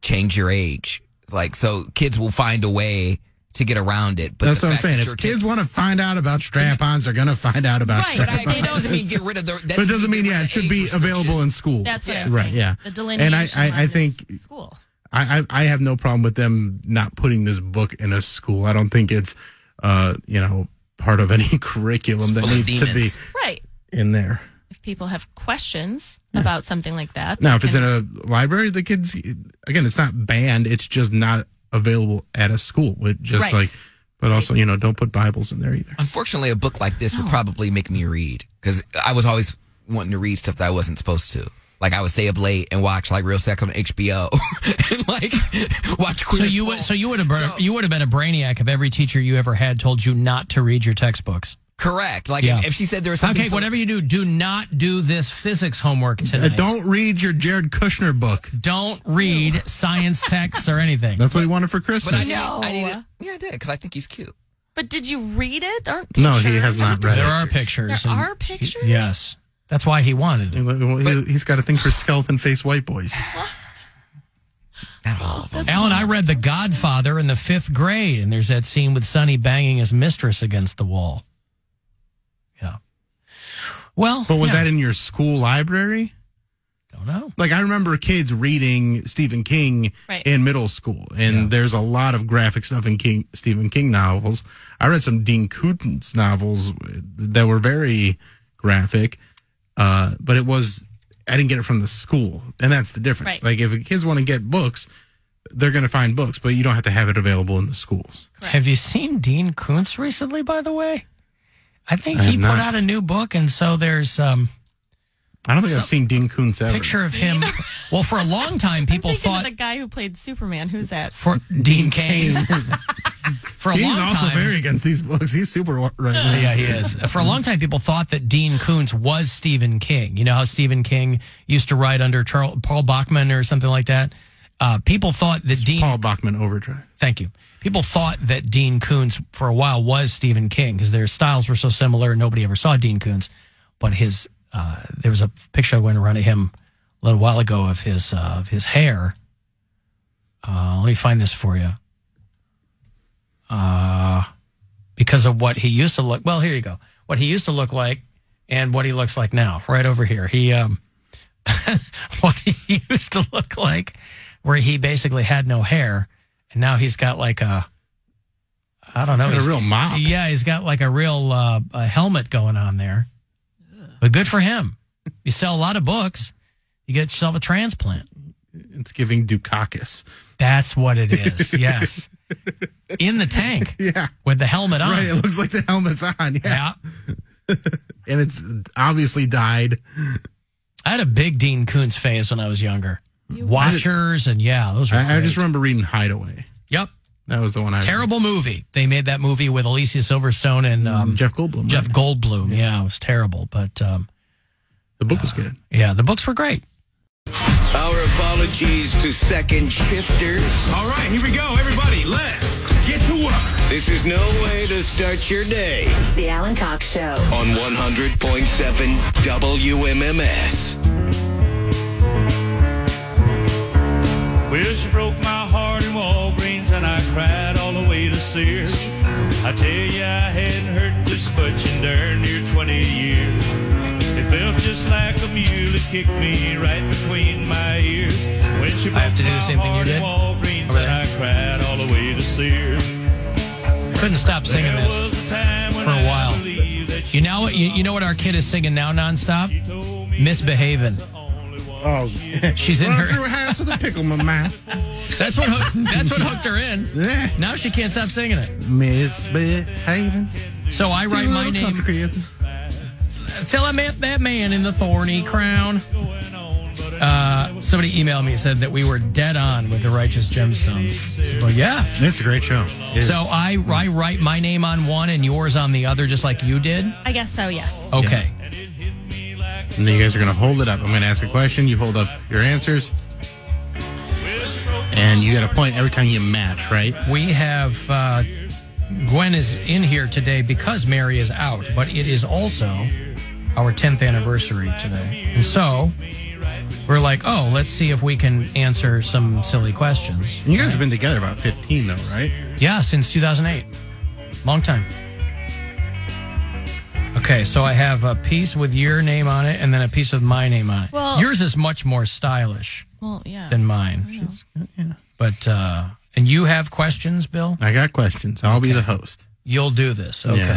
Speaker 11: change your age. Like, so kids will find a way to get around it. But
Speaker 10: That's
Speaker 11: the
Speaker 10: what I'm
Speaker 11: fact that
Speaker 10: saying.
Speaker 11: you're
Speaker 10: If kids want to find out about strap-ons, they're going to find out about.
Speaker 7: Right,
Speaker 10: strap-ons.
Speaker 7: but I- it doesn't
Speaker 10: [laughs]
Speaker 7: mean
Speaker 11: get rid of the- that
Speaker 10: but it
Speaker 11: doesn't
Speaker 10: doesn't mean yeah, it should be available in school.
Speaker 7: That's what
Speaker 10: yeah.
Speaker 7: I'm
Speaker 10: right.
Speaker 7: saying.
Speaker 10: Yeah,
Speaker 7: The
Speaker 10: And I,
Speaker 7: delineation
Speaker 10: I, I
Speaker 7: of
Speaker 10: think
Speaker 7: school.
Speaker 10: I, I, I have no problem with them not putting this book in a school. I don't think it's, uh, you know, part of any [laughs] curriculum that
Speaker 11: full of
Speaker 10: needs to be
Speaker 11: demons.
Speaker 7: Right.
Speaker 10: in there.
Speaker 7: If people have questions about something like that.
Speaker 10: Now, if it's in a library, the kids again, it's not banned. It's just not available at a school. It just
Speaker 11: Right.
Speaker 10: like, but also you know, don't put Bibles in there either.
Speaker 11: Unfortunately, a book like this would probably make me read because I was always wanting to read stuff that I wasn't supposed to. Like I would stay up late and watch like Real Sex on [laughs] HBO and like watch Queer.
Speaker 9: so you would so you would have been, you would have been a brainiac if every teacher you ever had told you not to read your textbooks.
Speaker 11: Correct. Like if, if she said there was something.
Speaker 9: Okay, whatever you do, do not do this physics homework
Speaker 10: Uh,
Speaker 9: tonight.
Speaker 10: don't read your Jared Kushner book.
Speaker 9: Don't read science texts or anything.
Speaker 10: That's what he wanted for Christmas.
Speaker 11: But I, need, I need it. Yeah, I did because I think he's cute.
Speaker 7: But did you read it? Aren't
Speaker 10: No, he has not read
Speaker 9: There
Speaker 10: it.
Speaker 9: are pictures.
Speaker 7: There
Speaker 9: and-
Speaker 7: are pictures?
Speaker 9: yes. That's why he wanted it.
Speaker 10: He's got a thing for skeleton face white boys.
Speaker 9: Alan, I read The Godfather in the fifth grade, and there's that scene with Sonny banging his mistress against the wall. Well,
Speaker 10: but was
Speaker 9: yeah.
Speaker 10: that in your school library?
Speaker 9: Don't know.
Speaker 10: Like I remember kids reading Stephen King
Speaker 9: Right.
Speaker 10: in middle school, and there's a lot of graphic stuff in King Stephen King novels. I read some Dean Koontz novels that were very graphic, uh, but it was I didn't get it from the school, and that's the difference.
Speaker 9: Right.
Speaker 10: Like if kids want to get books, they're going to find books, but you don't have to have it available in the schools.
Speaker 9: Have you seen Dean Koontz recently, by the way? I think
Speaker 10: I
Speaker 9: he
Speaker 10: have
Speaker 9: put
Speaker 10: not.
Speaker 9: out a new book, and so there's um,
Speaker 10: I don't think I've
Speaker 9: So-
Speaker 10: seen Dean Koontz ever.
Speaker 9: picture
Speaker 7: [laughs]
Speaker 9: of him. Well, for a long time, people
Speaker 7: Thinking of
Speaker 9: thought
Speaker 7: the guy who played Superman. Who's that?
Speaker 9: for Dean Kane. for a
Speaker 10: He's
Speaker 9: long
Speaker 10: also
Speaker 9: time,
Speaker 10: very against these books. He's super right.
Speaker 9: yeah, he is. [laughs] For a long time, people thought that Dean Koontz was Stephen King. You know how Stephen King used to write under Charles, Paul Bachman or something like that. Uh, people thought that Dean Paul
Speaker 10: Bachman Overdrive.
Speaker 9: Thank you. People thought that Dean Koontz for a while was Stephen King because their styles were so similar. Nobody ever saw Dean Koontz, but his uh, there was a picture I went around of him a little while ago of his uh, of his hair. Uh, let me find this for you. Uh, because of what he used to look. Well, here you go. What he used to look like and what he looks like now, right over here. He, um, [laughs] what he used to look like, where he basically had no hair, and now he's got like a, I don't know,
Speaker 10: Got a
Speaker 9: he's-
Speaker 10: real mop.
Speaker 9: Yeah, he's got like a real uh, a helmet going on there. But good for him. You sell a lot of books, you get yourself a transplant.
Speaker 10: [laughs] It's giving Dukakis.
Speaker 9: That's
Speaker 10: [laughs]
Speaker 9: what it is. Yes. In the tank.
Speaker 10: Yeah.
Speaker 9: With the helmet on.
Speaker 10: Right, it looks like the helmet's on. Yeah. [laughs] and it's obviously died.
Speaker 9: I had a big Dean Koontz phase when I was younger. Watchers and yeah, those were.
Speaker 10: I, I just
Speaker 9: great.
Speaker 10: remember reading Hideaway.
Speaker 9: Yep.
Speaker 10: That was the one I
Speaker 9: Terrible movie. They made that movie with Alicia Silverstone and um,
Speaker 10: Mm, Jeff Goldblum.
Speaker 9: Jeff Goldblum. Yeah. it was terrible, but um, uh,
Speaker 10: the book was good.
Speaker 9: Yeah, the books were great.
Speaker 6: Our apologies to second shifters.
Speaker 2: All right, here we go, everybody. Let's get to work.
Speaker 6: This is no way to start your day
Speaker 5: The Alan Cox Show.
Speaker 6: on 100.7 WMMS.
Speaker 13: Well, she broke my heart in Walgreens and I cried all the way to Sears. I tell you, I hadn't hurt this much in darn near 20 years. It felt just like a mule that kicked me right between my ears. When she broke
Speaker 9: I have to do the
Speaker 13: my
Speaker 9: same thing you
Speaker 13: heart in
Speaker 9: did?
Speaker 13: Walgreens
Speaker 9: Over
Speaker 13: and I cried all the way to Sears.
Speaker 9: Couldn't stop singing
Speaker 13: There
Speaker 9: this
Speaker 13: was a time
Speaker 9: for
Speaker 13: when
Speaker 9: a
Speaker 13: I
Speaker 9: while.
Speaker 13: believed that
Speaker 9: You know, you, you know what our kid is singing now nonstop? Misbehaving.
Speaker 10: Oh,
Speaker 9: [laughs] she's in
Speaker 10: Run
Speaker 9: her.
Speaker 10: through a house with a pickle in my mouth.
Speaker 9: That's what hooked, that's what hooked her in.
Speaker 10: Yeah.
Speaker 9: Now she can't stop singing it.
Speaker 10: Misbehaving.
Speaker 9: So I write
Speaker 10: Two
Speaker 9: my
Speaker 10: little
Speaker 9: name.
Speaker 10: country kids.
Speaker 9: Till I met that man in the thorny crown. Uh, somebody emailed me and said that we were dead on with the righteous gemstones. [laughs] Well, yeah,
Speaker 10: it's a great show. Yeah.
Speaker 9: So I, I write my name on one and yours on the other, just like you did.
Speaker 7: [laughs] I guess so, yes.
Speaker 9: Okay.
Speaker 10: And then you guys are going to hold it up. I'm going to ask a question. You hold up your answers. And you got a point every time you match, right?
Speaker 9: We have uh, Gwen is in here today because Mary is out, but it is also our 10th anniversary today. And so we're like, oh, let's see if we can answer some silly questions.
Speaker 10: You guys have been together about 15, though, right?
Speaker 9: Yeah, since 2008. Long time. Okay, so I have a piece with your name on it and then a piece with my name on it.
Speaker 7: Well- Oh.
Speaker 9: Yours is much more stylish
Speaker 7: Well, yeah.
Speaker 9: than mine. But, uh, and you have questions, Bill?
Speaker 10: I got questions. I'll be the host.
Speaker 9: You'll do this. Okay.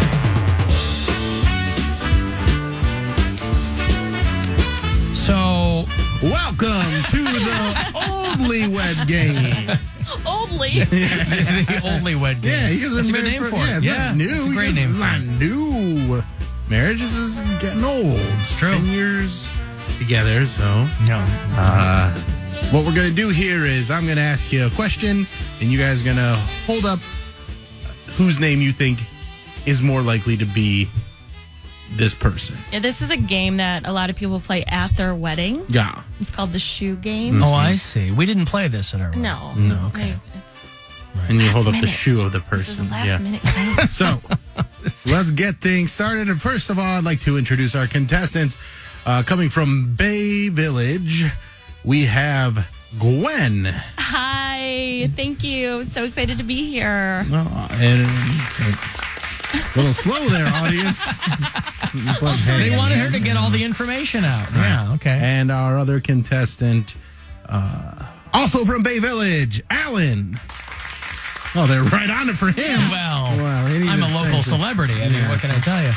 Speaker 9: So,
Speaker 10: welcome to
Speaker 6: [laughs]
Speaker 10: the only wed game.
Speaker 7: Oldly.
Speaker 9: [laughs] the only wed game.
Speaker 10: Yeah, you guys have
Speaker 9: That's a
Speaker 10: been
Speaker 9: good
Speaker 10: married
Speaker 9: name
Speaker 10: for-
Speaker 9: for
Speaker 10: yeah,
Speaker 9: it.
Speaker 10: it's not
Speaker 9: Yeah,
Speaker 10: new.
Speaker 9: it's a
Speaker 10: You
Speaker 9: great
Speaker 10: guys-
Speaker 9: name
Speaker 10: It's
Speaker 9: for
Speaker 10: not
Speaker 9: it.
Speaker 10: new. Marriages is getting old. It's true. Ten years together, so
Speaker 9: no.
Speaker 10: Uh, what we're gonna do here is I'm gonna ask you a question, and you guys are gonna hold up whose name you think is more likely to be this person.
Speaker 7: [laughs] Yeah, this is a game that a lot of people play at their wedding.
Speaker 10: Yeah.
Speaker 7: It's called the shoe game.
Speaker 9: Oh, I see. We didn't play this at our wedding.
Speaker 7: No.
Speaker 10: No, Mm,
Speaker 7: [laughs]
Speaker 10: okay. And you hold up the shoe of the person.
Speaker 7: last
Speaker 10: yeah.
Speaker 7: minute
Speaker 10: so let's get things started. And first of all, I'd like to introduce our contestants. Uh, coming from Bay Village, we have Gwen.
Speaker 7: Hi. Thank you. So excited to be here.
Speaker 10: Oh, and a little slow there, audience. But hey.
Speaker 7: [laughs]
Speaker 9: They wanted her to get all the information out. [laughs] Yeah, okay.
Speaker 10: And our other contestant, uh, also from Bay Village, Alan. Oh, they're right on it for him.
Speaker 9: Well,
Speaker 10: Wow, they need
Speaker 9: I'm
Speaker 10: to
Speaker 9: a local
Speaker 10: thank you.
Speaker 9: celebrity. I mean,
Speaker 10: Yeah.
Speaker 9: what can I tell you?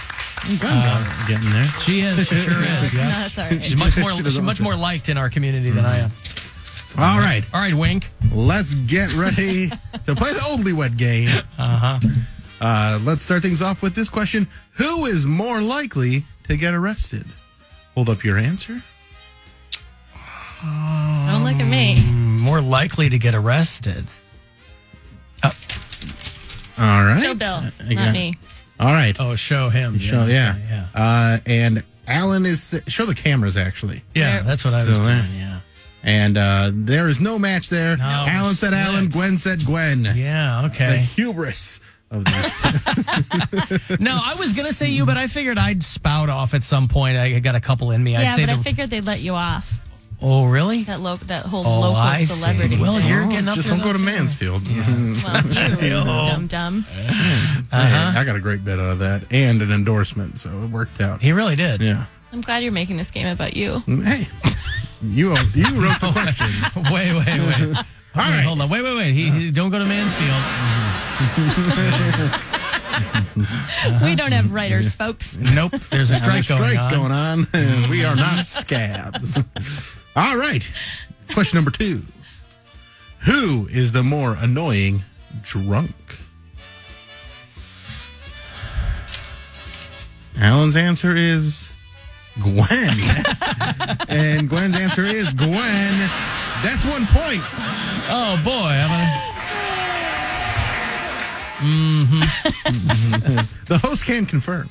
Speaker 10: Uh, getting there.
Speaker 9: She is.
Speaker 7: [laughs]
Speaker 9: She sure is. Yeah.
Speaker 7: No, that's all right.
Speaker 9: She's
Speaker 10: [laughs]
Speaker 9: much more. She's much more liked in our community than I am.
Speaker 10: Mm. All right.
Speaker 9: All right, Wink.
Speaker 10: Let's get
Speaker 9: [laughs]
Speaker 10: ready to play the Only Wet game. Uh-huh. Let's start things off with this question Who is more likely to get arrested? Hold up your answer. uh,
Speaker 7: Don't look at me.
Speaker 9: Mm, More likely to get arrested. Uh,
Speaker 10: All right. Uh,
Speaker 7: Joe Bill,
Speaker 10: I
Speaker 7: not
Speaker 10: got-
Speaker 7: me.
Speaker 10: All right.
Speaker 9: Oh, show him.
Speaker 10: Show, yeah.
Speaker 9: okay,
Speaker 10: Uh, and Alan is. Show the cameras, actually.
Speaker 9: Yeah, that's what I was doing. Yeah.
Speaker 10: And uh, there is no match there. Alan said Alan, Gwen said Gwen.
Speaker 9: Yeah, okay.
Speaker 10: The hubris of these two.
Speaker 9: no, I was gonna say you, but I figured I'd spout off at some point. I got a couple in me. I'd
Speaker 7: yeah,
Speaker 9: say
Speaker 7: but I
Speaker 9: the-
Speaker 7: figured they'd let you off.
Speaker 9: Oh,
Speaker 7: [laughs]
Speaker 9: really?
Speaker 7: That lo- that whole
Speaker 9: Oh,
Speaker 7: local
Speaker 9: I see.
Speaker 7: celebrity.
Speaker 9: Well,
Speaker 7: thing.
Speaker 9: you're getting up
Speaker 10: Just
Speaker 9: there,
Speaker 10: don't go to
Speaker 9: though, too.
Speaker 10: Mansfield.
Speaker 7: You
Speaker 10: [laughs] Yeah.
Speaker 7: dumb
Speaker 9: [laughs]
Speaker 7: dumb.
Speaker 9: Uh-huh.
Speaker 10: Hey, I got a great bit out of that and an endorsement, so it worked out.
Speaker 9: He really did.
Speaker 10: Yeah. Mm,
Speaker 7: I'm glad you're making this game about you.
Speaker 10: Hey, you you wrote the questions.
Speaker 9: wait, wait, wait. All right, hold on. Wait, wait, wait. He, he- don't go to
Speaker 7: [laughs]
Speaker 9: Mansfield. Uh-huh.
Speaker 7: We don't have
Speaker 9: [laughs]
Speaker 7: writers, folks.
Speaker 9: nope. [laughs] There's a strike, going, on.
Speaker 10: going on. and [laughs] we are not scabs. All right. Question number two: Who is the more annoying drunk? Alan's answer is Gwen, [laughs] and Gwen's answer is Gwen. That's one point.
Speaker 9: Oh boy, I'm
Speaker 10: Mm-hmm. [laughs] the host can confirm.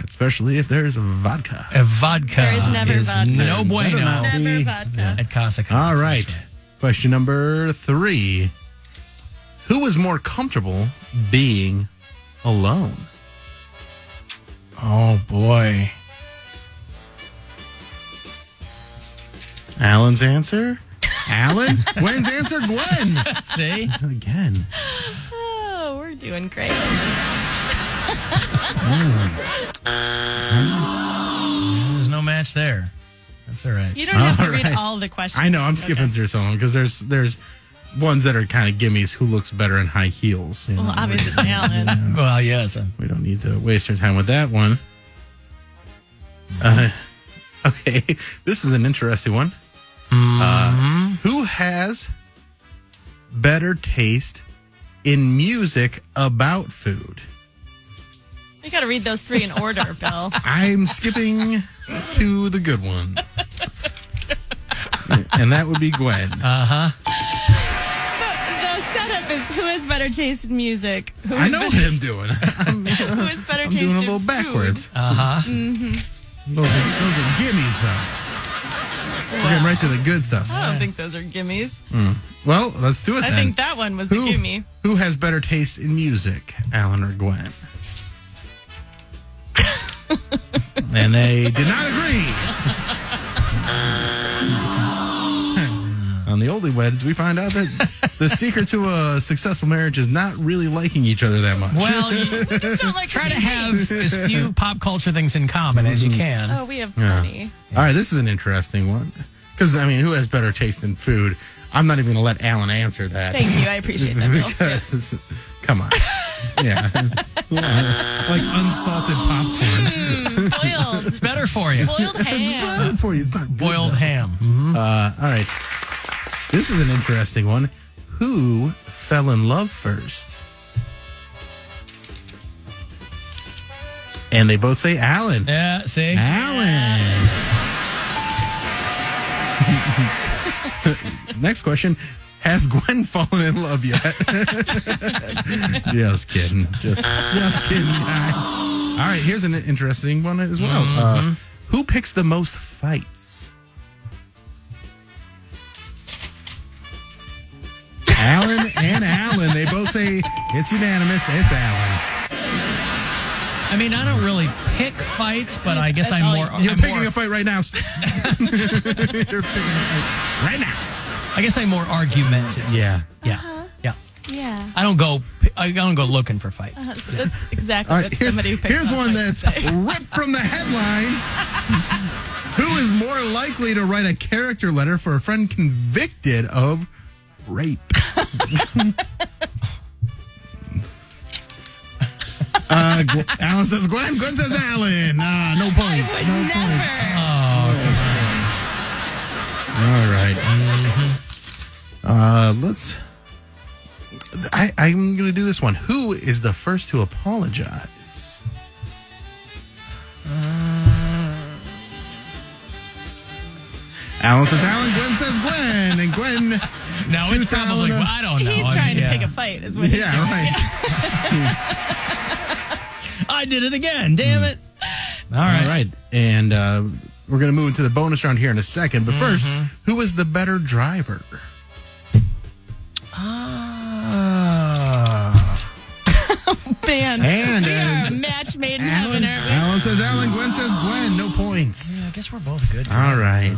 Speaker 10: [laughs] Especially if there's vodka.
Speaker 9: a, a vodka.
Speaker 10: There is never vodka.
Speaker 9: No
Speaker 10: Better
Speaker 9: bueno.
Speaker 10: not Never be.
Speaker 9: vodka. At Casa.
Speaker 10: All right. Question number three. Who is more comfortable being alone?
Speaker 9: Oh boy.
Speaker 10: Alan's answer? Alan? Gwen's answer?
Speaker 7: [laughs]
Speaker 10: Gwen.
Speaker 9: See?
Speaker 10: Again.
Speaker 7: Oh, we're doing great.
Speaker 10: Mm.
Speaker 9: There's no match there. That's all right.
Speaker 7: You don't have to read
Speaker 10: right.
Speaker 7: all the questions.
Speaker 10: I know, I'm
Speaker 7: Okay.
Speaker 10: skipping through some of them because there's there's ones that are kind of gimmies who looks better in high heels. you
Speaker 7: Well,
Speaker 10: know.
Speaker 7: obviously, Alan.
Speaker 9: Well, yes. uh.
Speaker 10: We don't need to waste our time with that one.
Speaker 9: Mm-hmm.
Speaker 10: Uh, [laughs] okay, this is an interesting one.
Speaker 9: Mm-hmm.
Speaker 10: Uh, who has better taste in music about food?
Speaker 7: [laughs] We got to read those three in order, Bill.
Speaker 10: I'm skipping to the good one. and that would be Gwen.
Speaker 9: Uh huh.
Speaker 7: Uh-huh. the setup is who has better taste in music? Who
Speaker 10: I
Speaker 7: has
Speaker 10: know what
Speaker 7: better,
Speaker 10: I'm doing. I'm,
Speaker 7: [laughs] who has better
Speaker 10: I'm
Speaker 7: taste
Speaker 10: doing a
Speaker 7: in
Speaker 10: little
Speaker 7: food?
Speaker 10: backwards.
Speaker 9: Uh huh.
Speaker 7: hmm
Speaker 10: Those are, those are gimmies, though. We're getting right to the good stuff.
Speaker 7: I don't think those are gimmies.
Speaker 10: Mm. Well, let's do it
Speaker 7: Oh. I
Speaker 10: then.
Speaker 7: think that one was the
Speaker 10: Who-
Speaker 7: gimme.
Speaker 10: Who has better taste in music, Alan or Gwen? and they did not agree. On the oldie weds, we find out that the secret to a successful marriage is not really liking each other that much.
Speaker 9: Well, you, try to have as few pop culture things in common as
Speaker 10: Mm-hmm.
Speaker 9: you can.
Speaker 7: Oh, we have
Speaker 10: Yeah.
Speaker 7: plenty.
Speaker 10: All right, this is an interesting one. Because, I mean, who has better taste in food? I'm not even going to let Alan answer that.
Speaker 7: Thank you. I appreciate that, Bill.
Speaker 10: [laughs] Because, come on. yeah. Like unsalted popcorn.
Speaker 7: Hmm, Boiled. It's
Speaker 9: better for you.
Speaker 7: Boiled
Speaker 10: It's
Speaker 7: ham.
Speaker 10: better for you. It's not good,
Speaker 9: Boiled
Speaker 10: though.
Speaker 9: ham.
Speaker 10: Uh, all right. This is an interesting one. Who fell in love first? And they both say Alan.
Speaker 9: Yeah, see? [laughs]
Speaker 10: Alan. [laughs] Next question. Has Gwen fallen in love
Speaker 9: [laughs]
Speaker 10: yet? just kidding. Just, [laughs] just kidding, guys. All right, here's an interesting one as well. Uh, who picks the most fights? Alan and Alan. They both say it's unanimous. It's Alan.
Speaker 9: I mean, I don't really pick fights, but I guess
Speaker 10: That's
Speaker 9: I'm
Speaker 10: all
Speaker 9: more.
Speaker 10: you- You're
Speaker 9: I'm
Speaker 10: picking
Speaker 9: more-
Speaker 10: a fight right
Speaker 9: [laughs]
Speaker 10: now. [laughs] You're picking a fight right now.
Speaker 9: I guess I'm more argumentative.
Speaker 10: Yeah.
Speaker 9: Yeah. Yeah.
Speaker 7: Uh-huh. Yeah.
Speaker 9: I don't go. I don't go looking for fights.
Speaker 7: Uh, that's
Speaker 9: [laughs]
Speaker 7: exactly
Speaker 9: All right,
Speaker 7: what
Speaker 9: here's-
Speaker 7: somebody who picks
Speaker 10: Here's
Speaker 7: up
Speaker 10: one
Speaker 7: would
Speaker 10: that's
Speaker 7: [laughs] say.
Speaker 10: ripped from the headlines. Who is more likely to write a character letter for a friend convicted of rape? [laughs] uh, Gw- Alan says Gwen. Gwen says Alan. Ah, no points. no points. All right. Mm-hmm. Uh, let's. I, I'm going to do this one. Who is the first to apologize? Uh, Alan says Alan. Gwen says Gwen. And Gwen.
Speaker 9: No, it's
Speaker 10: shoots
Speaker 9: probably-
Speaker 10: Alan a-
Speaker 9: I don't know.
Speaker 7: He's
Speaker 9: I
Speaker 7: trying
Speaker 9: mean,
Speaker 7: to
Speaker 9: yeah.
Speaker 7: pick a fight, is what
Speaker 10: Yeah,
Speaker 7: he's doing. [laughs]
Speaker 10: right.
Speaker 9: [laughs] I did it again. Damn it.
Speaker 10: All right. And uh, we're going to move into the bonus round here in a second. But 1st
Speaker 9: Mm-hmm.
Speaker 10: who is the better driver?
Speaker 7: Ah.
Speaker 10: Ah.
Speaker 7: Man,
Speaker 10: And
Speaker 7: we are
Speaker 10: as
Speaker 7: a match made in
Speaker 10: Alan,
Speaker 7: heaven, aren't we?
Speaker 10: Alan says Alan. Gwen says Gwen. No points.
Speaker 9: I guess we're both good.
Speaker 10: All right.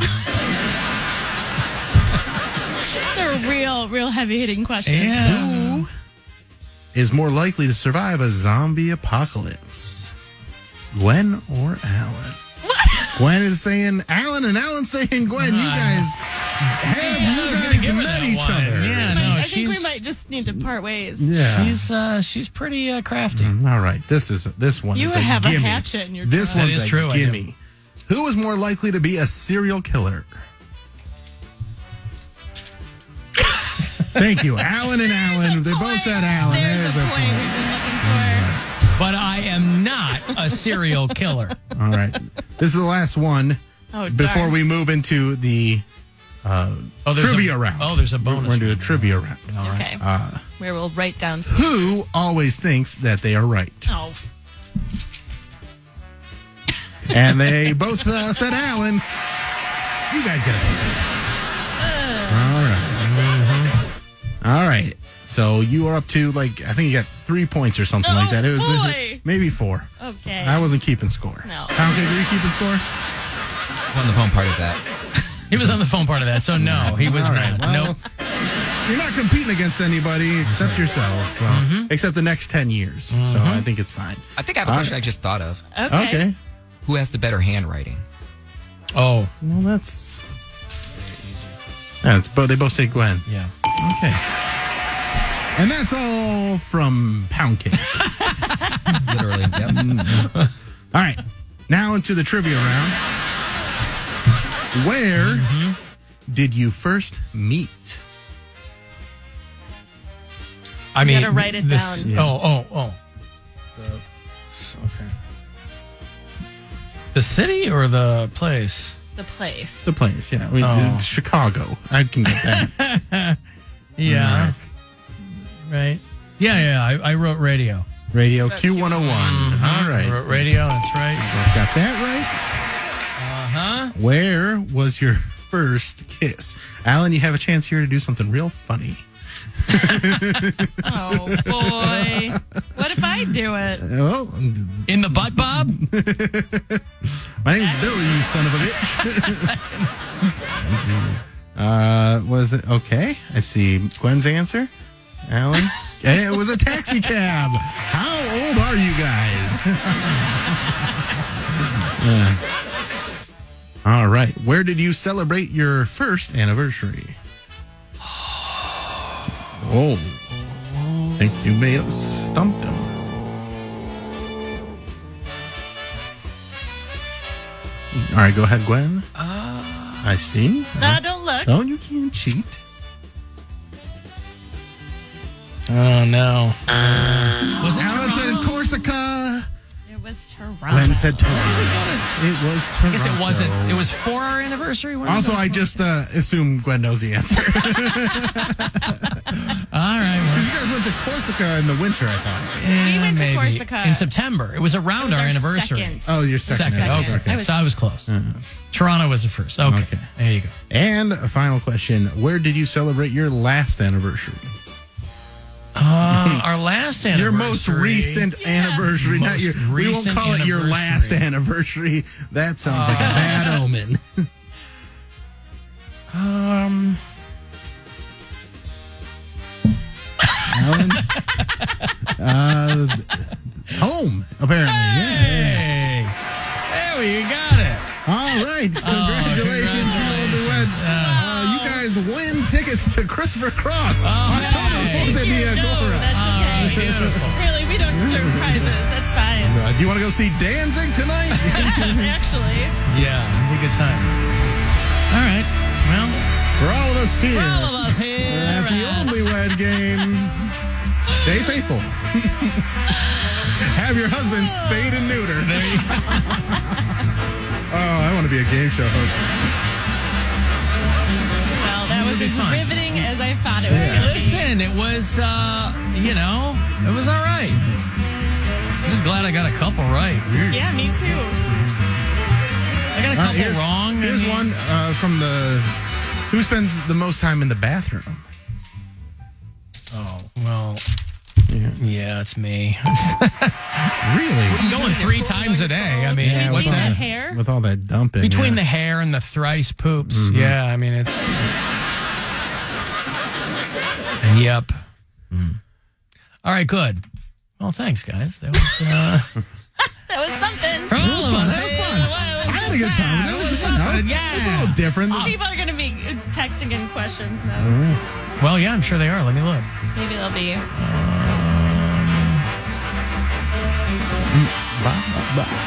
Speaker 7: It's a real, real heavy hitting question.
Speaker 10: Who is more likely to survive a zombie apocalypse? Gwen or
Speaker 7: [laughs]
Speaker 10: Alan? Gwen is saying Alan, and Alan saying Gwen. You guys have you guys met each other.
Speaker 7: We might- I think we might just need to part ways.
Speaker 10: Yeah.
Speaker 9: She's uh, she's pretty uh, crafty.
Speaker 10: Mm, All right, this is this one.
Speaker 7: You
Speaker 10: is
Speaker 7: have
Speaker 10: a,
Speaker 7: a
Speaker 10: gimme.
Speaker 7: hatchet in your
Speaker 10: This
Speaker 7: trunk.
Speaker 10: one's
Speaker 7: That is
Speaker 10: a
Speaker 7: true, I do.
Speaker 10: gimme. Who is more likely to be a serial
Speaker 7: [laughs]
Speaker 10: killer? Thank you, Alan and Alan. They both said Alan.
Speaker 7: There's
Speaker 10: There's
Speaker 7: a
Speaker 10: a
Speaker 7: point we've been looking for.
Speaker 9: But I am not a
Speaker 7: [laughs]
Speaker 9: serial killer.
Speaker 10: All right. This is the last one
Speaker 7: Oh, darn.
Speaker 10: before we move into the uh,
Speaker 9: there's
Speaker 10: trivia
Speaker 9: a-
Speaker 10: round.
Speaker 9: oh, there's a bonus
Speaker 10: We're going to do a trivia round.
Speaker 7: Okay.
Speaker 10: Uh,
Speaker 7: Where we'll write down.
Speaker 10: who always thinks that they are right?
Speaker 7: Oh.
Speaker 10: And
Speaker 7: [laughs]
Speaker 10: they both uh, said Alan. You guys get it. All right. Mhm. All right. So you are up to like I think you got three points or something like that. It was uh,
Speaker 7: Oh, boy.
Speaker 10: maybe four.
Speaker 7: Okay.
Speaker 10: I wasn't keeping score.
Speaker 7: No.
Speaker 10: Okay, were you keeping score?
Speaker 11: on the phone part of that.
Speaker 9: He was on the phone part of that, so no, he was
Speaker 10: All right,
Speaker 9: not.
Speaker 10: well,
Speaker 9: nope.
Speaker 10: You're not competing against anybody except yourselves. So.
Speaker 9: Mm-hmm.
Speaker 10: Except the next ten years. So
Speaker 11: Mhm.
Speaker 10: I think it's fine.
Speaker 11: I think I have a
Speaker 10: All
Speaker 11: question
Speaker 10: right.
Speaker 11: I just thought of.
Speaker 10: Okay.
Speaker 11: Who has the better handwriting?
Speaker 9: Oh.
Speaker 10: Well, that's. Yeah, it's, but they both say Gwen.
Speaker 9: Yeah.
Speaker 10: Okay. And that's all from Pound
Speaker 9: [laughs]
Speaker 10: Cake.
Speaker 11: Literally. Yep.
Speaker 10: [laughs] all right. Now into the trivia round. Where
Speaker 9: Mm-hmm.
Speaker 10: did you first meet?
Speaker 9: I
Speaker 7: You
Speaker 9: mean,
Speaker 7: gotta write it
Speaker 9: this-
Speaker 7: down.
Speaker 9: Oh, oh, oh. okay. The city or the place?
Speaker 7: The place.
Speaker 10: The place, yeah. We,
Speaker 9: Oh.
Speaker 10: it's Chicago. I can get that.
Speaker 9: [laughs] Yeah. Right. Yeah, yeah. I, I wrote radio. Mm-hmm.
Speaker 10: Radio Q101. All right.
Speaker 9: I wrote radio. That's right.
Speaker 10: Got that
Speaker 9: Uh huh.
Speaker 10: right? Where was your first kiss? Alan, you have a chance here to do something real funny.
Speaker 7: [laughs] Oh boy. what if I do it?
Speaker 10: Oh,
Speaker 9: In the butt, Bob.
Speaker 10: [laughs] my name's Billy, you son of a bitch.
Speaker 6: [laughs]
Speaker 10: uh, was it okay? I see Gwen's answer. Alan, and it was a taxi cab. How old are you guys? [laughs] Yeah. All right. Where did you celebrate your first anniversary? Oh, I think you may have stumped him. All right, go ahead, Gwen. I see.
Speaker 7: Uh, No, don't look.
Speaker 10: No, you can't cheat.
Speaker 9: Oh no.
Speaker 6: Oh,
Speaker 9: Oh.
Speaker 10: Alan said Corsica.
Speaker 7: It was was Toronto.
Speaker 10: Glenn said Toronto. It was Toronto.
Speaker 9: Yes, it wasn't. It was for our anniversary. When
Speaker 10: Also, I just uh, assume Gwen knows the
Speaker 9: [laughs]
Speaker 10: answer. [laughs] All
Speaker 9: right.
Speaker 10: you guys went to Corsica in the winter, I thought.
Speaker 9: Yeah,
Speaker 7: went to
Speaker 9: maybe.
Speaker 7: Corsica.
Speaker 9: in September. It was
Speaker 7: It
Speaker 9: around
Speaker 7: was
Speaker 9: our,
Speaker 7: our
Speaker 9: anniversary.
Speaker 7: second.
Speaker 10: Oh, your second.
Speaker 9: Okay,
Speaker 10: Second.
Speaker 9: okay.
Speaker 10: I was-
Speaker 9: so I was close. Toronto was the first. Okay. there you go.
Speaker 10: And a final question: Where did you celebrate your last anniversary?
Speaker 9: Uh, our last anniversary.
Speaker 10: Your most recent anniversary, not
Speaker 9: Most
Speaker 10: your. We won't
Speaker 9: recent Ah.
Speaker 10: call it your last anniversary. That sounds like a bad
Speaker 9: [laughs]
Speaker 10: omen.
Speaker 9: Um.
Speaker 10: Alan? uh, home apparently. Hey,
Speaker 9: there you got it. Oh,
Speaker 10: All right, congratulations, Dylan DeWitt. Uh, you guys win tickets to Christopher
Speaker 9: Oh,
Speaker 10: Cross October fourth at the Ah, Agora.
Speaker 7: Really, we don't deserve prizes. That's fine.
Speaker 10: Uh, do you want to go see Danzig tonight?
Speaker 7: [laughs] Actually.
Speaker 9: [laughs] Yeah, it'll be a good time. All right. Well,
Speaker 10: for all of us here,
Speaker 9: For all of us here
Speaker 10: at the
Speaker 9: at-
Speaker 10: only wed game, stay
Speaker 9: [laughs]
Speaker 10: faithful. Have your husband spayed and neutered. There you go. [laughs] oh, I want to be a game show host.
Speaker 7: Well, that was
Speaker 9: It'll be
Speaker 7: as
Speaker 9: fun.
Speaker 7: riveting as I thought it was going to be.
Speaker 9: Listen, it was, uh, you know, it was all right. I'm just glad I got a couple right. Weird.
Speaker 7: Yeah, me too.
Speaker 9: I got a
Speaker 10: All right, Uh,
Speaker 9: couple
Speaker 10: here's,
Speaker 9: wrong. I
Speaker 10: Here's one
Speaker 9: mean-
Speaker 10: uh, from the who spends the most time in the bathroom.
Speaker 9: Oh, well.
Speaker 10: Yeah,
Speaker 9: it's me. [laughs]
Speaker 10: really?
Speaker 9: Going three times a day. I mean, what's
Speaker 10: all
Speaker 9: that?
Speaker 10: With all that dumping.
Speaker 9: Between the
Speaker 10: yeah.
Speaker 9: hair and the thrice poops.
Speaker 10: Mhm.
Speaker 9: Yeah, I mean, it's. yep.
Speaker 10: Mm.
Speaker 9: All right, good. Well, thanks, guys. That was. Uh,
Speaker 7: That was something.
Speaker 9: For all of us.
Speaker 10: I had a good time. That was, something.
Speaker 9: Yeah.
Speaker 10: It's a little different.
Speaker 7: People are going to be uh, texting in questions
Speaker 10: [laughs]
Speaker 7: now.
Speaker 9: uh, well, yeah, I'm sure they are. Let me look.
Speaker 7: Maybe they'll be.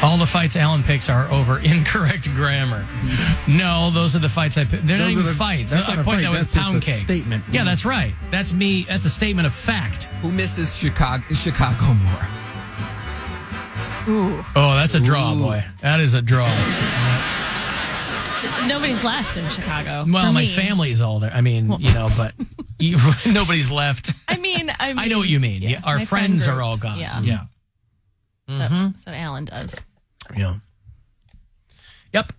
Speaker 9: All the fights Alan picks are over [laughs] incorrect grammar. No, those are the fights I pick.
Speaker 10: Those
Speaker 9: They're not
Speaker 10: are
Speaker 9: even
Speaker 10: the-
Speaker 9: fights.
Speaker 10: that's
Speaker 9: I
Speaker 10: not a
Speaker 9: point
Speaker 10: fight,
Speaker 9: that with
Speaker 10: that's just
Speaker 9: pound
Speaker 10: a
Speaker 9: cake.
Speaker 10: statement.
Speaker 9: Yeah, that's right. That's me. That's a statement of fact.
Speaker 11: Who misses Chicago, Chicago more?
Speaker 7: Ooh.
Speaker 9: Oh, that's a draw, boy. That is a draw.
Speaker 7: Nobody's left in Chicago.
Speaker 9: Well,
Speaker 7: For
Speaker 9: my
Speaker 7: me.
Speaker 9: family's all there. I mean, you know,
Speaker 7: [laughs]
Speaker 9: but you, [laughs] nobody's left.
Speaker 7: I mean, I mean.
Speaker 9: I know what you mean. Yeah, our
Speaker 7: my friend
Speaker 9: friends
Speaker 7: group.
Speaker 9: are all gone.
Speaker 7: Yeah.
Speaker 9: Yeah.
Speaker 7: So,
Speaker 11: Mm-hmm.
Speaker 7: so Alan does.
Speaker 9: Yeah. Yep.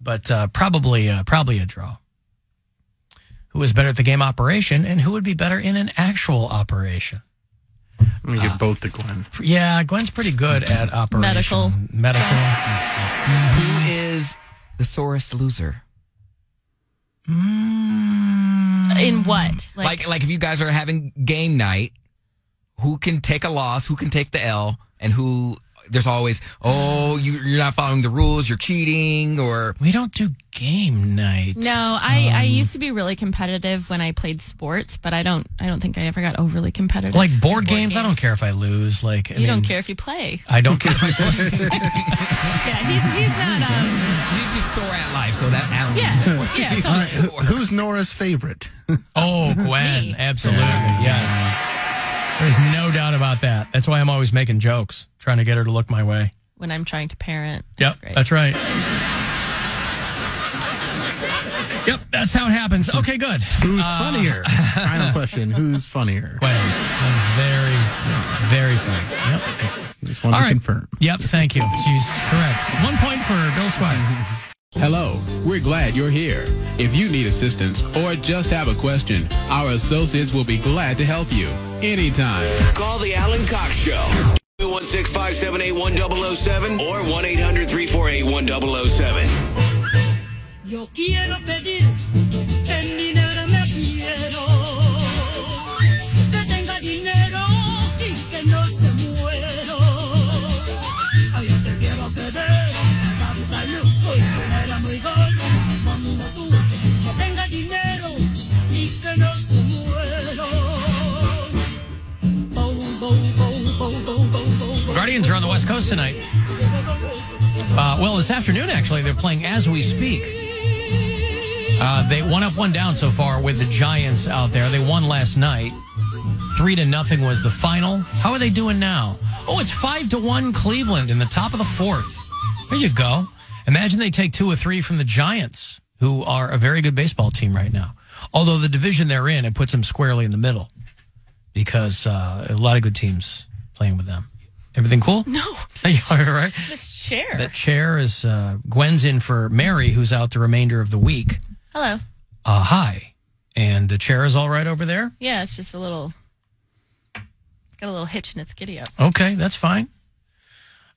Speaker 9: But uh, probably uh, probably a draw. Who is better at the game operation, and who would be better in an actual operation?
Speaker 10: Let me give both to Glenn.
Speaker 9: Yeah, Gwen's pretty good at operation.
Speaker 11: Medical.
Speaker 9: Medical.
Speaker 11: Who is the sorest loser?
Speaker 7: In what?
Speaker 11: Like, like, if you guys are having game night, who can take a loss? Who can take the L? And who? There's always, oh, you, you're not following the rules. You're cheating, or
Speaker 9: we don't do game Um, night.
Speaker 7: No, I, I used to be really competitive when I played sports, but I don't I don't think I ever got overly competitive.
Speaker 9: Like board games, I don't care if I lose. Like I
Speaker 7: You
Speaker 9: mean,
Speaker 7: don't care if you play.
Speaker 9: I don't care. [laughs] if I play.
Speaker 7: [laughs] Yeah, he's, he's not. Um,
Speaker 11: He's just sore at life, so that
Speaker 10: [laughs]
Speaker 11: Alan.
Speaker 7: yeah, yeah.
Speaker 10: All right,
Speaker 7: totally.
Speaker 10: who- who's Nora's favorite?
Speaker 9: [laughs] Oh, Gwen, absolutely. Yes. There's no doubt about that. That's why I'm always making jokes, trying to get her to look my way.
Speaker 7: When I'm trying to parent.
Speaker 9: yep, that's right. Yep, that's how it happens. Okay, good.
Speaker 10: Who's
Speaker 9: Uh, [laughs]
Speaker 10: funnier? Hmm. Final question. Who's funnier?
Speaker 9: Gwen's. Gwen's very, very funny. Yep.
Speaker 10: Just want
Speaker 9: All
Speaker 10: to
Speaker 9: right.
Speaker 10: confirm.
Speaker 9: Yep, thank you. She's correct. One point for Bill Squire.
Speaker 14: Hello, we're glad you're here. If you need assistance or just have a question, our associates will be glad to help you anytime.
Speaker 6: Call the Alan Cox Show. 216 578 1007 or 1 800 348 1007.
Speaker 20: Yo quiero pedir el dinero me quiero que tenga dinero y que no se muero. Ay, yo te quiero pedir tanta luz y tener amigo como tú que tenga dinero y que no se muero. Bow, bow, bow, bow, bow, bow, bow.
Speaker 9: Guardians are on the West Coast tonight. Uh, well, this afternoon, actually, they're playing as we speak. Uh, they one up, one down so far with the Giants out there. They won last night. Three to nothing was the final. How are they doing now? Oh, it's five to one Cleveland in the top of the fourth. There you go. Imagine they take two or three from the Giants, who are a very good baseball team right now. Although the division they're in, it puts them squarely in the middle because uh, a lot of good teams playing with them. Everything cool? [laughs]
Speaker 7: No.
Speaker 9: All right.
Speaker 7: This chair.
Speaker 9: That chair is uh, Gwen's in for Mary, who's out the remainder of the week.
Speaker 7: Hello.
Speaker 9: Uh, hi. And the chair is all right over there?
Speaker 7: Yeah, it's just a little. Got a little hitch in its giddy up.
Speaker 9: Okay, that's fine.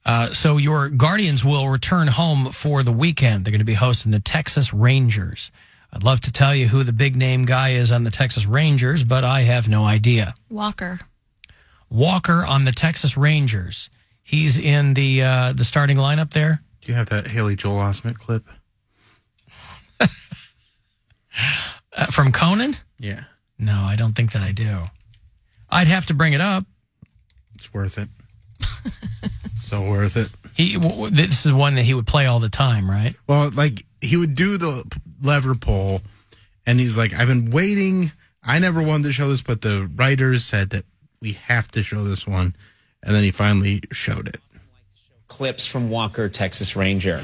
Speaker 9: Uh, so your Guardians will return home for the weekend. They're going to be hosting the Texas Rangers. I'd love to tell you who the big name guy is on the Texas Rangers, but I have no idea.
Speaker 7: Walker.
Speaker 9: Walker on the Texas Rangers. He's in the uh, the starting lineup there.
Speaker 10: Do you have that Haley Joel Osment clip?
Speaker 9: Uh, from Conan?
Speaker 10: Yeah.
Speaker 9: No, I don't think that I do. I'd have to bring it up.
Speaker 10: It's worth it. [laughs] so worth it.
Speaker 9: He w- w- this is one that he would play all the time, right?
Speaker 10: Well, like he would do the p- lever pull, and he's like, "I've been waiting. I never wanted to show this, but the writers said that we have to show this one." And then he finally showed it.
Speaker 15: Clips from Walker, Texas Ranger.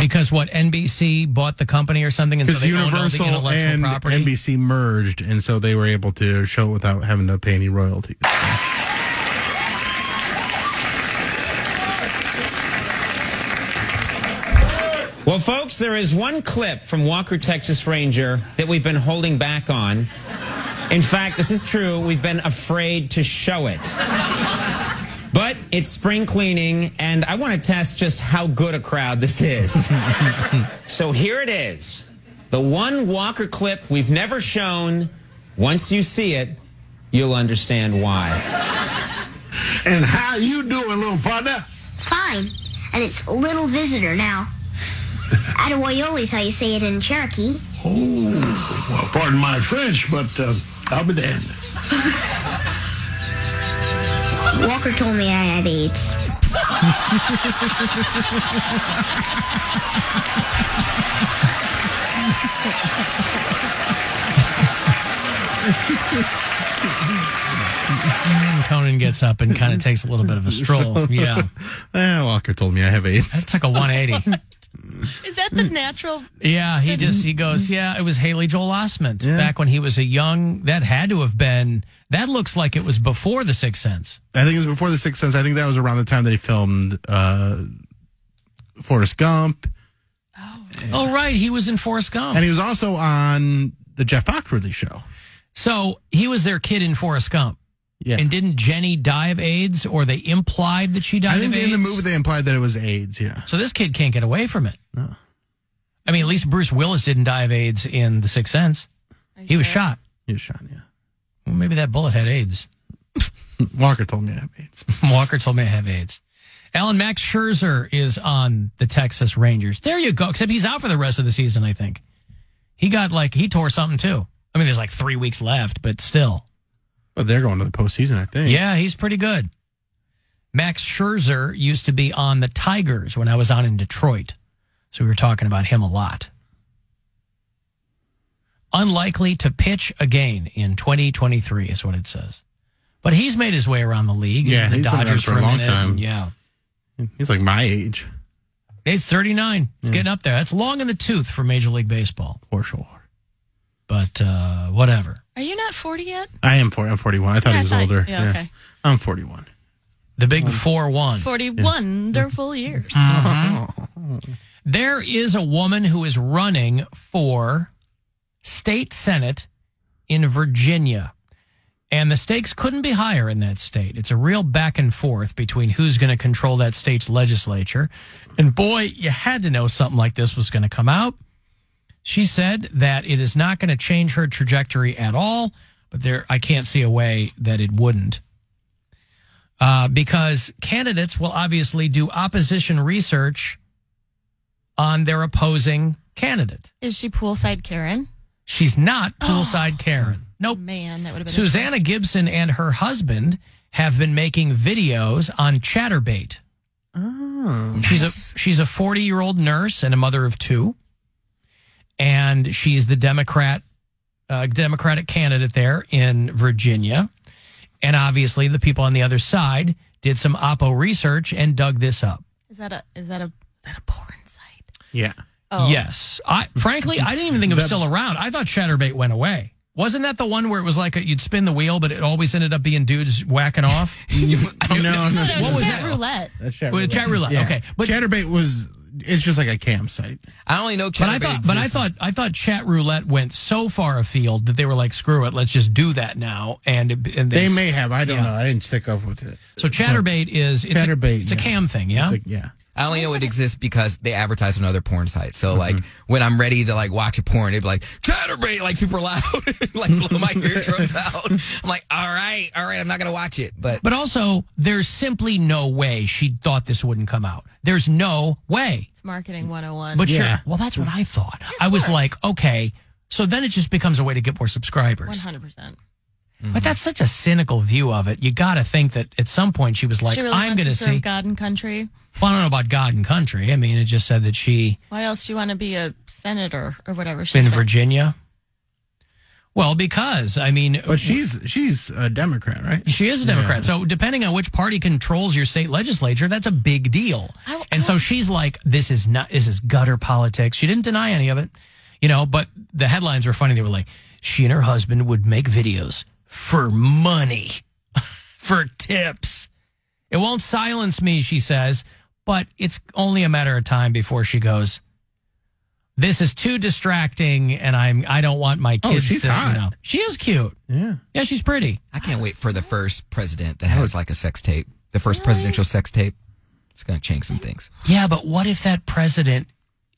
Speaker 9: Because what NBC bought the company or something, and so
Speaker 10: Because
Speaker 9: they own all the
Speaker 10: Universal
Speaker 9: intellectual
Speaker 10: and
Speaker 9: property.
Speaker 10: NBC merged, and so they were able to show it without having to pay any royalties.
Speaker 15: Well, folks, there is one clip from Walker, Texas Ranger that we've been holding back on. In fact, this is true. We've been afraid to show it. But it's spring cleaning, and I want to test just how good a crowd this is. [laughs] so here it is the one Walker clip we've never shown. Once you see it, you'll understand why.
Speaker 16: And how you doing, little partner?
Speaker 24: Fine. And it's little visitor now. Atawayole's how you say it in Cherokee.
Speaker 16: Oh, well, pardon my French, but uh, I'll be damned.
Speaker 24: Walker told me I had AIDS.
Speaker 9: And [laughs] Conan gets up and kind of takes a little bit of
Speaker 10: [laughs]
Speaker 9: a [laughs] stroll. Yeah,
Speaker 10: Eh, Walker told me I have AIDS.
Speaker 9: That's like
Speaker 10: [laughs]
Speaker 9: a 180.
Speaker 7: Is that the natural?
Speaker 9: yeah. He just he goes, yeah. It was Haley Joel Osment back when he was a young. That had to have been. That looks like it was before the Sixth Sense.
Speaker 10: I think it was before the Sixth Sense. I think that was around the time that he filmed uh, Forrest Gump,
Speaker 9: Oh right, he was in Forrest Gump,
Speaker 10: and he was also on the Jeff Foxworthy show.
Speaker 9: So he was their kid in Forrest Gump. Yeah. And didn't Jenny die of AIDS, or they implied that she died
Speaker 10: I think
Speaker 9: of AIDS?
Speaker 10: in the movie they implied that it was AIDS. Yeah,
Speaker 9: So this kid can't get away from it. I mean, at least Bruce Willis didn't die of AIDS in The Sixth Sense. He was shot.
Speaker 10: he was shot. Yeah,
Speaker 9: Well, maybe that bullet had AIDS.
Speaker 10: [laughs] Walker told me I have AIDS.
Speaker 9: [laughs] Walker told me I have AIDS. Alan Max Scherzer is on the Texas Rangers. There you go. Except he's out for the rest of the season, I think. He got like, he tore something too. I mean, there's like three weeks left, but still.
Speaker 10: But they're going to the postseason, I think.
Speaker 9: Yeah, he's pretty good. Max Scherzer used to be on the Tigers when I was on in Detroit. So we were talking about him a lot. Unlikely to pitch again in 2023 is what it says. But he's made his way around the league.
Speaker 10: Yeah,
Speaker 9: the
Speaker 10: he's been around
Speaker 9: Dodgers
Speaker 10: for a long
Speaker 9: minute,
Speaker 10: time.
Speaker 9: and Yeah.
Speaker 10: he's like my age.
Speaker 9: He's 39. He's getting up there. That's long in the tooth for Major League Baseball.
Speaker 10: For sure.
Speaker 9: But uh, whatever.
Speaker 7: Are you not 40 yet?
Speaker 10: I am 40, I'm 41. I thought
Speaker 7: Yeah, I
Speaker 10: he was
Speaker 7: thought-
Speaker 10: older.
Speaker 7: yeah, okay.
Speaker 10: I'm 41.
Speaker 9: The big 4 1.
Speaker 7: 40 wonderful years.
Speaker 9: Mm-hmm. [laughs] There is a woman who is running for state senate in Virginia. And the stakes couldn't be higher in that state. It's a real back and forth between who's going to control that state's legislature. And boy, you had to know something like this was going to come out. She said that it is not going to change her trajectory at all, but there I can't see a way that it wouldn't uh, because candidates will obviously do opposition research on their opposing candidate.
Speaker 7: Is she poolside Karen?
Speaker 9: She's not poolside Karen. Nope.
Speaker 7: Man, that would have been.
Speaker 9: Susanna Gibson and her husband have been making videos on Chatterbait.
Speaker 10: Oh.
Speaker 9: She's a she's a 40 year old nurse and a mother of two, and she's the Democrat uh, Democratic candidate there in Virginia. And obviously, the people on the other side did some Oppo research and dug this up.
Speaker 7: Is that a is that a
Speaker 10: Yeah.
Speaker 7: Oh.
Speaker 9: Yes. I frankly, I didn't even think it was
Speaker 10: That-
Speaker 9: still around. I thought Chatterbait went away. Wasn't that the one where it was like a, you'd spin the wheel, but it always ended up being dudes whacking off?
Speaker 10: [laughs] no, no.
Speaker 9: What was
Speaker 7: chat roulette?
Speaker 10: That's
Speaker 9: Well, chat roulette, okay.
Speaker 10: But Chatterbait was, it's just like a campsite.
Speaker 11: I only know
Speaker 9: But I
Speaker 10: Chatterbait
Speaker 9: thought, but I
Speaker 10: exists.
Speaker 9: thought, I thought chat roulette went so far afield that they were like, "Screw it, let's just do that now." And it, and
Speaker 10: They may have. I don't know. Uh, I didn't stick up with it.
Speaker 9: So Chatterbait is it's
Speaker 10: Chatterbait,
Speaker 9: A, it's a cam thing, yeah.
Speaker 10: yeah.
Speaker 11: I only know it exists because they advertise on other porn sites.
Speaker 9: Mm-hmm.
Speaker 11: So like when I'm ready to like watch a porn, it'd be like chatterbait like super loud, [laughs] like blow my eardrums out. I'm like, all right, all right, I'm not gonna watch it. But
Speaker 9: But also, there's simply no way she thought this wouldn't come out. There's no way.
Speaker 7: It's marketing 101.
Speaker 9: But sure. Well, that's what I thought. I was like, okay. So then it just becomes a way to get more subscribers.
Speaker 7: 100%.
Speaker 9: But that's such a cynical view of it. You got to think that at some point she was like,
Speaker 7: she really
Speaker 9: I'm
Speaker 7: wants
Speaker 9: going to
Speaker 7: to serve
Speaker 9: see.
Speaker 7: God and country.
Speaker 9: Well, I don't know about God and country. I mean, it just said that she
Speaker 7: Why else do you want to be a senator or whatever? She
Speaker 9: in
Speaker 7: said?
Speaker 9: Virginia. Well, because I mean,
Speaker 10: But she's she's a Democrat, right?
Speaker 9: She is a Democrat. So depending on which party controls your state legislature, that's a big deal.
Speaker 7: I-
Speaker 9: and so she's like, "This is not. This is gutter politics." She didn't deny any of it, you know. But the headlines were funny. They were like, "She and her husband would make videos for money, [laughs] for tips." It won't silence me, she says, but it's only a matter of time before she goes. This is too distracting, and I'm. I don't want my
Speaker 11: Oh,
Speaker 9: kids
Speaker 11: she's
Speaker 9: to. you
Speaker 11: hot.
Speaker 9: know." she is cute.
Speaker 10: Yeah,
Speaker 9: yeah, she's pretty.
Speaker 11: I can't wait for the first president that has like a sex tape, the first presidential sex tape. It's gonna change some [laughs] things.
Speaker 9: Yeah, but what if that president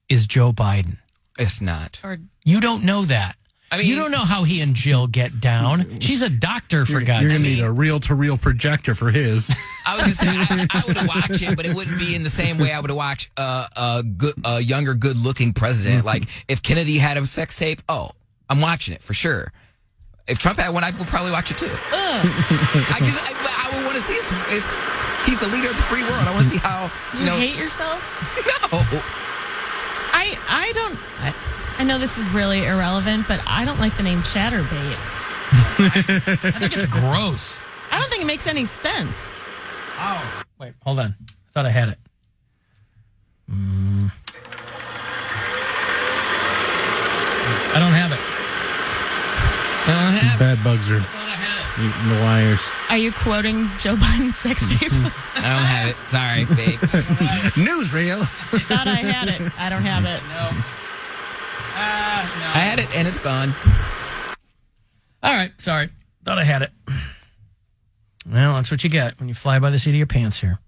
Speaker 9: is Joe Biden?
Speaker 11: It's not.
Speaker 7: Or
Speaker 9: You don't know that.
Speaker 11: I
Speaker 9: I
Speaker 11: mean-
Speaker 9: mean, you don't know how he and Jill get down. She's a doctor, for
Speaker 10: You're,
Speaker 9: God's
Speaker 10: gonna
Speaker 9: sake.
Speaker 10: need a [laughs] reel to reel projector for his.
Speaker 11: I was gonna say I, I would watch it, but it wouldn't be in the same way I would watch uh, a good, a younger, good-looking president. Like if Kennedy had a sex tape, oh, I'm watching it for sure. If Trump had one, I would probably watch it too. I just I, but I would want to see it's, it's he's the leader of the free world. I want to see how
Speaker 7: You
Speaker 11: you, know.
Speaker 7: hate
Speaker 9: [laughs]
Speaker 7: yourself?
Speaker 11: no.
Speaker 7: I I don't. I, I know this is really irrelevant, but I don't like the name Chatterbait.
Speaker 9: [laughs] I think it's gross.
Speaker 7: I don't think it makes any sense.
Speaker 9: Oh. Wait, hold on. I thought I had it. Mm. I don't have it.
Speaker 10: Bad bugs are eating the wires.
Speaker 7: Are you quoting Joe Biden's sex tape?
Speaker 9: Mm-hmm.
Speaker 11: I don't [laughs] have it. Sorry, babe.
Speaker 10: Newsreel.
Speaker 7: I thought I had it. I don't have
Speaker 9: Uh,
Speaker 7: it.
Speaker 11: I had it and it's gone.
Speaker 9: All right, sorry. Thought I had it. Well, that's what you get when you fly by the seat of your pants here.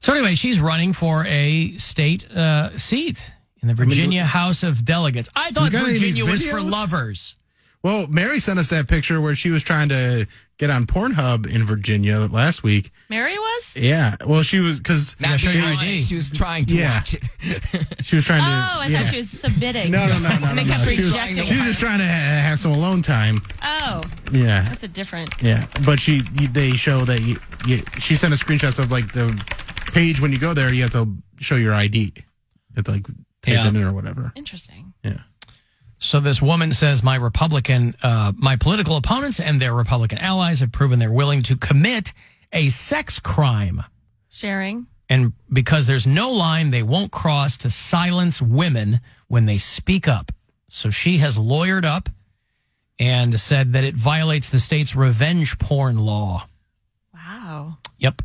Speaker 9: So anyway, she's running for a state uh, seat in the
Speaker 10: mean,
Speaker 9: Virginia House of Delegates. I thought
Speaker 10: got any of these
Speaker 9: Virginia was for
Speaker 10: videos?
Speaker 9: lovers.
Speaker 10: Well, Mary sent us that picture where she was trying to get on Pornhub in Virginia last week.
Speaker 7: Mary was?
Speaker 10: Yeah. Well, she was because
Speaker 11: Not being honest, She was trying to
Speaker 10: Yeah.
Speaker 11: watch it.
Speaker 10: she was trying
Speaker 7: Oh,
Speaker 10: to.
Speaker 7: I
Speaker 10: yeah.
Speaker 7: thought she was Semitic.
Speaker 10: No, no, no, no,
Speaker 7: and
Speaker 10: no.
Speaker 7: [laughs] they
Speaker 10: no.
Speaker 7: kept
Speaker 10: She was,
Speaker 7: rejecting
Speaker 10: she was
Speaker 7: her.
Speaker 10: just trying to ha- have some alone time.
Speaker 7: Oh.
Speaker 10: Yeah.
Speaker 7: That's a different.
Speaker 10: Yeah, but she they show that you, you she sent a screenshot of like the page when you go there you have to show your ID, you have to like type
Speaker 9: Yeah.
Speaker 10: it in or whatever.
Speaker 7: Interesting.
Speaker 10: Yeah.
Speaker 9: So this woman says, "My Republican, uh, my political opponents and their Republican allies have proven they're willing to commit a sex crime,
Speaker 7: Sharing.
Speaker 9: and because there's no line they won't cross to silence women when they speak up." So she has lawyered up and said that it violates the state's revenge porn law.
Speaker 7: Wow.
Speaker 9: Yep.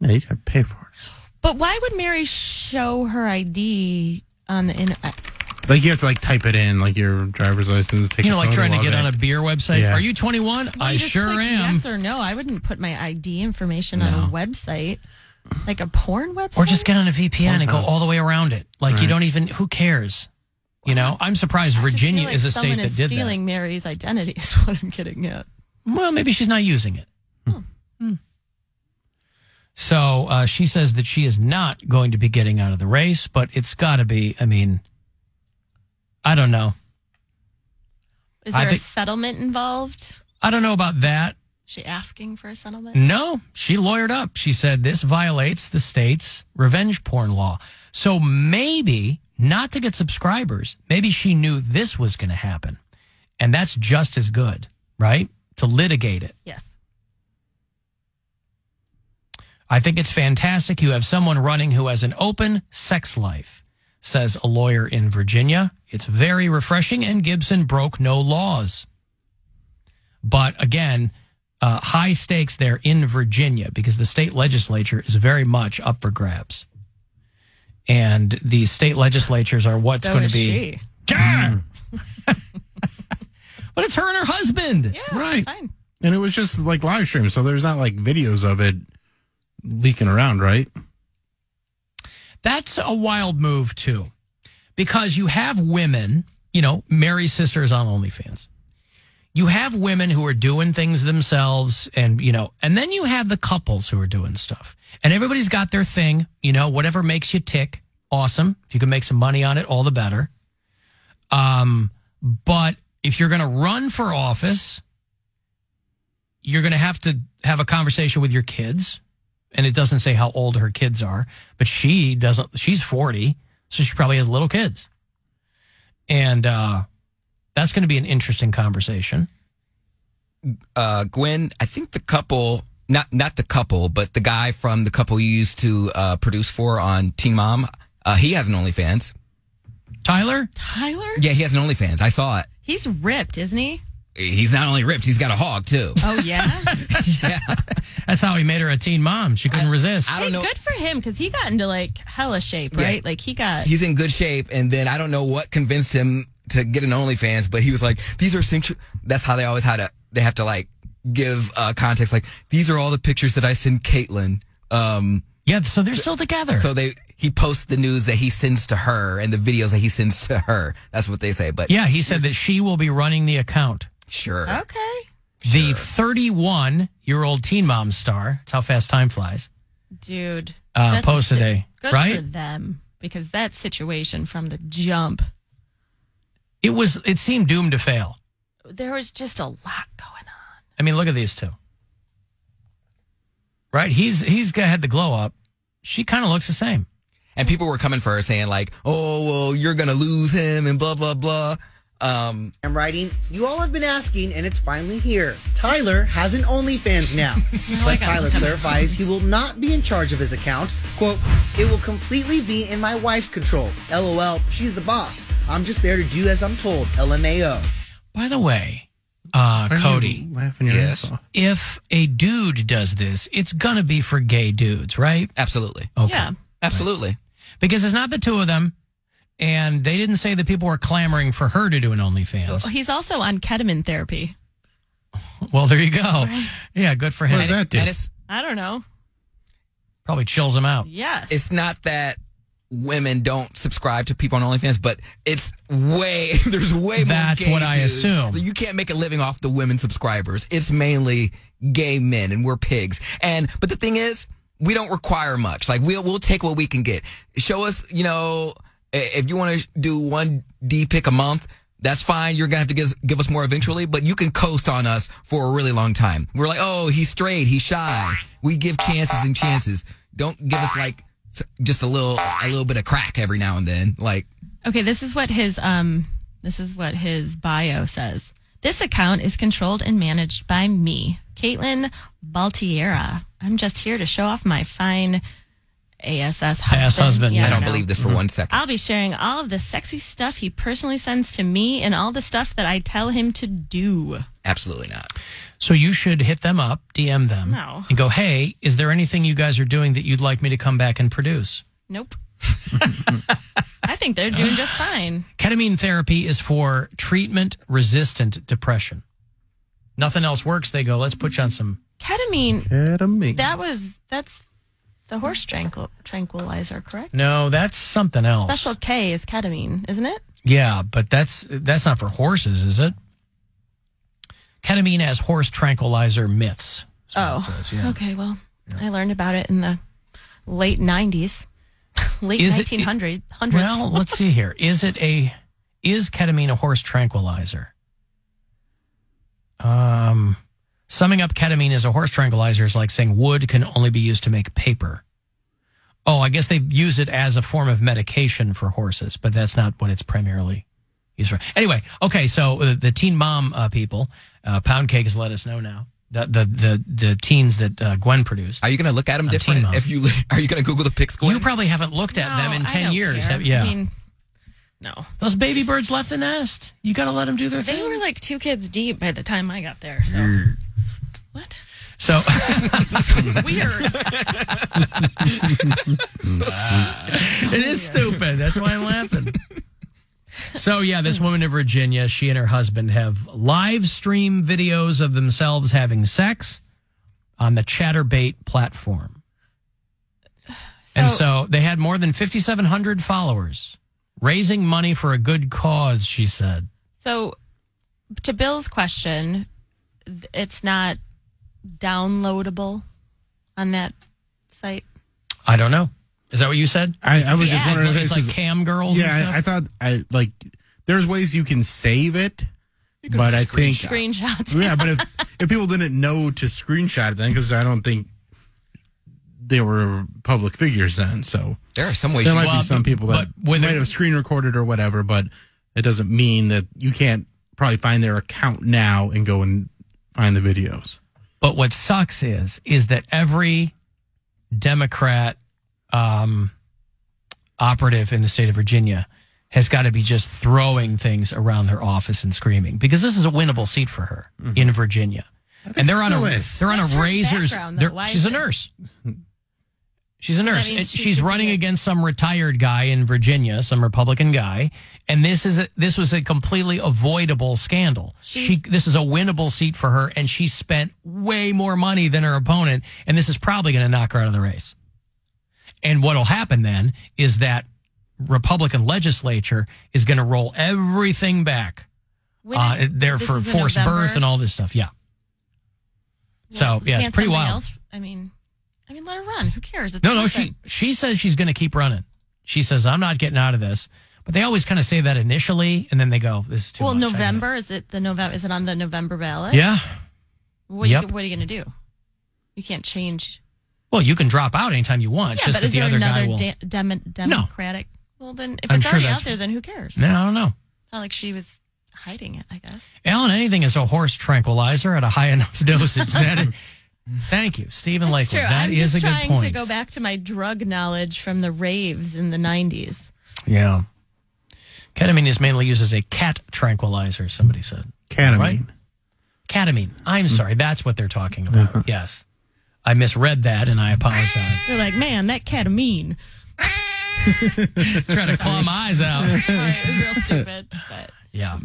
Speaker 10: Yeah, you gotta pay for
Speaker 7: But why would Mary show her um, ID on the internet?
Speaker 10: it. Like you have to like type it in like your driver's license. Take
Speaker 9: you
Speaker 10: a
Speaker 9: know, like
Speaker 10: photo
Speaker 9: trying to
Speaker 10: of
Speaker 9: get
Speaker 10: it.
Speaker 9: on a beer website.
Speaker 10: Yeah.
Speaker 9: Are you 21? I
Speaker 7: You just
Speaker 9: sure
Speaker 7: click
Speaker 9: am.
Speaker 7: Yes or no? I wouldn't put my ID information on a website, like a porn website.
Speaker 9: Or just get on a VPN and go
Speaker 7: Pornhub.
Speaker 9: all the way around it. Like
Speaker 7: Right.
Speaker 9: you don't even. Who cares? You know, I'm surprised
Speaker 7: I just feel
Speaker 9: Virginia
Speaker 7: like
Speaker 9: is a
Speaker 7: someone
Speaker 9: state that did
Speaker 7: stealing Mary's identity [laughs] is what I'm getting at.
Speaker 9: that. Well, maybe she's not using it.
Speaker 7: Hmm.
Speaker 9: Hmm. So uh, she says that she is not going to be getting out of the race, but it's got to be. I mean, I don't know.
Speaker 7: Is
Speaker 9: I
Speaker 7: there
Speaker 9: think-
Speaker 7: a settlement involved?
Speaker 9: I don't know about that.
Speaker 7: She asking for a settlement?
Speaker 9: No, she lawyered up. She said this violates the state's revenge porn law. So maybe not to get subscribers, maybe she knew this was going to happen. And that's just as good, right? To litigate it.
Speaker 7: Yes.
Speaker 9: I think it's fantastic you have someone running who has an open sex life, says a lawyer in Virginia. It's very refreshing, and Gibson broke no laws. But again, uh, high stakes there in Virginia because the state legislature is very much up for grabs. And the state legislatures are what's
Speaker 7: So
Speaker 9: going
Speaker 7: is
Speaker 9: to be.
Speaker 7: she.
Speaker 9: Yeah. but it's her and her husband.
Speaker 10: right. And it was just like live stream, so there's not like videos of it leaking around, right?
Speaker 9: That's a wild move too, because you have women. You know, Mary's sister is on OnlyFans. You have women who are doing things themselves, and you know, and then you have the couples who are doing stuff, and everybody's got their thing. You know, whatever makes you tick, awesome. If you can make some money on it, all the better. Um, but if you're going to run for office, you're going to have to have a conversation with your kids. And it doesn't say how old her kids are, but she doesn't, she's 40, so she probably has little kids. And uh, that's going to be an interesting conversation.
Speaker 11: uh, Gwen, I think the couple, not not the couple, but the guy from the couple you used to uh, produce for on Teen Mom, uh, he has an OnlyFans.
Speaker 9: Tyler?
Speaker 7: Tyler?
Speaker 11: Yeah, he has an OnlyFans. I saw it.
Speaker 7: He's ripped, isn't he?
Speaker 11: He's not only ripped, he's got a hog too.
Speaker 7: Oh, yeah.
Speaker 9: That's how he made her a teen mom. She couldn't resist.
Speaker 7: hey, good for him because he got into like hella shape,
Speaker 11: Yeah.
Speaker 7: right? Like he got.
Speaker 11: He's in good shape, and then I don't know what convinced him to get an OnlyFans, but he was like, "These are sanctu-" That's how they always had to. They have to like give uh, context. Like these are all the pictures that I send Caitlyn. Um,
Speaker 9: yeah, so they're still together.
Speaker 11: So they he posts the news that he sends to her and the videos that he sends to her. That's what they say. But
Speaker 9: yeah, he said that she will be running the account.
Speaker 11: Uh, Sure.
Speaker 7: Okay.
Speaker 9: The 31 year old teen mom star, that's how fast time flies,
Speaker 7: Dude.
Speaker 9: Uh,
Speaker 7: that's
Speaker 9: post
Speaker 7: a-
Speaker 9: today,
Speaker 7: Good
Speaker 9: right?
Speaker 7: for them because that situation from the jump,
Speaker 9: it was, it seemed doomed to fail.
Speaker 7: there was just a lot.
Speaker 9: I mean, look at these two. Right? He's he's got- had the glow up. She kind of looks the same.
Speaker 11: And people were coming for her saying like, "Oh, well, you're gonna lose him," and blah blah blah. Um,
Speaker 17: I'm writing. You all have been asking, and it's finally here. Tyler has an OnlyFans
Speaker 7: [laughs]
Speaker 17: now. but Tyler clarifies he will not be in charge of his account. Quote, it will completely be in my wife's control. LOL, she's the boss. I'm just there to do as I'm told.
Speaker 6: [laughs]
Speaker 17: LMAO.
Speaker 9: By the way, uh,
Speaker 17: Are you
Speaker 9: Cody,
Speaker 10: laughing your Yes. ass off?
Speaker 9: if a dude does this, it's going to be for gay dudes, right?
Speaker 11: Absolutely.
Speaker 9: Okay.
Speaker 7: Yeah.
Speaker 11: Absolutely.
Speaker 9: Because it's not the two of them. And they didn't say that people were clamoring for her to do an OnlyFans.
Speaker 7: He's also on ketamine therapy.
Speaker 9: Well, there you go. Yeah, good for him.
Speaker 11: What does that do? And it's-
Speaker 7: I don't know.
Speaker 9: Probably chills him out.
Speaker 7: Yes.
Speaker 11: it's not that women don't subscribe to people on OnlyFans, but it's way [laughs] there's way more.
Speaker 9: That's
Speaker 11: gay
Speaker 9: what I
Speaker 11: dudes.
Speaker 9: assume.
Speaker 11: You can't make a living off the women subscribers. It's mainly gay men, and we're pigs. And but the thing is, we don't require much. Like we'll we'll take what we can get. Show us, you know, i- if you want to do one D pick a month. That's fine. You're gonna have to give, give us more eventually, but you can coast on us for a really long time. We're like, oh, he's straight, he's shy. We give chances and chances. Don't give us like s- just a little a little bit of crack every now and then like
Speaker 7: Okay, this is what his um this is what his bio says. This account is controlled and managed by me, Caitlin Baltiera. I'm just here to show off my fine ASS husband.
Speaker 9: husband,
Speaker 7: Yeah,
Speaker 11: i don't
Speaker 7: know. Mhm.
Speaker 11: believe this for one second
Speaker 7: I'll be sharing all of the sexy stuff he personally sends to me and all the stuff that I tell him to do.
Speaker 11: absolutely not
Speaker 9: So you should hit them up, DM
Speaker 11: Um,
Speaker 9: them,
Speaker 7: No.
Speaker 9: and go, hey, is there anything you guys are doing that you'd like me to come back and produce?
Speaker 7: Nope. [laughs] I think they're doing just fine.
Speaker 9: Ketamine therapy is for treatment resistant depression. Nothing else works. They go, let's put you on some
Speaker 7: Ketamine,
Speaker 9: ketamine.
Speaker 7: that was that's the horse tranquil- tranquilizer, correct?
Speaker 9: no, that's something else.
Speaker 7: Special K is ketamine, isn't it?
Speaker 9: Yeah, but that's that's not for horses, is it? Ketamine has horse tranquilizer myths.
Speaker 7: oh,
Speaker 9: says, yeah.
Speaker 7: okay. Well, I learned about it in the late '90s, late
Speaker 9: Is it-
Speaker 7: 1900s.
Speaker 9: Well, let's see here. Is it a is ketamine a horse tranquilizer? Um, summing up ketamine as a horse tranquilizer is like saying wood can only be used to make paper. Oh, I guess they use it as a form of medication for horses, but that's not what it's primarily used for. Anyway, okay, so uh, the teen mom uh, people, uh, Pound Cake has let us know now the the the, the teens that uh, Gwen produced. Uh,
Speaker 11: Are you going to look at them
Speaker 9: different?
Speaker 11: If you [laughs] are you going to Google the pics, Gwen?
Speaker 9: You probably haven't looked at them in
Speaker 7: I
Speaker 9: ten
Speaker 7: don't
Speaker 9: years.
Speaker 7: care.
Speaker 9: have- yeah,
Speaker 7: I mean, no.
Speaker 9: those baby birds left the nest. You got to let them do their
Speaker 7: They
Speaker 9: thing.
Speaker 7: were like two kids deep by the time I got there. So
Speaker 9: Mm. So
Speaker 7: [laughs]
Speaker 9: [laughs]
Speaker 7: weird.
Speaker 9: it is stupid. That's why I'm laughing. So yeah, this woman in Virginia, she and her husband have live stream videos of themselves having sex on the ChatterBait platform. and so they had more than 5700 followers, raising money for a good cause, she said.
Speaker 7: So, to Bill's question, th- it's not downloadable on that site.
Speaker 9: I don't know. Is that what you said?
Speaker 10: I, I was just
Speaker 9: Yeah,
Speaker 10: wondering
Speaker 9: it's,
Speaker 10: if
Speaker 9: it's like cam girls.
Speaker 10: Yeah,
Speaker 9: and stuff?
Speaker 10: I, I thought I like there's ways you can save it, but I think
Speaker 7: screenshots.
Speaker 10: yeah,
Speaker 7: [laughs]
Speaker 10: but if if people didn't know to screenshot it then, because I don't think they were public figures then, so
Speaker 11: there are some ways
Speaker 10: there
Speaker 11: you-
Speaker 10: might
Speaker 11: Well,
Speaker 10: be some people that
Speaker 11: but whether-
Speaker 10: might have screen recorded or whatever, but it doesn't mean that you can't probably find their account now and go and find the videos.
Speaker 9: But what sucks is is that every Democrat um, operative in the state of Virginia has got to be just throwing things around their office and screaming because this is a winnable seat for her
Speaker 10: Mm-hmm.
Speaker 9: in Virginia, and they're on a
Speaker 10: it still is.
Speaker 9: they're on
Speaker 10: What's
Speaker 9: a
Speaker 10: her
Speaker 9: razors.
Speaker 10: background, though?
Speaker 9: they're-
Speaker 10: Why is
Speaker 9: She's a
Speaker 10: it- [laughs]
Speaker 9: nurse. She's a nurse.
Speaker 10: means
Speaker 9: and
Speaker 10: she
Speaker 9: she's
Speaker 10: should be
Speaker 9: running against some retired guy in Virginia, some Republican guy, and this is a, this was a completely avoidable scandal. she this is a winnable seat for her, and she spent way more money than her opponent, and this is probably going to knock her out of the race. And what'll happen then is that Republican legislature is going to roll everything back.
Speaker 7: When is-
Speaker 9: Uh, there
Speaker 7: this
Speaker 9: for
Speaker 7: is in
Speaker 9: forced birth
Speaker 7: November?
Speaker 9: and all this stuff. Yeah. So yeah, it's
Speaker 7: Can't
Speaker 9: pretty
Speaker 7: somebody
Speaker 9: wild.
Speaker 7: else- I mean, I mean, let her run. Who cares? It's
Speaker 9: No, no,
Speaker 7: nothing.
Speaker 9: she she says she's going to keep running. She says I'm not getting out of this. But they always kind of say that initially, and then they go, "This is too
Speaker 7: Well,
Speaker 9: much. I gotta-"
Speaker 7: November is it the November? Is it on the November ballot?
Speaker 9: Yeah.
Speaker 7: What,
Speaker 9: Yep.
Speaker 7: you, what are you going to do? You can't change.
Speaker 9: Well, you can drop out anytime you want.
Speaker 7: yeah,
Speaker 9: Uh, just
Speaker 7: but
Speaker 9: that
Speaker 7: is
Speaker 9: the
Speaker 7: there
Speaker 9: other guy
Speaker 7: another
Speaker 9: will.
Speaker 7: de- demo- Democratic? Well, then if
Speaker 9: I'm
Speaker 7: it's
Speaker 9: sure
Speaker 7: already out
Speaker 9: that's-
Speaker 7: there, then who cares?
Speaker 9: [laughs] No, I don't know.
Speaker 7: It's not like she was hiding it. I guess.
Speaker 9: Alan, anything is a horse tranquilizer at a high enough [laughs] dosage.
Speaker 7: [laughs]
Speaker 9: that, thank you, Stephen
Speaker 7: That's
Speaker 9: Lakewood.
Speaker 7: true.
Speaker 9: That
Speaker 7: I'm
Speaker 9: is
Speaker 7: just
Speaker 9: a good
Speaker 7: trying
Speaker 9: point.
Speaker 7: to go back to my drug knowledge from the raves in the 90s.
Speaker 9: Yeah. Ketamine is mainly used as a cat tranquilizer, somebody said.
Speaker 10: Ketamine.
Speaker 9: Right? Ketamine. I'm sorry. That's what they're talking about. yes. I misread that and I apologize.
Speaker 7: They're like, man, that ketamine.
Speaker 9: [laughs] Trying to claw my eyes [laughs] out.
Speaker 7: Real stupid. [laughs] But
Speaker 9: Yeah.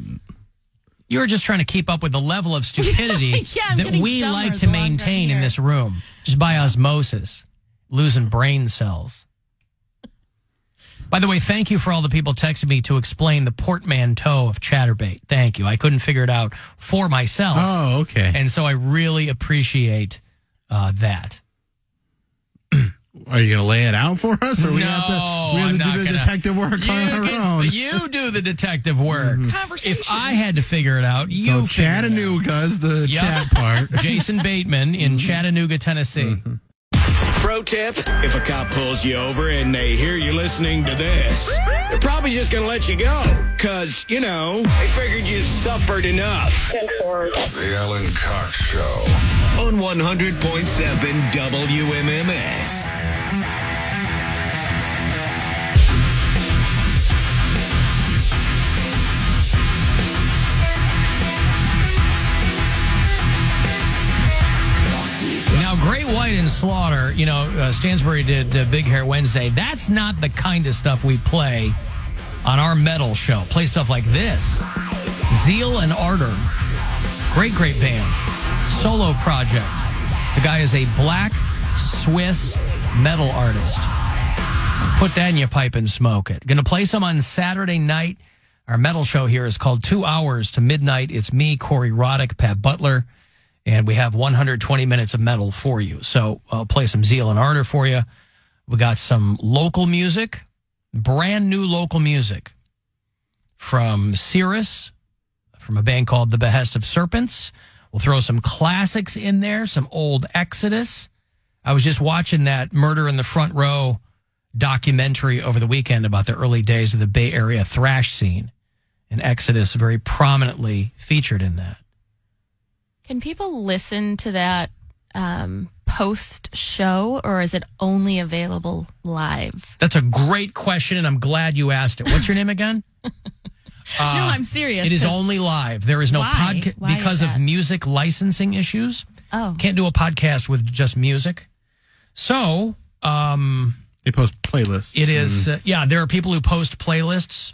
Speaker 9: You're just trying to keep up with the level of stupidity
Speaker 7: [laughs] Yeah, I'm
Speaker 9: that
Speaker 7: getting
Speaker 9: we
Speaker 7: dumber
Speaker 9: like
Speaker 7: the
Speaker 9: to
Speaker 7: longer I'm
Speaker 9: maintain in
Speaker 7: here.
Speaker 9: this room, just by osmosis, losing brain cells. By the way, thank you for all the people texting me to explain the portmanteau of chatterbait. Thank you. I couldn't figure it out for myself.
Speaker 10: Oh, okay.
Speaker 9: And so I really appreciate uh, that.
Speaker 10: Are you gonna lay it out for us, or we
Speaker 9: no,
Speaker 10: have to we have
Speaker 9: I'm
Speaker 10: to
Speaker 9: not
Speaker 10: do the
Speaker 9: gonna-
Speaker 10: detective work
Speaker 9: you
Speaker 10: on our
Speaker 9: can-
Speaker 10: own?
Speaker 9: You do the detective work. If I had to figure it out, you
Speaker 10: so Chattanooga's the
Speaker 9: Yup.
Speaker 10: chat part.
Speaker 9: [laughs]
Speaker 10: Mm-hmm.
Speaker 9: Jason Bateman in Chattanooga, Tennessee.
Speaker 6: Pro tip if a cop pulls you over and they hear you listening to this, they're probably just going to let you go. Because, you know, they figured you suffered enough. The Alan Cox Show. On 100.7 WMMS.
Speaker 9: Now, Great White and Slaughter, you know, uh, Stansbury did uh, Big Hair Wednesday. That's not the kind of stuff we play on our metal show. Play stuff like this Zeal and Ardor. Great, great band. Solo project. The guy is a black Swiss metal artist. Put that in your pipe and smoke it. Gonna play some on Saturday night. Our metal show here is called Two Hours to Midnight. It's me, Corey Roddick, Pat Butler, and we have 120 minutes of metal for you. So I'll play some Zeal and Ardor for you. We got some local music, brand new local music from Cirrus, from a band called The Behest of Serpents. We'll throw some classics in there, some old Exodus. I was just watching that Murder in the Front Row documentary over the weekend about the early days of the Bay Area thrash scene, and Exodus very prominently featured in that.
Speaker 7: Can people listen to that um, post show, or is it only available live?
Speaker 9: That's a great question, and I'm glad you asked it. What's your
Speaker 7: [laughs]
Speaker 9: name again?
Speaker 7: no, I'm serious.
Speaker 9: It is only live. There is no
Speaker 7: Why?
Speaker 9: podcast
Speaker 7: Why is
Speaker 9: because of
Speaker 7: that?
Speaker 9: music licensing issues.
Speaker 7: Oh.
Speaker 9: Can't do a podcast with just music. So, um,
Speaker 10: they post playlists. Hmm.
Speaker 9: It is,
Speaker 10: and-
Speaker 9: uh, yeah, there are people who post playlists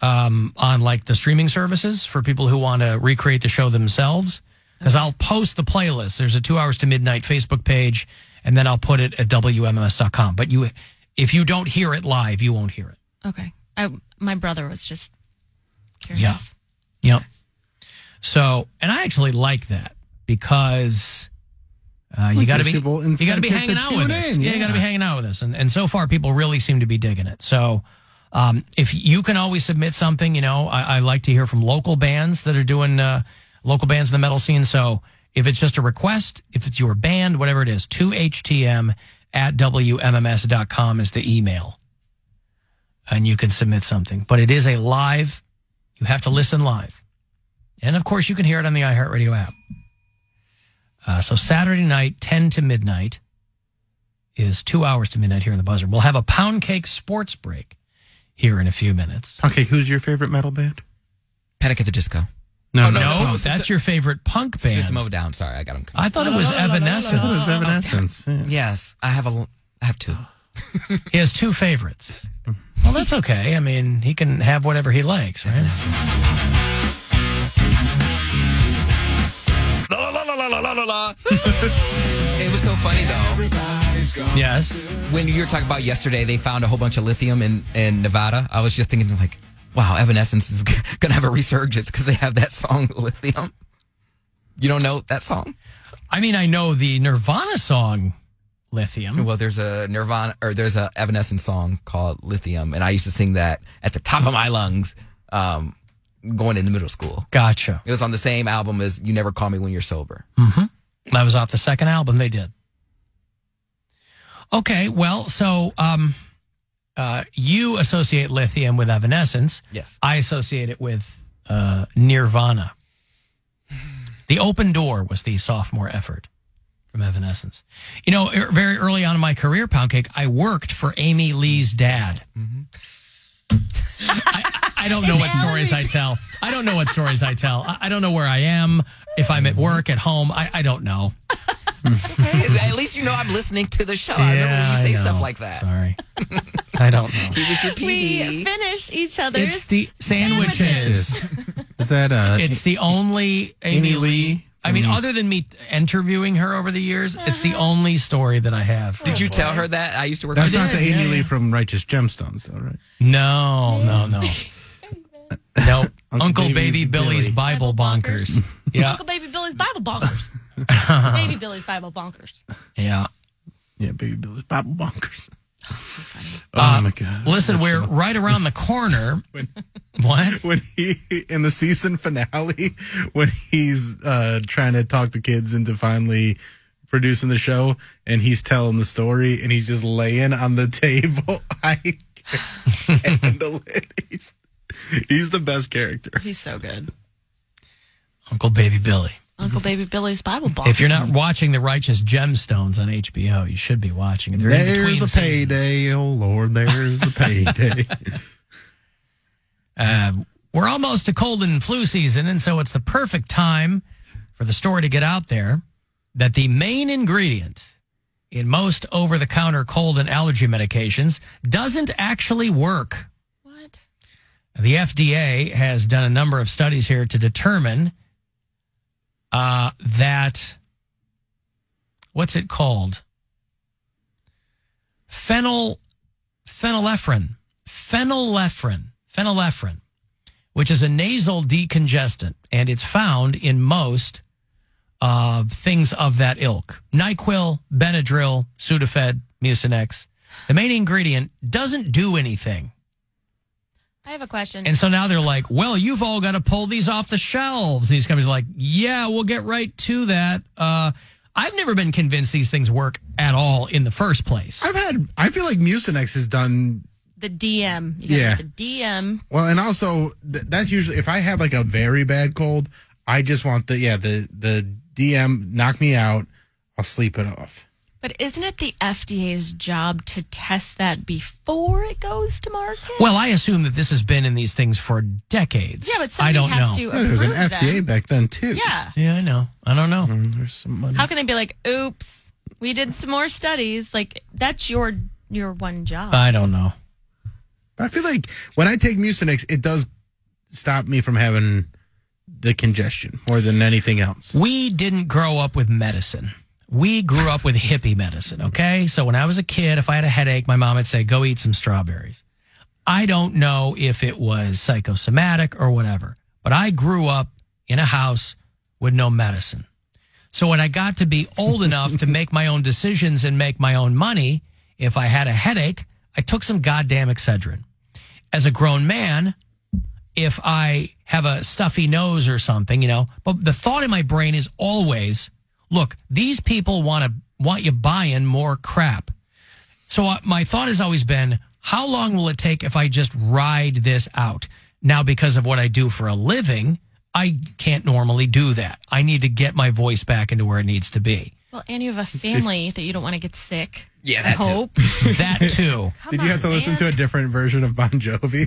Speaker 9: um, on like the streaming services for people who want to recreate the show themselves. Because I'll post the playlist. There's a two hours to midnight Facebook page, and then I'll put it at WMMS.com. But you, if you don't hear it live, you won't hear it.
Speaker 7: Okay. I, my brother was just curious.
Speaker 9: Yeah. Yep. So, and I actually like that because uh, you
Speaker 10: Like,
Speaker 9: got to
Speaker 10: gives
Speaker 9: be
Speaker 10: people
Speaker 9: you got to be
Speaker 10: incentive to
Speaker 9: hanging out with
Speaker 10: tune
Speaker 9: us.
Speaker 10: in,
Speaker 9: Yeah, you got to be
Speaker 10: yeah.
Speaker 9: hanging out with us, and and so far people really seem to be digging it. So. Um, if you can always submit something, you know, I, I like to hear from local bands that are doing uh, local bands in the metal scene. So if it's just a request, if it's your band, whatever it is, 2htm at wmms.com is the email. And you can submit something. But it is a live, you have to listen live. And of course, you can hear it on the iHeartRadio app. Uh, so Saturday night, 10 to midnight, is two hours to midnight here in the buzzer. We'll have a pound cake sports break here in a few minutes.
Speaker 10: Okay, who's your favorite metal band?
Speaker 11: Panic at the Disco.
Speaker 9: No,
Speaker 11: Oh,
Speaker 9: no,
Speaker 11: no, no, no,
Speaker 9: that's your favorite punk band.
Speaker 11: System of a Down. Sorry, I got him.
Speaker 9: I thought it was Evanescence.
Speaker 11: It was
Speaker 10: Evanescence.
Speaker 11: [laughs] Yes, I have a. I have two.
Speaker 9: [laughs] He has two favorites. Well, that's okay. I mean, he can have whatever he likes, right?
Speaker 11: La la la la la la la la. It was so funny though.
Speaker 9: Yes.
Speaker 11: When you were talking about yesterday, they found a whole bunch of lithium in in Nevada. I was just thinking like, wow, Evanescence is [laughs] g- gonna have a resurgence because they have that song [laughs] Lithium. You don't know that song?
Speaker 9: I mean, I know the Nirvana song Lithium.
Speaker 11: Well, there's a Nirvana or there's a Evanescence song called Lithium, and I used to sing that at the top of my lungs, um, going into middle school.
Speaker 9: Gotcha.
Speaker 11: It was on the same album as You Never Call Me When You're
Speaker 9: [laughs]
Speaker 11: Sober.
Speaker 9: Mm-hmm. That was off the second album they did. Okay, well, so um, uh, you associate lithium with Evanescence.
Speaker 11: Yes.
Speaker 9: I associate it with uh, Nirvana. The Open Door was the sophomore effort from Evanescence. You know, er- very early on in my career, Pound Cake, I worked for Amy Lee's dad. [laughs] I, I don't know what stories I tell. I don't know what stories I tell. I, I don't know where I am, if I'm at work, at home. I, I don't know.
Speaker 11: Hey, at least you know I'm listening to the show. I remember when
Speaker 9: Yeah,
Speaker 11: you
Speaker 9: I
Speaker 11: say stuff
Speaker 9: know.
Speaker 11: like that.
Speaker 9: Sorry. [laughs] I don't know.
Speaker 11: He was your
Speaker 7: We finish each other's.
Speaker 9: It's the sandwiches.
Speaker 10: Is that uh?
Speaker 9: It's the only Amy,
Speaker 10: Amy
Speaker 9: Lee.
Speaker 10: Lee?
Speaker 9: I mean,
Speaker 10: Mm.
Speaker 9: other than me interviewing her over the years, it's the only story that I have.
Speaker 11: Uh-huh. Did you tell her that? I used to work
Speaker 10: That's
Speaker 11: with
Speaker 10: not the
Speaker 11: Yeah,
Speaker 10: Amy
Speaker 11: yeah.
Speaker 10: Lee from Righteous Gemstones, though, right?
Speaker 9: No,
Speaker 11: [laughs]
Speaker 9: no, no. No, Uncle, Baby, Billy's Bible Bonkers. [laughs] yeah, Uh-huh.
Speaker 7: Uncle Baby Billy's Bible bonkers.
Speaker 9: [laughs]
Speaker 7: Baby Billy's Bible bonkers.
Speaker 9: yeah.
Speaker 10: Yeah, Baby Billy's Bible Bonkers.
Speaker 9: Uh,
Speaker 10: Oh my god!
Speaker 9: Listen, we're right around
Speaker 10: [laughs]
Speaker 9: the corner. what?
Speaker 10: When he in the season finale, when he's uh trying to talk the kids into finally producing the show, and he's telling the story, and he's just laying on the table. [laughs] I can't handle it. He's, he's the best character.
Speaker 7: He's so good.
Speaker 9: Uncle Baby Billy.
Speaker 7: Uncle Baby Billy's Bible bonkers.
Speaker 9: If you're not watching The Righteous Gemstones on HBO, you should be watching it. They're in between
Speaker 10: There's a
Speaker 9: seasons.
Speaker 10: payday, oh Lord! There's a
Speaker 9: [laughs]
Speaker 10: payday.
Speaker 9: Uh, we're almost to cold and flu season, and so it's the perfect time for the story to get out there that the main ingredient in most over the counter cold and allergy medications doesn't actually work. What? The FDA has done a number of studies here to determine uh, that what's it called? Phenyl phenylephrine, phenylephrine, phenylephrine, which is a nasal decongestant, and it's found in most uh, things of that ilk: Nyquil, Benadryl, Sudafed, Mucinex. The main ingredient doesn't do anything,
Speaker 7: I have a question.
Speaker 9: and so now they're like, "Well, you've all got to pull these off the shelves." These companies are like, "Yeah, we'll get right to that." Uh, I've never been convinced these things work at all in the first place.
Speaker 10: I've had. I feel like Mucinex has done
Speaker 7: the DM. You gotta
Speaker 10: Yeah.
Speaker 7: get The DM.
Speaker 10: Well, and also th- that's usually if I have like a very bad cold, I just want the yeah the the DM knock me out. I'll sleep it off.
Speaker 7: But isn't it the FDA's job to test that before it goes to market?
Speaker 9: Well, I assume that this has been in these things for decades.
Speaker 7: Yeah, but
Speaker 9: I
Speaker 7: somebody
Speaker 9: don't
Speaker 7: has
Speaker 9: know.
Speaker 7: to Well, there was an approve FDA them.
Speaker 10: back then too. Mm,
Speaker 7: Yeah.
Speaker 9: Yeah, I know. I don't know.
Speaker 10: there's some money.
Speaker 7: How can they be like, "Oops, we did some more studies"? Like that's your your one job.
Speaker 9: I don't know.
Speaker 10: But I feel like when I take Mucinex, it does stop me from having the congestion more than anything else.
Speaker 9: We didn't grow up with medicine. We grew up with hippie medicine, okay? So when I was a kid, if I had a headache, my mom would say, go eat some strawberries. I don't know if it was psychosomatic or whatever, but I grew up in a house with no medicine. So when I got to be old [laughs] enough to make my own decisions and make my own money, if I had a headache, I took some goddamn Excedrin. As a grown man, if I have a stuffy nose or something, you know. But the thought in my brain is always, look, these people want to want you buying more crap. So uh, my thought has always been, how long will it take if I just ride this out? Now because of what I do for a living, I can't normally do that. I need to get my voice back into where it needs to be.
Speaker 7: Well, and you have a family that you don't want to get sick.
Speaker 9: Yeah,
Speaker 7: that hope.
Speaker 9: that too.
Speaker 10: Did you have to listen to a different version of Bon Jovi?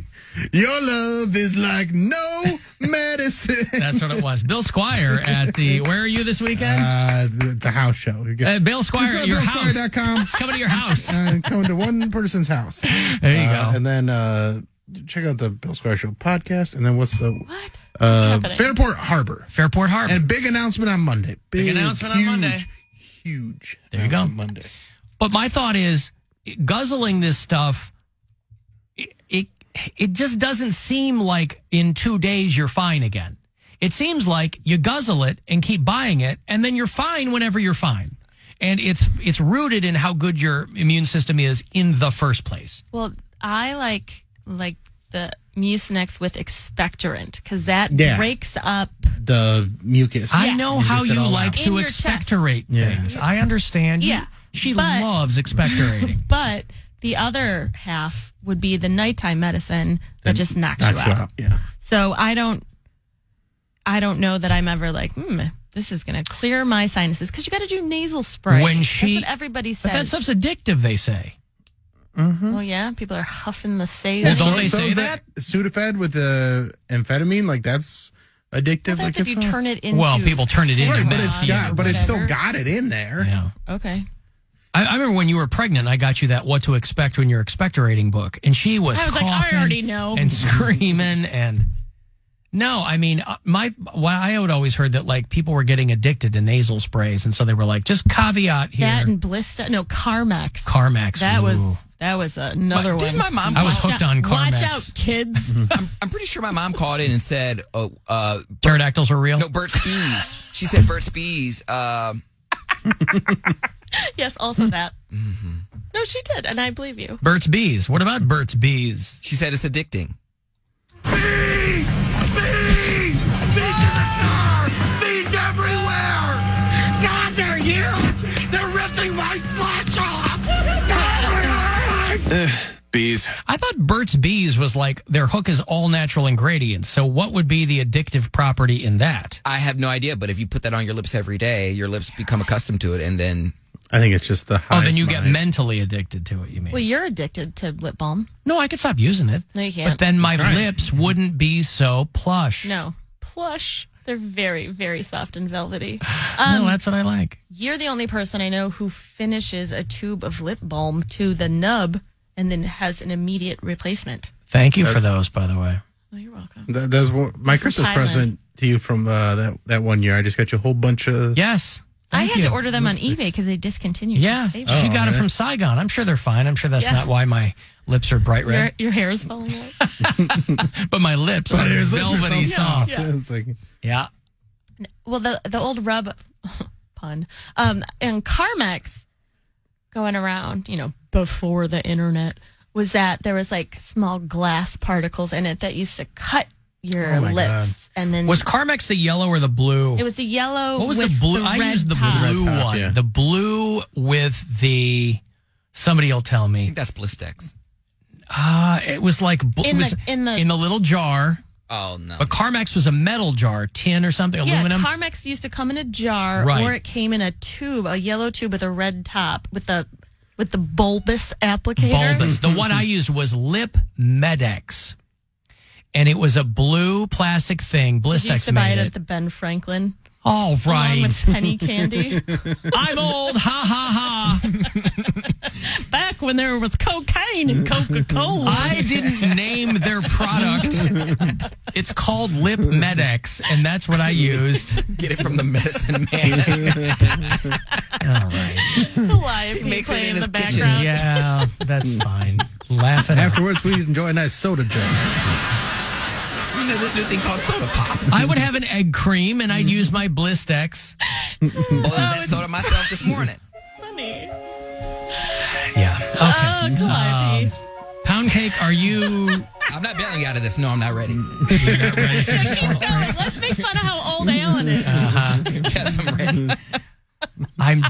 Speaker 10: Your love is like no medicine.
Speaker 9: That's what it was. Bill Squire at the. Where are you this weekend?
Speaker 10: Uh, the, the house show.
Speaker 9: Uh, Bill Squire
Speaker 10: Just go
Speaker 9: at
Speaker 10: to
Speaker 9: your house.
Speaker 10: BillSquire.com.
Speaker 9: It's coming to your house.
Speaker 10: Uh, coming to one person's
Speaker 9: [laughs]
Speaker 10: house.
Speaker 9: There you
Speaker 10: Uh,
Speaker 9: go.
Speaker 10: And then uh, check out the Bill Squire Show podcast. And then what's the what? Uh,
Speaker 9: happening?
Speaker 10: Fairport Harbor.
Speaker 9: Fairport Harbor.
Speaker 10: And big announcement on Monday. Big,
Speaker 9: Big announcement on
Speaker 10: huge,
Speaker 9: Monday.
Speaker 10: Huge.
Speaker 9: There you go.
Speaker 10: announcement Monday.
Speaker 9: But my thought is, guzzling this stuff, it, it it just doesn't seem like in two days you're fine again. It seems like you guzzle it and keep buying it, and then you're fine whenever you're fine. And it's it's rooted in how good your immune system is in the first place.
Speaker 7: Well, I like like the Mucinex with expectorant because that
Speaker 10: Yeah.
Speaker 7: breaks up.
Speaker 10: Mm-hmm. The mucus.
Speaker 9: I know how
Speaker 10: Mucus it
Speaker 9: you
Speaker 10: all
Speaker 9: like
Speaker 10: out.
Speaker 9: to
Speaker 7: In your chest.
Speaker 9: expectorate
Speaker 10: Yeah.
Speaker 9: things. I understand. You-
Speaker 7: Yeah,
Speaker 9: she
Speaker 7: but-
Speaker 9: loves
Speaker 7: [laughs]
Speaker 9: expectorating.
Speaker 7: But the other half would be the nighttime medicine that just knocks you out.
Speaker 10: [laughs] Yeah.
Speaker 7: So I don't, I don't know that I'm ever like, hmm, this is gonna clear my sinuses because you got to do nasal spray.
Speaker 9: When
Speaker 7: That's
Speaker 9: she-
Speaker 7: what everybody says.
Speaker 9: But that stuff's addictive, they say. Mm-hmm.
Speaker 7: Well, yeah, people are huffing the sage.
Speaker 10: Well, so- so is Sudafed with the amphetamine, like that's addictive.
Speaker 7: Well,
Speaker 10: like
Speaker 7: that's if
Speaker 10: it's
Speaker 7: you
Speaker 10: not-
Speaker 7: turn it into- Well,
Speaker 9: people turn it into
Speaker 10: Right, but it's
Speaker 9: medicine or
Speaker 10: got, but it's still
Speaker 9: whatever.
Speaker 10: got it in there.
Speaker 9: Yeah.
Speaker 7: Okay.
Speaker 9: I, I remember when you were pregnant, I got you that "What to Expect When You're Expectorating" book, and she was.
Speaker 7: I was like, I
Speaker 9: coughing
Speaker 7: already know.
Speaker 9: And screaming and. No, I mean uh, my. Well, I had always heard that like people were getting addicted to nasal sprays, and so they were like, just caveat here.
Speaker 7: That and Blista, no Carmex.
Speaker 9: Carmex.
Speaker 7: That was
Speaker 9: ooh.
Speaker 7: that was another
Speaker 11: But
Speaker 7: one.
Speaker 11: didn't my mom
Speaker 9: I was
Speaker 11: watch
Speaker 9: hooked
Speaker 11: out-
Speaker 9: on Carmex.
Speaker 7: Watch out, kids.
Speaker 9: [laughs]
Speaker 7: [laughs]
Speaker 11: I'm, I'm pretty sure my mom called in and said, "Oh, uh,
Speaker 9: pterodactyls are real."
Speaker 11: No, Burt's Bees. she said Burt's Bees. Uh,
Speaker 7: yes, also that.
Speaker 9: Mm-hmm.
Speaker 7: No, she did, and I believe you.
Speaker 9: Burt's Bees. What about Burt's Bees?
Speaker 11: She said it's addicting.
Speaker 12: Bees! Bees in the car! Bees everywhere! God, they're huge! They're ripping my flesh off!
Speaker 9: bees. I thought Burt's Bees was like their hook is all natural ingredients. So what would be the addictive property in that?
Speaker 11: I have no idea, but if you put that on your lips every day, your lips become accustomed to it, and then
Speaker 10: I think it's just the.
Speaker 9: Oh, then you get mentally addicted to it. You mean?
Speaker 7: Well, you're addicted to lip balm.
Speaker 9: No, I could stop using it.
Speaker 7: No, you can't.
Speaker 9: But then my
Speaker 7: All right.
Speaker 9: lips wouldn't be so plush.
Speaker 7: No, plush. They're very, very soft and velvety.
Speaker 9: [sighs]
Speaker 7: Um,
Speaker 9: no, that's what I like.
Speaker 7: You're the only person I know who finishes a tube of lip balm to the nub and then has an immediate replacement.
Speaker 9: Thank you for those, by the way.
Speaker 11: Oh,
Speaker 10: That, that's what, my Christmas
Speaker 7: Thailand.
Speaker 10: present to you from uh, that that one year. I just got you a whole bunch of.
Speaker 9: Yes.
Speaker 7: I had to order them on eBay because they discontinued.
Speaker 9: Yeah,
Speaker 7: She
Speaker 9: she got it from Saigon. I'm sure they're fine. I'm sure that's
Speaker 7: Yeah.
Speaker 9: not why my lips are bright
Speaker 7: Your,
Speaker 9: red,
Speaker 7: your hair is falling out.
Speaker 9: but my lips
Speaker 10: But
Speaker 9: are
Speaker 10: his lips are
Speaker 9: velvety
Speaker 10: so
Speaker 9: soft.
Speaker 10: soft. It's like-
Speaker 9: yeah.
Speaker 7: Well, the the old rub [laughs] pun um, and Carmex going around, you know, before the internet was that there was like small glass particles in it that used to cut your
Speaker 9: Oh my
Speaker 7: lips, and then
Speaker 9: Was Carmex the yellow or the blue?
Speaker 7: it was the yellow.
Speaker 9: What was the
Speaker 7: with
Speaker 9: blue? I
Speaker 7: red
Speaker 9: used the
Speaker 7: top.
Speaker 9: blue
Speaker 11: Red top,
Speaker 9: one.
Speaker 11: yeah.
Speaker 9: The blue with the somebody will tell me.
Speaker 11: that's Blistex.
Speaker 9: Uh, it was like bl-
Speaker 7: In
Speaker 9: it was
Speaker 7: the- in the-
Speaker 9: in the little jar.
Speaker 11: Oh no.
Speaker 9: But Carmex was a metal jar, tin or something,
Speaker 7: yeah,
Speaker 9: aluminum.
Speaker 7: Carmex used to come in a jar,
Speaker 9: Right.
Speaker 7: or it came in a tube, a yellow tube with a red top, with the with the bulbous applicator.
Speaker 9: bulbous.
Speaker 11: Mm-hmm.
Speaker 9: the one I used was Lip Medex, and it was a blue plastic thing.
Speaker 7: Did you used
Speaker 9: Blistex
Speaker 7: to buy
Speaker 9: made
Speaker 7: it
Speaker 9: it.
Speaker 7: at the Ben Franklin.
Speaker 9: All
Speaker 7: Along
Speaker 9: right.
Speaker 7: with penny candy.
Speaker 9: [laughs] I'm old. Ha ha
Speaker 7: ha. [laughs] Back when there was cocaine and Coca Cola.
Speaker 9: I didn't name their product. it's called Lip Medex, and that's what I used.
Speaker 11: Get it from the medicine man.
Speaker 9: All right.
Speaker 7: Alive.
Speaker 11: He makes it
Speaker 7: playing
Speaker 11: in
Speaker 7: in
Speaker 11: his
Speaker 7: the
Speaker 11: kitchen.
Speaker 7: background. [laughs]
Speaker 9: Yeah, that's fine. Laugh it
Speaker 10: Afterwards, we enjoy a nice soda drink.
Speaker 11: You know this new thing called soda pop.
Speaker 9: [laughs] I would have an egg cream, and I'd use my Blistex.
Speaker 7: Oh,
Speaker 11: Boiled that soda myself this morning.
Speaker 7: Funny.
Speaker 9: Yeah. [laughs] Okay.
Speaker 7: Oh, Calliope.
Speaker 9: Pound cake, are you?
Speaker 11: I'm not bailing you out of this. No, I'm not ready.
Speaker 7: Keep going. Let's make fun of how old Alan is.
Speaker 9: Uh-huh.
Speaker 11: [laughs]
Speaker 7: [laughs]
Speaker 11: Yes, I'm ready.
Speaker 9: I'm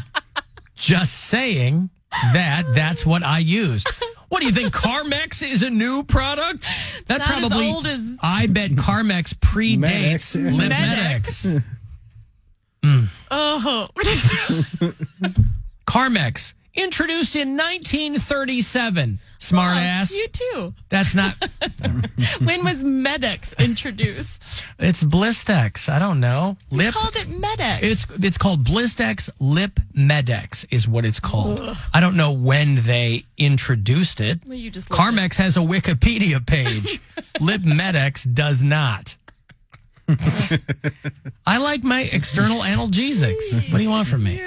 Speaker 9: just saying that that's what I used. What do you think? Carmex is a new product? That
Speaker 7: Not as
Speaker 9: probably.
Speaker 7: old as-
Speaker 9: I bet Carmex predates Lip Medex.
Speaker 7: Oh.
Speaker 9: Carmex, introduced in 1937.
Speaker 7: [laughs]
Speaker 9: Smart ass.
Speaker 7: You too.
Speaker 9: That's not.
Speaker 7: When was Medex introduced?
Speaker 9: It's Blistex. I don't know. Lip.
Speaker 7: Called it Medex.
Speaker 9: It's it's called Blistex Lip Medex is what it's called.
Speaker 7: Ugh.
Speaker 9: I don't know when they introduced it.
Speaker 7: Well, you just looked
Speaker 9: Carmex has a Wikipedia
Speaker 7: [laughs]
Speaker 9: page. Lip Medex does not. I like my external analgesics. What do you want from me?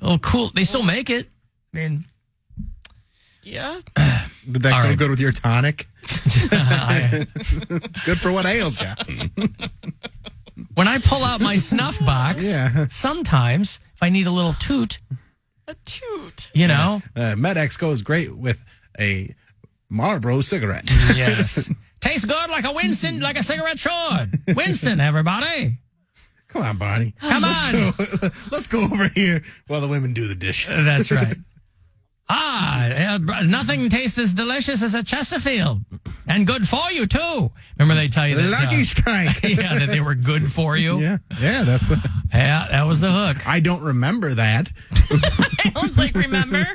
Speaker 9: Oh, cool. They still make it. I mean,
Speaker 7: yeah.
Speaker 10: Did that
Speaker 9: All
Speaker 10: go
Speaker 9: right.
Speaker 10: good with your tonic?
Speaker 9: Uh, I-
Speaker 10: [laughs] good for what ails you.
Speaker 9: [laughs] when I pull out my snuff box, sometimes if I need a little toot,
Speaker 7: a toot,
Speaker 9: you know,
Speaker 10: Uh, Medex goes great with a Marlboro cigarette.
Speaker 9: Yes. tastes good like a Winston, like a
Speaker 10: [laughs]
Speaker 9: cigarette should. Winston, everybody.
Speaker 10: Come on, Barney.
Speaker 9: Come on.
Speaker 10: Let's go, [laughs] let's go over here while the women do the dishes.
Speaker 9: [laughs] That's right. Ah, uh, nothing tastes as delicious as a Chesterfield, and good for you too. Remember they tell you that uh,
Speaker 10: Lucky Strike.
Speaker 9: [laughs] yeah, that they were good for you.
Speaker 10: Yeah, yeah, that's a,
Speaker 9: [laughs] yeah, that was the hook.
Speaker 10: I don't remember that.
Speaker 7: Alan's like, remember?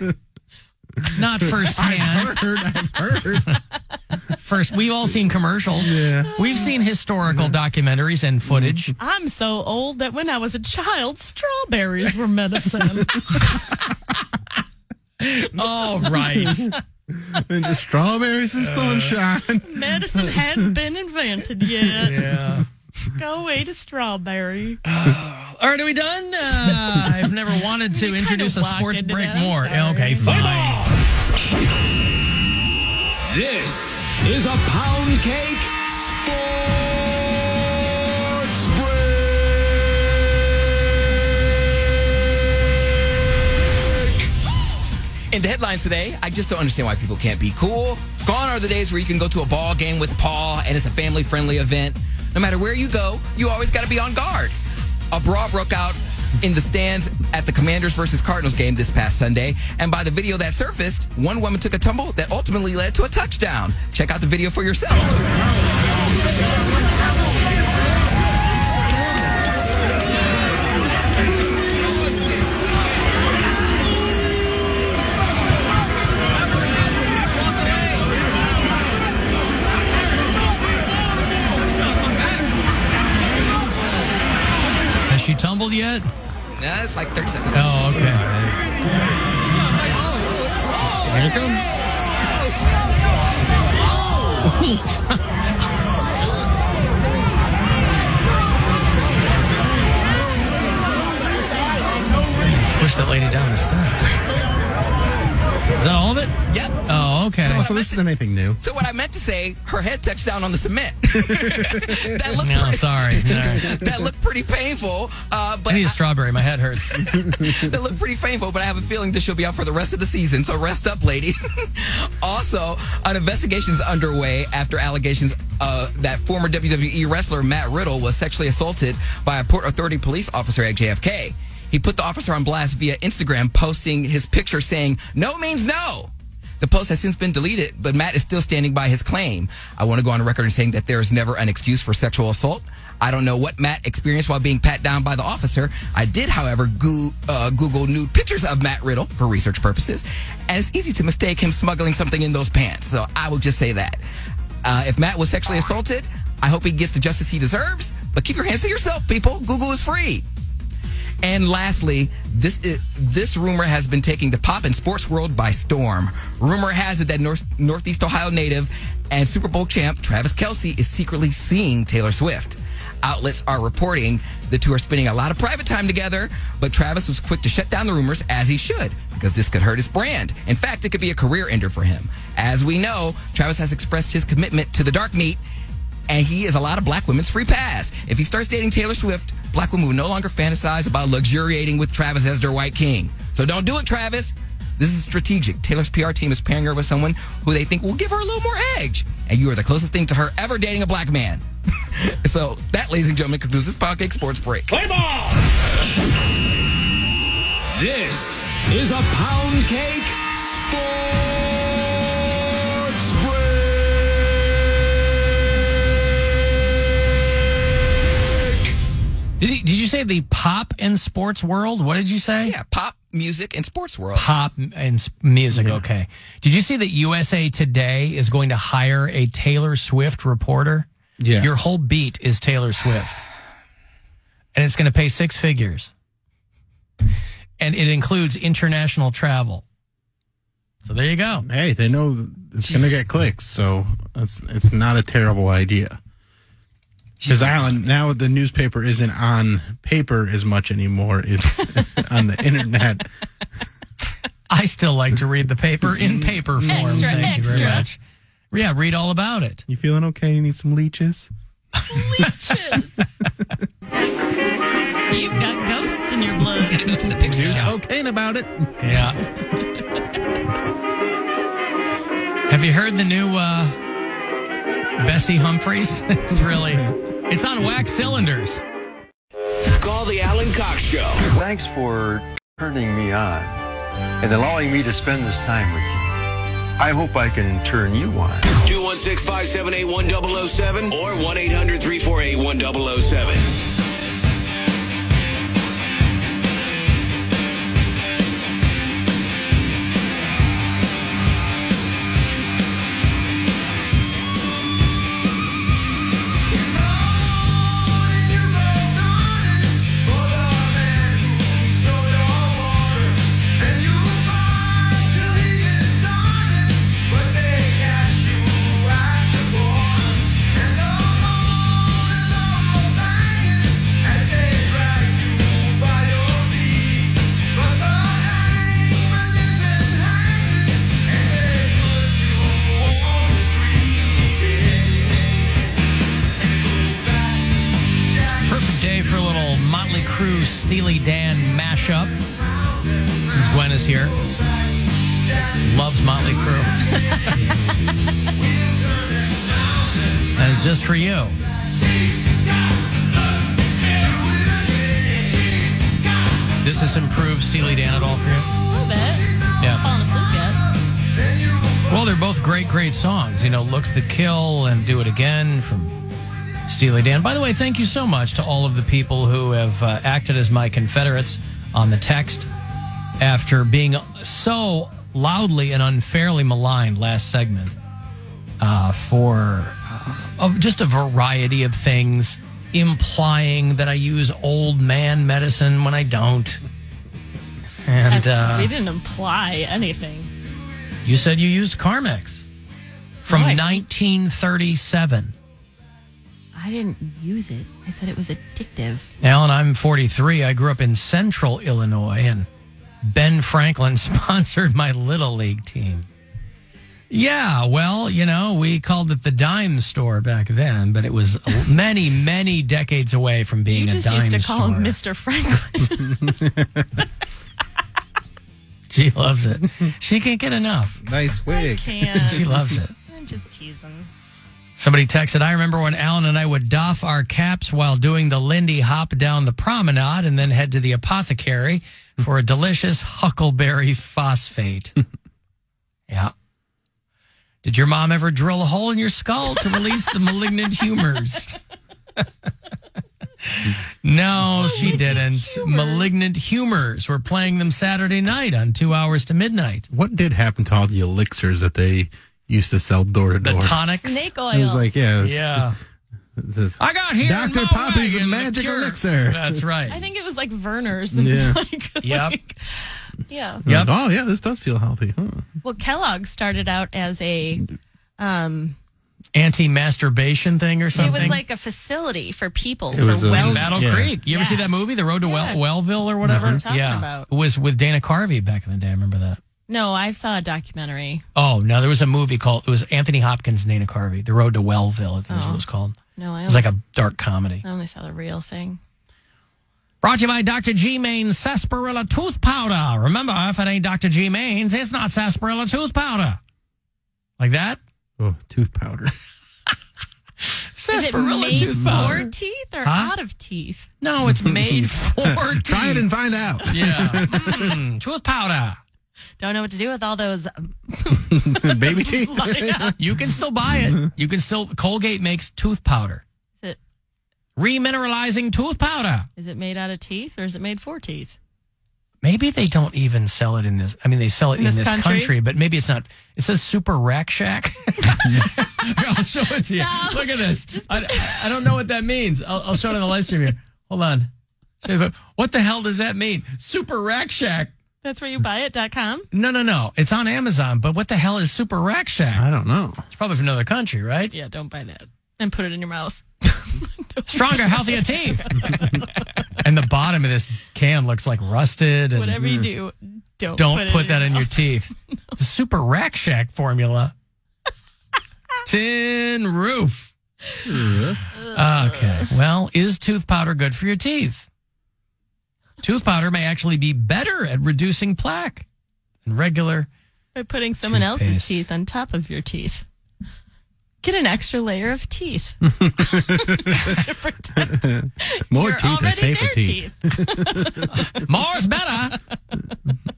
Speaker 9: [laughs] not firsthand.
Speaker 10: I've heard, I've heard.
Speaker 9: First, we've all seen commercials. Yeah, we've seen historical documentaries and footage.
Speaker 7: I'm so old that when I was a child, strawberries were medicine.
Speaker 9: [laughs] All right.
Speaker 7: [laughs]
Speaker 10: and just strawberries and sunshine.
Speaker 7: medicine hadn't been invented yet.
Speaker 9: Yeah.
Speaker 7: Go eat a strawberry.
Speaker 9: All right, are we done? Uh, I've
Speaker 7: [laughs]
Speaker 9: never wanted to introduce a
Speaker 7: walked
Speaker 9: sports
Speaker 7: into
Speaker 9: break
Speaker 7: that. I'm
Speaker 9: more. Okay, fine.
Speaker 12: This is a pound cake sports
Speaker 11: In the headlines today, I just don't understand why people can't be cool. Gone are the days where you can go to a ball game with Paul and it's a family friendly event. No matter where you go, you always got to be on guard. A brawl broke out in the stands at the Commanders versus Cardinals game this past Sunday, and by the video that surfaced, one woman took a tumble that ultimately led to a touchdown. Check out the video for yourself.
Speaker 9: Has she tumbled yet?
Speaker 11: Yeah, it's like 30 seconds.
Speaker 9: Oh, okay.
Speaker 10: Here it comes.
Speaker 9: Push that lady down the steps. Is that all of it?
Speaker 11: Yep.
Speaker 9: Oh, okay.
Speaker 10: Oh, so this is anything new.
Speaker 11: So what I meant to say, her head touched down on the cement. [laughs] that looked
Speaker 9: No,
Speaker 11: pretty,
Speaker 9: sorry.
Speaker 11: [laughs]
Speaker 9: All right.
Speaker 11: that looked pretty painful, uh, but
Speaker 9: I need a strawberry. My head
Speaker 11: [laughs]
Speaker 9: hurts. [laughs]
Speaker 11: that looked pretty painful, but I have a feeling this she'll be out for the rest of the season. So rest up, lady. [laughs] also, an investigation is underway after allegations uh, that former WWE wrestler Matt Riddle was sexually assaulted by a Port Authority police officer at JFK. He put the officer on blast via Instagram, posting his picture saying, No means no. The post has since been deleted, but Matt is still standing by his claim. I want to go on record and saying that there is never an excuse for sexual assault. I don't know what Matt experienced while being pat down by the officer. I did, however, goo- uh, Google nude pictures of Matt Riddle for research purposes, and it's easy to mistake him smuggling something in those pants. So I will just say that. Uh, if Matt was sexually assaulted, I hope he gets the justice he deserves. But keep your hands to yourself, people. Google is free. And lastly, this i this rumor has been taking the pop and sports world by storm. Rumor has it that North, Northeast Ohio native and Super Bowl champ Travis Kelsey is secretly seeing Taylor Swift. Outlets are reporting the two are spending a lot of private time together, but Travis was quick to shut down the rumors as he should, because this could hurt his brand. In fact, it could be a career ender for him. As we know, Travis has expressed his commitment to the dark meat and he is a lot of black women's free pass. If he starts dating Taylor Swift, black women will no longer fantasize about luxuriating with Travis as their white king. So don't do it, Travis. This is strategic. Taylor's PR team is pairing her with someone who they think will give her a little more edge. And you are the closest thing to her ever dating a black man. [laughs] so that, ladies and gentlemen, concludes this Pancake Sports Break. Play ball!
Speaker 12: This is a pound cake sports
Speaker 9: Did, he, did you say the pop and sports world? What did you say? Yeah,
Speaker 11: pop music and sports world.
Speaker 9: Pop and s- music. Okay. Did you see that USA Today is going to hire a Taylor Swift reporter?
Speaker 10: Yeah.
Speaker 9: Your whole beat is Taylor Swift, and it's going to pay six figures, and it includes international travel. So there you go.
Speaker 10: Hey, they know it's going to get clicks, so it's it's not a terrible idea. Because Alan, now the newspaper isn't on paper as much anymore; it's [laughs] on the internet.
Speaker 9: [laughs] I still like to read the paper in paper form.
Speaker 10: Extra,
Speaker 9: Thank you very
Speaker 10: extra.
Speaker 9: much. Yeah, read all about it.
Speaker 10: You feeling okay? You need some leeches?
Speaker 7: You've got ghosts in your blood.
Speaker 11: Gotta go to the picture
Speaker 10: show. Cocaine about it.
Speaker 9: Yeah. Have you heard the new uh, Bessie Humphreys? [laughs] It's really, it's on wax cylinders.
Speaker 6: Call the Alan Cox Show.
Speaker 18: Thanks for turning me on and allowing me to spend this time with you. I hope I can turn you on.
Speaker 6: 216 578 1007 or 1 800 348 1007.
Speaker 9: Perfect day for a little Motley Crue Steely Dan mashup. Since Gwen is here, loves Motley Crue. [laughs] and it's just for you. This has improved Steely Dan at all for you?
Speaker 7: A little bit.
Speaker 9: Yeah.
Speaker 7: Falling asleep yet.
Speaker 9: Well, they're both great, great songs. You know, Looks the Kill and Do It Again from Steely Dan. By the way, thank you so much to all of the people who have uh, acted as my Confederates on the text after being so loudly and unfairly maligned last segment uh, for uh, of just a variety of things, implying that I use old man medicine when I don't.
Speaker 7: [laughs]
Speaker 9: And uh,
Speaker 7: they didn't imply anything.
Speaker 9: you said you used Carmex from
Speaker 7: No, I-
Speaker 9: 1937.
Speaker 7: I didn't use it. I said it was addictive.
Speaker 9: Alan, I'm 43. I grew up in central Illinois, and Ben Franklin [laughs] sponsored my Little League team. Yeah, well, you know, we called it the dime store back then, but it was [laughs] many, many decades away from
Speaker 7: You
Speaker 9: being a
Speaker 7: just
Speaker 9: dime
Speaker 7: used to
Speaker 9: store.
Speaker 7: call him Mr. Franklin.
Speaker 9: [laughs] She loves it. She can't get enough.
Speaker 10: Nice wig.
Speaker 7: Can.
Speaker 9: [laughs] she loves it.
Speaker 7: I'm just teasing.
Speaker 9: Somebody texted, I remember when Alan and I would doff our caps while doing the Lindy hop down the promenade and then head to the apothecary for a delicious huckleberry phosphate. yeah. Did your mom ever drill a hole in your skull to release the malignant humors? no, she didn't. Malignant humors were playing them Saturday night on two hours to midnight.
Speaker 10: [laughs] What did happen to all the elixirs that they used to sell door to
Speaker 9: The
Speaker 10: door?
Speaker 9: tonics? Snake
Speaker 10: It was
Speaker 9: oil.
Speaker 10: like, yeah. it was-
Speaker 9: Yeah.
Speaker 10: [laughs] it says,
Speaker 9: I got here. in
Speaker 10: Dr.
Speaker 9: my
Speaker 10: Poppy's
Speaker 9: wagon, the
Speaker 10: magic
Speaker 9: cure.
Speaker 10: elixir.
Speaker 9: That's right.
Speaker 7: I think it was like Verner's. And
Speaker 10: Yeah.
Speaker 7: [laughs] Like,
Speaker 9: [laughs] Yep.
Speaker 7: yeah.
Speaker 10: Yep. Oh, yeah, this does feel healthy. Huh.
Speaker 9: Hmm.
Speaker 7: Well, Kellogg started out as a, um,
Speaker 9: Anti masturbation thing or something.
Speaker 7: it was like a facility for people.
Speaker 9: It
Speaker 7: for
Speaker 9: was a-
Speaker 7: well-
Speaker 9: Battle
Speaker 7: uh, Yeah.
Speaker 9: Creek. You ever see
Speaker 7: Yeah.
Speaker 9: that movie, The Road to
Speaker 7: Yeah.
Speaker 9: well- Wellville or whatever?
Speaker 7: That's what I'm talking
Speaker 9: yeah,
Speaker 7: about.
Speaker 9: it was with Dana Carvey back in the day. I remember that.
Speaker 7: No, I saw a documentary.
Speaker 9: Oh no, there was a movie called it was Anthony Hopkins and Dana Carvey, The Road to Wellville. I think is what it
Speaker 7: Oh.
Speaker 9: was called.
Speaker 7: No, I
Speaker 9: It was like a
Speaker 7: only-
Speaker 9: dark comedy.
Speaker 7: I only saw the real thing.
Speaker 9: Brought to you by Dr. G Mane's Sarsaparilla Tooth Powder. Remember, if it ain't Dr. G Mane's, it's not Sarsaparilla Tooth Powder. Like that?
Speaker 10: Oh, tooth powder.
Speaker 7: Is it
Speaker 9: [laughs] Sarsaparilla
Speaker 7: made
Speaker 9: tooth powder.
Speaker 7: for teeth or
Speaker 9: Huh?
Speaker 7: out of teeth?
Speaker 9: No, it's made
Speaker 10: [laughs]
Speaker 9: for.
Speaker 10: Try it and find out.
Speaker 9: Yeah.
Speaker 10: [laughs]
Speaker 9: Mm, tooth powder.
Speaker 7: Don't know what to do with all those. um,
Speaker 10: Baby
Speaker 7: Yeah.
Speaker 9: [laughs] you can still buy it. You can still. Colgate makes tooth powder.
Speaker 7: Is it
Speaker 9: Remineralizing tooth powder.
Speaker 7: is it made out of teeth or is it made for teeth?
Speaker 9: Maybe they don't even sell it in this. I mean, they sell it in,
Speaker 7: In
Speaker 9: this
Speaker 7: this
Speaker 9: country?
Speaker 7: country?
Speaker 9: but maybe it's not. It says Super Rack Shack. [laughs] Here, I'll show it to you. Look at this. I, I don't know what that means. I'll, I'll show it on the live stream here. Hold on. Show you- What the hell does that mean? Super Rack Shack.
Speaker 7: That's where you buy it. dot com.
Speaker 9: No, no, no. It's on Amazon, but what the hell is Super Rack Shack? I don't know. It's probably from another country, right?
Speaker 7: Yeah, don't buy that and put it in your mouth. [laughs]
Speaker 9: Stronger, healthier teeth. and the bottom of this can looks like rusted. And
Speaker 7: Whatever you do, don't
Speaker 9: don't
Speaker 7: put,
Speaker 9: put,
Speaker 7: it in
Speaker 9: that in your
Speaker 7: mouth. [laughs]
Speaker 9: teeth. The Super Rack Shack formula. Tin roof. Okay. Well, is tooth powder good for your teeth? Tooth powder may actually be better at reducing plaque than regular.
Speaker 7: by putting someone else's
Speaker 9: Toothpaste.
Speaker 7: teeth on top of your teeth. Get an extra layer of teeth.
Speaker 10: [laughs]
Speaker 9: Hmm.
Speaker 10: More
Speaker 7: You're
Speaker 10: teeth are
Speaker 7: already
Speaker 10: safer
Speaker 7: their
Speaker 10: teeth.
Speaker 9: [laughs]
Speaker 7: [laughs]
Speaker 9: More's better.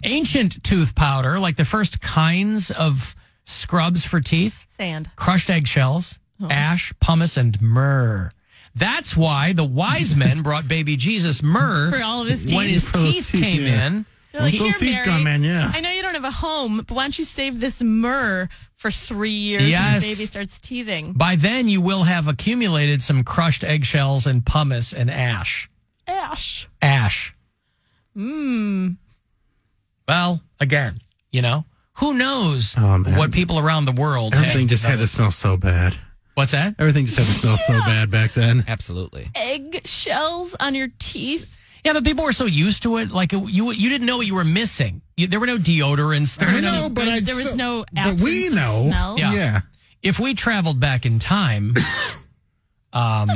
Speaker 9: Ancient tooth powder, like the first kinds of scrubs for teeth,
Speaker 7: Sand.
Speaker 9: crushed eggshells,
Speaker 7: Oh.
Speaker 9: ash, pumice, and myrrh. That's why the
Speaker 7: [laughs]
Speaker 9: wise men brought baby Jesus myrrh
Speaker 7: For all of his
Speaker 9: when
Speaker 7: teeth.
Speaker 9: his
Speaker 7: For those
Speaker 9: teeth
Speaker 7: teeth,
Speaker 9: came
Speaker 7: yeah.
Speaker 9: in.
Speaker 7: They're like, "Here, Mary, I know you don't have a home, but why don't you save this myrrh for three years when
Speaker 9: Yes.
Speaker 7: the baby starts teething?
Speaker 9: By then, you will have accumulated some crushed eggshells and pumice and ash.
Speaker 7: Ash.
Speaker 9: Ash.
Speaker 7: Mmm.
Speaker 9: Well, again, you know, who knows
Speaker 10: Oh, man.
Speaker 9: what people around the world
Speaker 10: Everything
Speaker 9: have
Speaker 10: just had to smell so bad.
Speaker 9: What's that?
Speaker 10: Everything just had to smell so bad back then.
Speaker 11: Absolutely.
Speaker 7: Eggshells on your teeth.
Speaker 9: Yeah, but people were so used to it. Like it, you, you didn't know what you were missing. You, there were no deodorants. There
Speaker 10: I
Speaker 9: were
Speaker 10: know,
Speaker 9: no,
Speaker 10: but I
Speaker 7: There was
Speaker 10: still-
Speaker 7: no
Speaker 10: But we
Speaker 7: absence of
Speaker 10: know.
Speaker 7: smell.
Speaker 9: Yeah. If we traveled back in time, [coughs] um,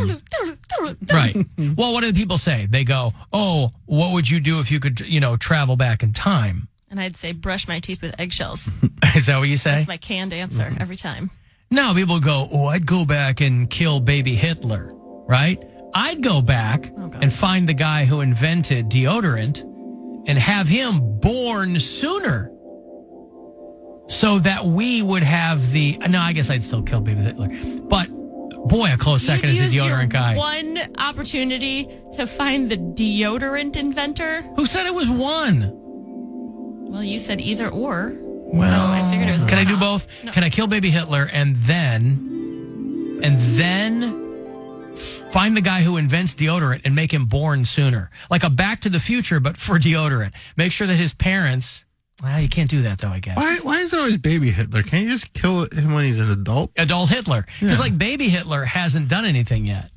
Speaker 9: right. Well, what do people say? They go, "Oh, what would you do if you could, you know, travel back in time?" [laughs]
Speaker 7: And I'd say brush my teeth with eggshells.
Speaker 9: Is that what [laughs] you say? Mm-hmm.
Speaker 7: That's my canned answer every time.
Speaker 9: No, people go, oh, I'd go back and kill baby Hitler, right? I'd go back and find the guy who invented deodorant and have him born sooner so that we would have the. No, I guess I'd still kill baby Hitler. But boy, a close second is
Speaker 7: You'd
Speaker 9: the
Speaker 7: use your
Speaker 9: deodorant guy.
Speaker 7: One opportunity to find the deodorant inventor.
Speaker 9: Who said it was one?
Speaker 7: Well, you said either or.
Speaker 9: Well,
Speaker 7: I figured it was
Speaker 9: Can I
Speaker 7: one
Speaker 9: do
Speaker 7: off.
Speaker 9: both?
Speaker 7: No.
Speaker 9: Can I kill baby Hitler and then and then f- find the guy who invents deodorant and make him born sooner? Like a back to the future but for [laughs] deodorant. Make sure that his parents well, you can't do that though, I guess.
Speaker 10: Why, why is it always baby Hitler? Can't you just kill him when he's an adult?
Speaker 9: Adult Hitler. Because
Speaker 10: Yeah.
Speaker 9: like baby Hitler hasn't done anything yet.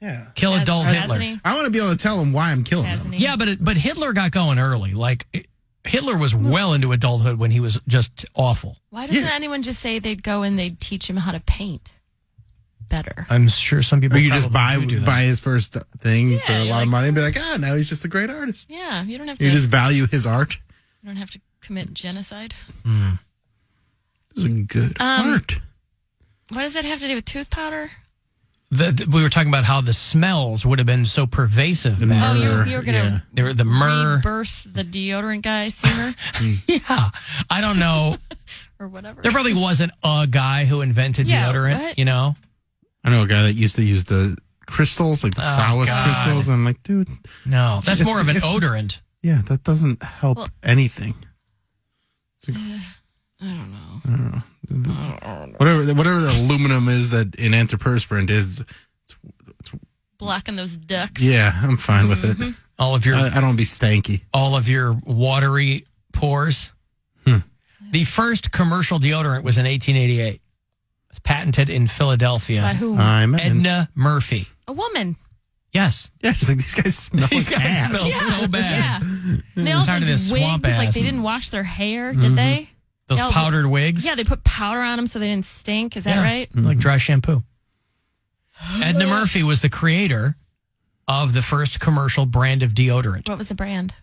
Speaker 9: yeah. Kill adult Hitler.
Speaker 10: I want to be able to tell him why I'm killing him.
Speaker 9: Yeah, but it, but Hitler got going early. Like it- Hitler was well into adulthood when he was just awful.
Speaker 7: Why doesn't anyone just say they'd go and they'd teach him how to paint better?
Speaker 9: I'm sure some people.
Speaker 10: Or you just buy
Speaker 9: probably do do that.
Speaker 10: buy his first thing for
Speaker 7: Yeah,
Speaker 10: a
Speaker 7: you're
Speaker 10: lot of money and
Speaker 9: "Oh,
Speaker 10: be like, ah, now he's just a great artist.
Speaker 7: Yeah, you don't have to.
Speaker 10: You just value his art.
Speaker 7: you don't have to commit genocide.
Speaker 9: Hmm.
Speaker 10: This is a good
Speaker 7: Um,
Speaker 10: art.
Speaker 7: What does that have to do with tooth powder?
Speaker 9: the, the- we were talking about how the smells would have been so pervasive.
Speaker 7: Oh,
Speaker 9: back
Speaker 7: you-
Speaker 9: then.
Speaker 7: you were gonna
Speaker 9: They were the myrrh. [laughs]
Speaker 7: Rebirth the deodorant guy sooner.
Speaker 9: yeah, I don't know.
Speaker 7: or whatever.
Speaker 9: There probably wasn't a guy who invented
Speaker 7: Yeah,
Speaker 9: deodorant,
Speaker 7: what?
Speaker 9: you know?
Speaker 10: I know a guy that used to use the crystals, like the
Speaker 9: Oh,
Speaker 10: Sawas
Speaker 9: God.
Speaker 10: crystals. And I'm like, dude, [laughs]
Speaker 9: No, that's
Speaker 10: It's-
Speaker 9: more of an
Speaker 10: it's-
Speaker 9: odorant.
Speaker 10: yeah, that doesn't help
Speaker 7: Well-
Speaker 10: anything.
Speaker 7: I don't know.
Speaker 10: I don't know. Whatever, the- whatever the aluminum is that in antiperspirant is.
Speaker 7: Blocking those ducks. Mm-hmm.
Speaker 10: Yeah, I'm fine with it.
Speaker 9: Mm-hmm. All of your,
Speaker 10: I, I don't be stanky.
Speaker 9: All of your watery pores.
Speaker 10: Hmm.
Speaker 9: The first commercial deodorant was in 1888. It was patented in Philadelphia.
Speaker 7: By whom? I imagine.
Speaker 9: Edna Murphy.
Speaker 7: A woman.
Speaker 9: Yes.
Speaker 10: Yeah, she's like, these guys smell
Speaker 9: [laughs] These
Speaker 10: like
Speaker 9: guys
Speaker 10: ass."
Speaker 9: smell so
Speaker 7: Yeah.
Speaker 9: bad.
Speaker 7: And They all
Speaker 9: I'm tired
Speaker 7: had
Speaker 9: of
Speaker 7: these
Speaker 9: this swamp
Speaker 7: wigs, Like
Speaker 9: ass.
Speaker 7: they didn't wash their hair, did
Speaker 9: Mhm.
Speaker 7: they?
Speaker 9: Those
Speaker 7: They all-
Speaker 9: powdered wigs.
Speaker 7: Yeah, they put powder on them so they didn't stink. Is that
Speaker 9: Yeah. Mm-hmm.
Speaker 7: right?
Speaker 10: Mm-hmm.
Speaker 7: [gasps]
Speaker 9: Like dry shampoo. Edna Murphy was the creator of the first commercial brand of deodorant.
Speaker 7: What was the brand?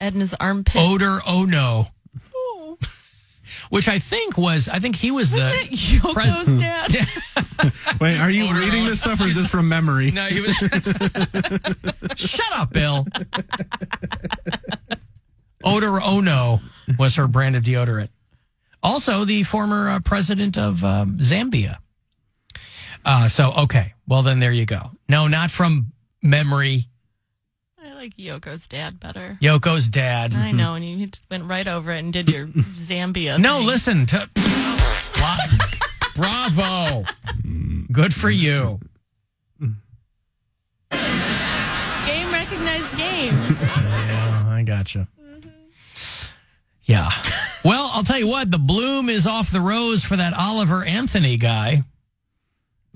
Speaker 7: Edna's armpit. [laughs]
Speaker 9: Odor Oh No.
Speaker 7: Oh.
Speaker 9: [laughs] Which I think was, I think he was the.
Speaker 7: Yoko's
Speaker 9: pres- [laughs]
Speaker 7: dad.
Speaker 10: [laughs] Wait, are you reading this stuff or is this from memory?
Speaker 9: No,
Speaker 10: [laughs]
Speaker 9: he was. Shut up, Bill. Odor Oh No was her brand of deodorant. Also, the former uh, president of um, Zambia. Uh, so, okay. Well, then there you go. No, not from memory.
Speaker 7: I like Yoko's dad better.
Speaker 9: Yoko's dad.
Speaker 7: I know, and you just went right over it and did
Speaker 9: [laughs]
Speaker 7: your Zambia.
Speaker 9: Mm-hmm. No,
Speaker 7: thing.
Speaker 9: listen to. Bravo. Good for you.
Speaker 7: Game recognized game.
Speaker 9: Yeah, I gotcha. Mm-hmm. Yeah. Well, I'll tell you what, the bloom is off the rose for that Oliver Anthony guy.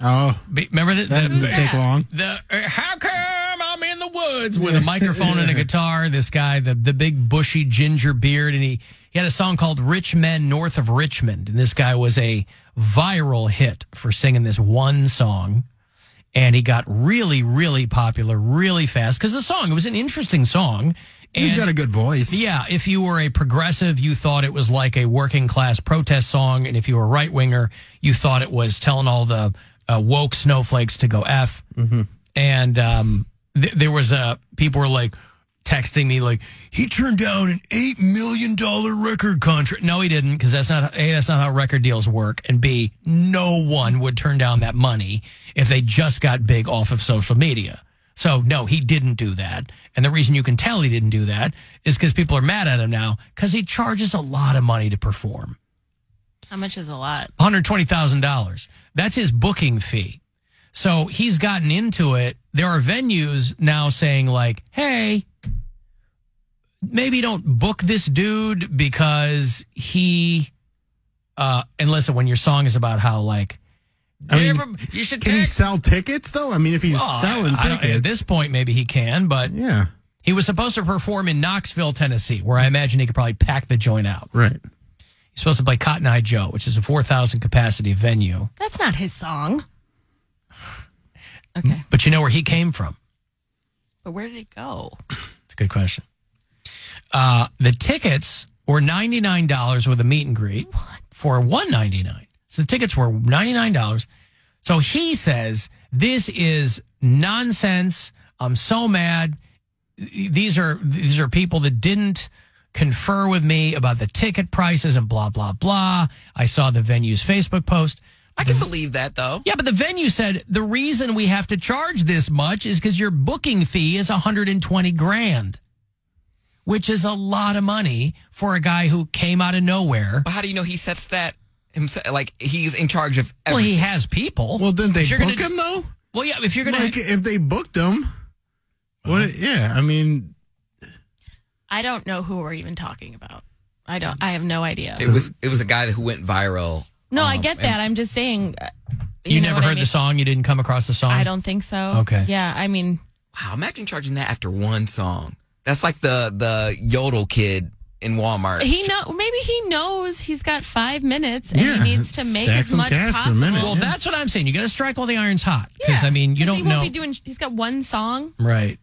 Speaker 10: Oh.
Speaker 9: Remember that?
Speaker 10: That
Speaker 9: the-
Speaker 10: didn't take long.
Speaker 9: The uh, how come I'm in the woods with a microphone and a guitar? This guy, the the big bushy ginger beard, and he he had a song called "Rich Men North of Richmond," and this guy was a viral hit for singing this one song, and he got really really popular really fast because the song it was an interesting song. And
Speaker 10: He's got a good voice.
Speaker 9: yeah, if you were a progressive, you thought it was like a working class protest song, and if you were a right winger, you thought it was telling all the uh, woke snowflakes to go f.
Speaker 10: Mm-hmm.
Speaker 9: And um, th- there was a people were like texting me like he turned down an eight million dollar record contract. No, he didn't because that's not a that's not how record deals work. And b no one would turn down that money if they just got big off of social media. So no, he didn't do that. And the reason you can tell he didn't do that is because people are mad at him now because he charges a lot of money to perform.
Speaker 7: How much is a lot?
Speaker 9: $120,000. That's his booking fee. So he's gotten into it. There are venues now saying, like, hey, maybe don't book this dude because he, uh, and listen, when your song is about how, like,
Speaker 10: I mean,
Speaker 9: you should
Speaker 10: can he sell tickets though? I mean, if he's
Speaker 9: Well,
Speaker 10: selling
Speaker 9: I- I don't-
Speaker 10: tickets,
Speaker 9: At this point, maybe he can, but
Speaker 10: yeah,
Speaker 9: he was supposed to perform in Knoxville, Tennessee, where I imagine he could probably pack the joint out.
Speaker 10: Right.
Speaker 9: He's supposed to play Cotton Eye Joe, which is a 4,000 capacity venue.
Speaker 7: That's not his song.
Speaker 9: But you know where he came from?
Speaker 7: But where did it go?
Speaker 9: It's a good question. Uh, the tickets were ninety nine dollars with a meet and greet for one ninety nine. So the tickets were ninety nine dollars. So he says this is nonsense. I'm so mad. These are these are people that didn't confer with me about the ticket prices and blah blah blah. I saw the venue's Facebook post.
Speaker 11: I can believe that though.
Speaker 9: Yeah, but the venue said the reason we have to charge this much is because your booking fee is 120 grand, which is a lot of money for a guy who came out of nowhere.
Speaker 11: But how do you know he sets that himself? Like he's in charge of.
Speaker 9: Well,
Speaker 11: Everything.
Speaker 9: he has people.
Speaker 10: Well, didn't they
Speaker 9: If you're
Speaker 10: book
Speaker 9: gonna-
Speaker 10: him though?
Speaker 9: Well, yeah, if you're gonna,
Speaker 10: like, if they booked him, what? Yeah, I mean,
Speaker 7: I don't know who we're even talking about. I don't. I have no idea.
Speaker 11: It was it was a guy who went viral.
Speaker 7: No, I
Speaker 11: um,
Speaker 7: get that. I'm just saying. uh,
Speaker 9: you,
Speaker 7: know
Speaker 9: never
Speaker 7: what I
Speaker 9: heard
Speaker 7: mean?
Speaker 9: the song, you didn't come across the song.
Speaker 7: I don't think so.
Speaker 9: Okay.
Speaker 7: Yeah, I mean,
Speaker 11: Wow, imagine charging that after one song. That's like the the yodel kid in Walmart.
Speaker 7: he know. Maybe he knows he's got five minutes and
Speaker 11: Yeah,
Speaker 7: he needs to make
Speaker 11: stack
Speaker 7: as
Speaker 11: some
Speaker 7: much
Speaker 11: cash for a
Speaker 7: possible.
Speaker 11: minute,
Speaker 9: Well, that's what I'm saying. You got to strike while the iron's hot because I mean, you
Speaker 7: He
Speaker 9: don't
Speaker 7: won't
Speaker 9: know,
Speaker 7: be doing. He's got one song,
Speaker 9: right?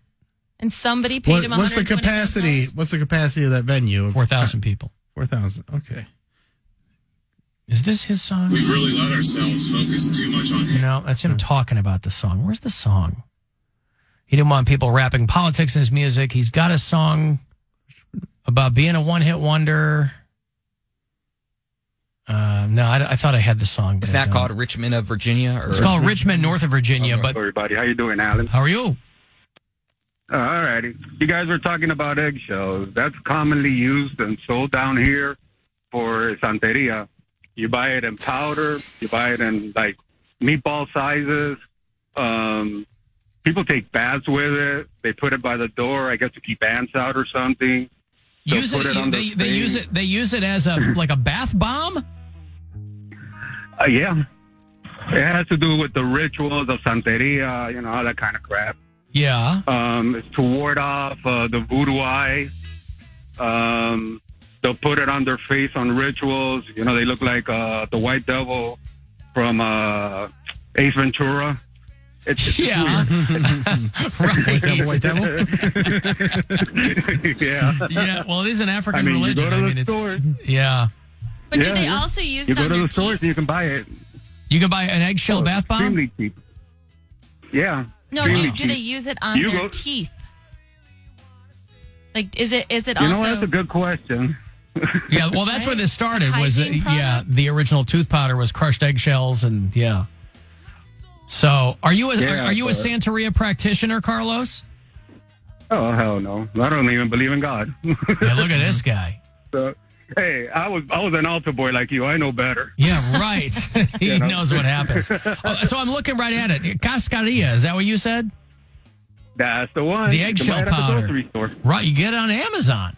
Speaker 7: and somebody paid
Speaker 10: what,
Speaker 7: him.
Speaker 10: what's the
Speaker 7: 120
Speaker 10: capacity? What's the capacity of that venue? Four
Speaker 9: thousand people.
Speaker 10: Four thousand. Okay.
Speaker 9: Is this his song?
Speaker 1: We've really let ourselves focus too much on him.
Speaker 9: No, that's him talking about the song. Where's the song? He didn't want people rapping politics in his music. He's got a song about being a one hit wonder. Uh, no, I, I thought I had the song.
Speaker 11: Is
Speaker 9: but I
Speaker 11: that
Speaker 9: don't.
Speaker 11: called Richmond of Virginia? Or
Speaker 9: It's called Richmond, north of Virginia. But
Speaker 4: everybody. How you doing, Alan?
Speaker 9: how are you?
Speaker 4: Uh, all righty. You guys were talking about eggshells. That's commonly used and sold down here for santeria. You buy it in powder. You buy it in like meatball sizes. Um, people take baths with it. They put it by the door, I guess, to keep ants out or something. They'll
Speaker 9: Use
Speaker 4: put
Speaker 9: it.
Speaker 4: it on
Speaker 9: they,
Speaker 4: the
Speaker 9: they
Speaker 4: thing.
Speaker 9: use it. They use it as a
Speaker 4: [laughs]
Speaker 9: like a bath bomb.
Speaker 4: Uh, yeah. It has to do with the rituals of santeria, you know, all that kind of crap.
Speaker 9: Yeah.
Speaker 4: Um, it's to ward off uh, the voodoo eye. Um, they'll put it on their face on rituals. You know, they look like uh, the white devil from uh, Ace Ventura. It's, it's
Speaker 9: yeah. [laughs]
Speaker 4: [laughs] White devil? [laughs] yeah.
Speaker 9: Yeah. Well, it is an African
Speaker 4: I mean,
Speaker 9: religion.
Speaker 4: You go to
Speaker 9: I
Speaker 4: the
Speaker 9: mean, it's-
Speaker 4: store.
Speaker 9: Yeah.
Speaker 7: But do they also use
Speaker 4: You
Speaker 7: it
Speaker 4: go
Speaker 7: on
Speaker 4: to
Speaker 7: their
Speaker 4: the stores and you can buy it.
Speaker 9: You can buy an eggshell bath bomb?
Speaker 4: Extremely cheap. Yeah.
Speaker 7: No, do,
Speaker 4: extremely
Speaker 7: do they
Speaker 4: cheap.
Speaker 7: use it on
Speaker 4: You
Speaker 7: their
Speaker 4: go-
Speaker 7: teeth? Like, is it is it
Speaker 4: You know,
Speaker 7: also
Speaker 4: that's a good question.
Speaker 9: [laughs] Yeah. Well, that's where this started. Was it?
Speaker 7: Hygiene
Speaker 9: Yeah. The original tooth powder was crushed eggshells, and yeah. So, are you a
Speaker 4: Yeah,
Speaker 9: are, are you a
Speaker 4: but-
Speaker 9: Santeria practitioner, Carlos?
Speaker 4: Oh hell no! I don't even believe in God.
Speaker 9: look at this guy.
Speaker 4: [laughs] So, hey, I was I was an altar boy like you. I know better. [laughs]
Speaker 9: Yeah, right. [laughs] he
Speaker 4: You know?
Speaker 9: knows what
Speaker 4: [laughs]
Speaker 9: happens. Oh, so I'm looking right at it. Cascaria, is that what you said?
Speaker 4: That's the one.
Speaker 9: The
Speaker 4: You can buy
Speaker 9: eggshell
Speaker 4: it at the
Speaker 9: powder.
Speaker 4: grocery store.
Speaker 9: Right, you get it on Amazon.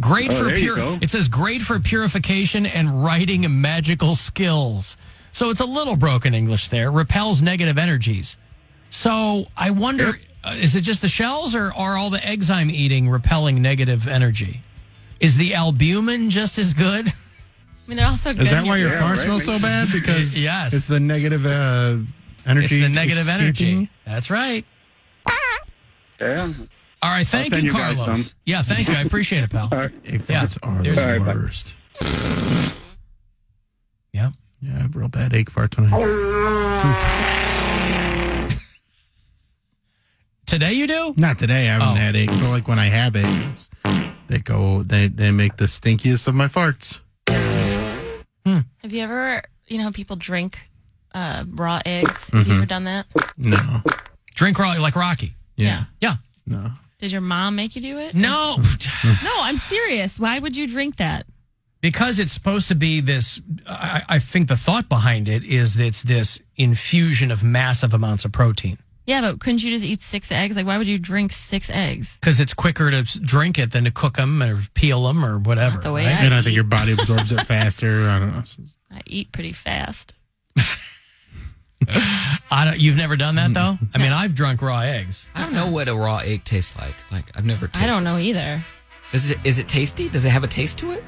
Speaker 9: Great
Speaker 4: Oh,
Speaker 9: for
Speaker 4: there you
Speaker 9: pure.
Speaker 4: go.
Speaker 9: It says great for purification and writing and magical skills. So it's a little broken English there. Repels negative energies. So I wonder, uh, is it just the shells, or are all the eggs I'm eating repelling negative energy? Is the albumin just as good? [laughs]
Speaker 7: I mean, they're also good
Speaker 10: Is that why your
Speaker 7: here.
Speaker 10: car smells so bad? Because
Speaker 9: [laughs] yes,
Speaker 10: it's the negative uh, energy.
Speaker 9: It's the negative energy.
Speaker 10: escaping?
Speaker 9: That's right.
Speaker 4: Yeah.
Speaker 9: All right. Thank
Speaker 10: send
Speaker 9: you,
Speaker 10: you guys
Speaker 9: Carlos.
Speaker 10: some.
Speaker 9: Yeah. Thank you. I appreciate it, pal.
Speaker 10: Apricots are
Speaker 9: there's-
Speaker 10: the worst.
Speaker 9: Yeah.
Speaker 10: Yeah, I have real bad ache farts when I.
Speaker 9: [laughs] Today you do? Oh.
Speaker 10: Not today. I haven't had ache, but like when I have aches, they go. They they make the stinkiest of my farts.
Speaker 7: Have you ever, you know, how people drink uh, raw eggs? Have you
Speaker 10: Mhm.
Speaker 7: ever done that?
Speaker 10: No.
Speaker 9: Drink raw like Rocky.
Speaker 10: Yeah.
Speaker 9: Yeah.
Speaker 10: No.
Speaker 7: Did your mom make you do it?
Speaker 9: No.
Speaker 7: No, I'm serious. Why would you drink that?
Speaker 9: because it's supposed to be this I, I think the thought behind it is that it's this infusion of massive amounts of protein
Speaker 7: Yeah, but couldn't you just eat six eggs? Like, why would you drink six eggs?
Speaker 9: because it's quicker to s- drink it than to cook them or peel them or whatever
Speaker 7: the way I
Speaker 10: and I think your body absorbs it faster. I don't know.
Speaker 7: I eat pretty fast.
Speaker 9: [laughs] I don't, you've never done that though i mean i've drunk raw eggs
Speaker 11: I don't know what a raw egg tastes like. Like I've never tasted.
Speaker 7: I don't know either.
Speaker 11: Is it is it tasty? Does it have a taste to it?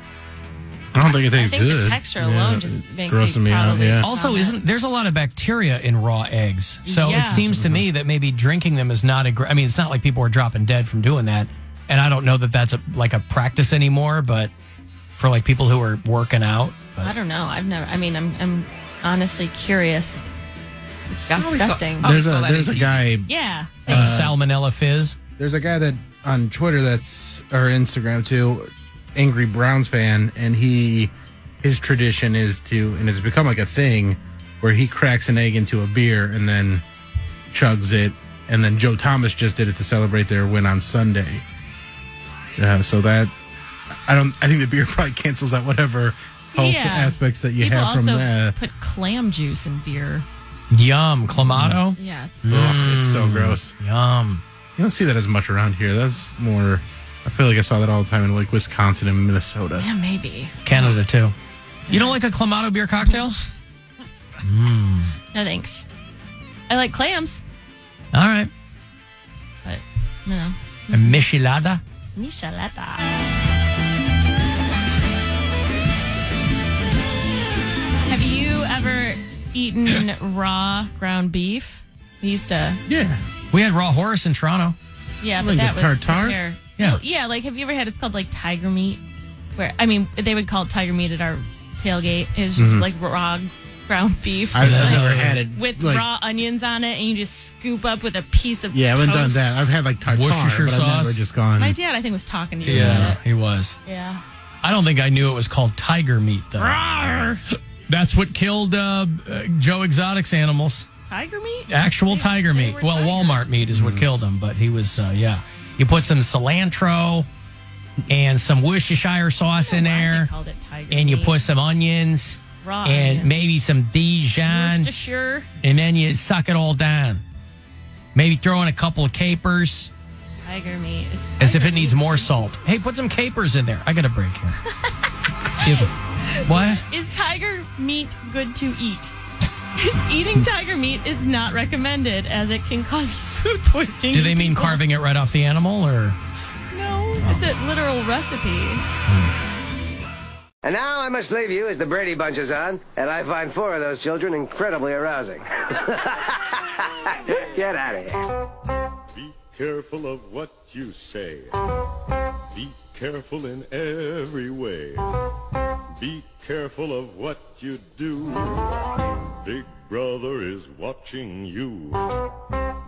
Speaker 10: I don't think it
Speaker 7: I
Speaker 10: tastes
Speaker 7: think the
Speaker 10: good.
Speaker 7: texture alone just
Speaker 10: it
Speaker 7: makes
Speaker 10: grosses
Speaker 7: you
Speaker 10: me out.
Speaker 7: probably-
Speaker 10: Yeah.
Speaker 9: also isn't there's a lot of bacteria in raw eggs so
Speaker 7: Yeah.
Speaker 9: it seems to me that maybe drinking them is not a gr- i mean it's not like people are dropping dead from doing that and i don't know that that's a, like a practice anymore but for like people who are working out
Speaker 7: I don't know. I've never. I mean, I'm. I'm honestly curious. It's
Speaker 11: I always saw-
Speaker 7: disgusting.
Speaker 10: There's a there's a guy.
Speaker 7: yeah.
Speaker 9: Uh, salmonella fizz.
Speaker 10: There's a guy that on Twitter that's or Instagram too, angry Browns fan, and he his tradition is to and it's become like a thing where he cracks an egg into a beer and then chugs it, and then Joe Thomas just did it to celebrate their win on Sunday. Yeah, so that I don't I think the beer [laughs] probably cancels out whatever health
Speaker 7: Yeah.
Speaker 10: aspects that you
Speaker 7: People
Speaker 10: have from
Speaker 7: also
Speaker 10: that.
Speaker 7: put clam juice in beer.
Speaker 9: Yum, clamato. Mm.
Speaker 7: Yeah, it's
Speaker 10: Ugh, it's so gross.
Speaker 9: Yum.
Speaker 10: You don't see that as much around here. That's more. I feel like I saw that all the time in like Wisconsin and Minnesota.
Speaker 7: Yeah, maybe.
Speaker 9: Canada too. You don't like a clamato beer cocktail?
Speaker 7: Hmm.
Speaker 9: Mm.
Speaker 7: No thanks. I like clams,
Speaker 9: All right.
Speaker 7: but you know,
Speaker 9: A michelada.
Speaker 7: michelada. Have you ever eaten raw ground beef? We used to.
Speaker 10: Yeah.
Speaker 9: We had raw horse in Toronto.
Speaker 7: Yeah, but
Speaker 9: Like
Speaker 7: that
Speaker 9: a
Speaker 7: was
Speaker 9: tartare?
Speaker 7: prepared.
Speaker 9: Yeah.
Speaker 7: Well, yeah. Like, have you ever had? It's called like tiger meat. Where I mean, they would call it tiger meat at our tailgate. It's just
Speaker 10: Mhm.
Speaker 7: like raw ground beef.
Speaker 10: I've
Speaker 7: like,
Speaker 10: never had it,
Speaker 7: with
Speaker 10: like-
Speaker 7: raw onions on it, and you just scoop up with a piece of.
Speaker 10: Yeah, I haven't done
Speaker 7: toast.
Speaker 10: that. I've had like tartare,
Speaker 9: Worcestershire
Speaker 10: but I've never
Speaker 9: sauce?
Speaker 10: just gone.
Speaker 7: My dad, I think, was talking to you.
Speaker 9: Yeah,
Speaker 7: About
Speaker 9: he was.
Speaker 7: it. Yeah.
Speaker 9: I don't think I knew it was called tiger meat, though. That's what killed uh, uh, Joe Exotic's animals.
Speaker 7: Tiger meat?
Speaker 9: Actual tiger meat. Well, Walmart meat is what killed him, but he was, uh, yeah. You put some cilantro and some Worcestershire sauce in there,
Speaker 7: Oh, Called it tiger.
Speaker 9: and you put some onions
Speaker 7: Raw
Speaker 9: and
Speaker 7: onions.
Speaker 9: maybe some Dijon,
Speaker 7: Worcestershire.
Speaker 9: and then you suck it all down. Maybe throw in a couple of capers.
Speaker 7: Tiger meat. is-
Speaker 9: As if it needs more salt. Hey, put some capers in there. I got a break
Speaker 7: [laughs]
Speaker 9: here. If- what?
Speaker 7: Is tiger meat good to eat? [laughs] Eating tiger meat is not recommended as it can cause [laughs] food poisoning.
Speaker 9: Do they mean carving it right off the animal or?
Speaker 7: No, it's a literal recipe.
Speaker 6: And now I must leave you as the Brady Bunch is on, and I find four of those children incredibly arousing. [laughs] [laughs] Get out of here.
Speaker 12: Careful of what you say. Be careful in every way. Be careful of what you do. Big brother is watching you.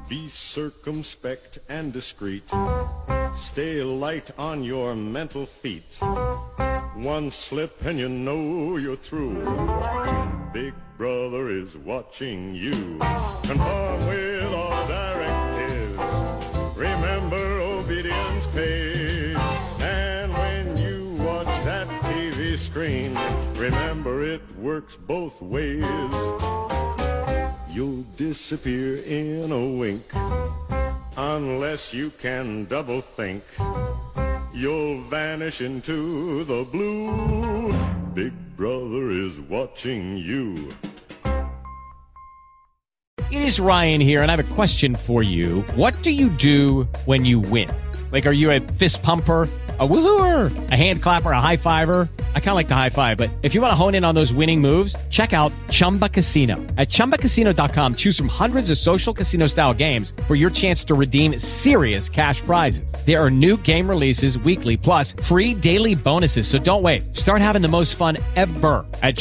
Speaker 12: Be circumspect and discreet. Stay light on your mental feet. One slip and you know you're through. Big brother is watching you. Conform with all directives. Remember obedience pays. And when you watch that TV screen, remember it works both ways. You'll disappear in a wink unless you can double think. You'll vanish into the blue. Big Brother is watching you.
Speaker 1: It is Ryan here, and I have a question for you. What do you do when you win? Like, are you a fist pumper? A woohooer, a hand clapper, a high fiver. I kind of like the high five, but if you want to hone in on those winning moves, check out Chumba Casino. At chumbacasino.com, choose from hundreds of social casino style games for your chance to redeem serious cash prizes. There are new game releases weekly, plus free daily bonuses. So don't wait. Start having the most fun ever at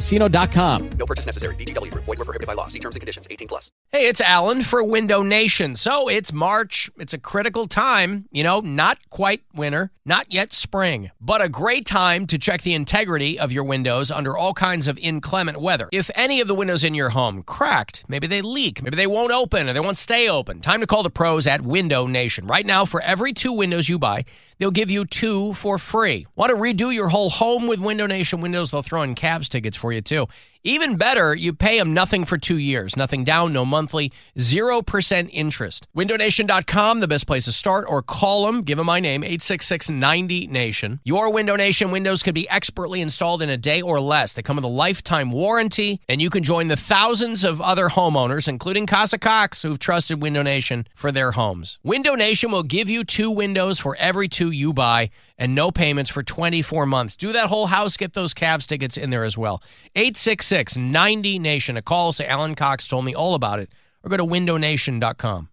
Speaker 1: chumbacasino.com.
Speaker 11: No purchase necessary. VGW Group. Void were prohibited by law. See terms and conditions. 18 plus.
Speaker 3: Hey, it's Alan for Window Nation. So it's March. It's a critical time. You know, not quite winter, not yet spring, but a great time to check the integrity of your windows under all kinds of inclement weather. If any of the windows in your home cracked, maybe they leak, maybe they won't open or they won't stay open, time to call the pros at Window Nation. Right now, for every two windows you buy, They'll give you two for free. Want to redo your whole home with Window Nation windows? They'll throw in cabs tickets for you too. Even better, you pay them nothing for two years, nothing down, no monthly, 0% interest. WindowNation.com, the best place to start, or call them, give them my name, 866-90-NATION. Your Window Nation windows can be expertly installed in a day or less. They come with a lifetime warranty, and you can join the thousands of other homeowners, including Casa Cox, who've trusted Window Nation for their homes. Window Nation will give you two windows for every two you buy and no payments for 24 months. Do that whole house. Get those Cavs tickets in there as well. 866 90 Nation. A call. Say Alan Cox told me all about it. Or go to windownation.com.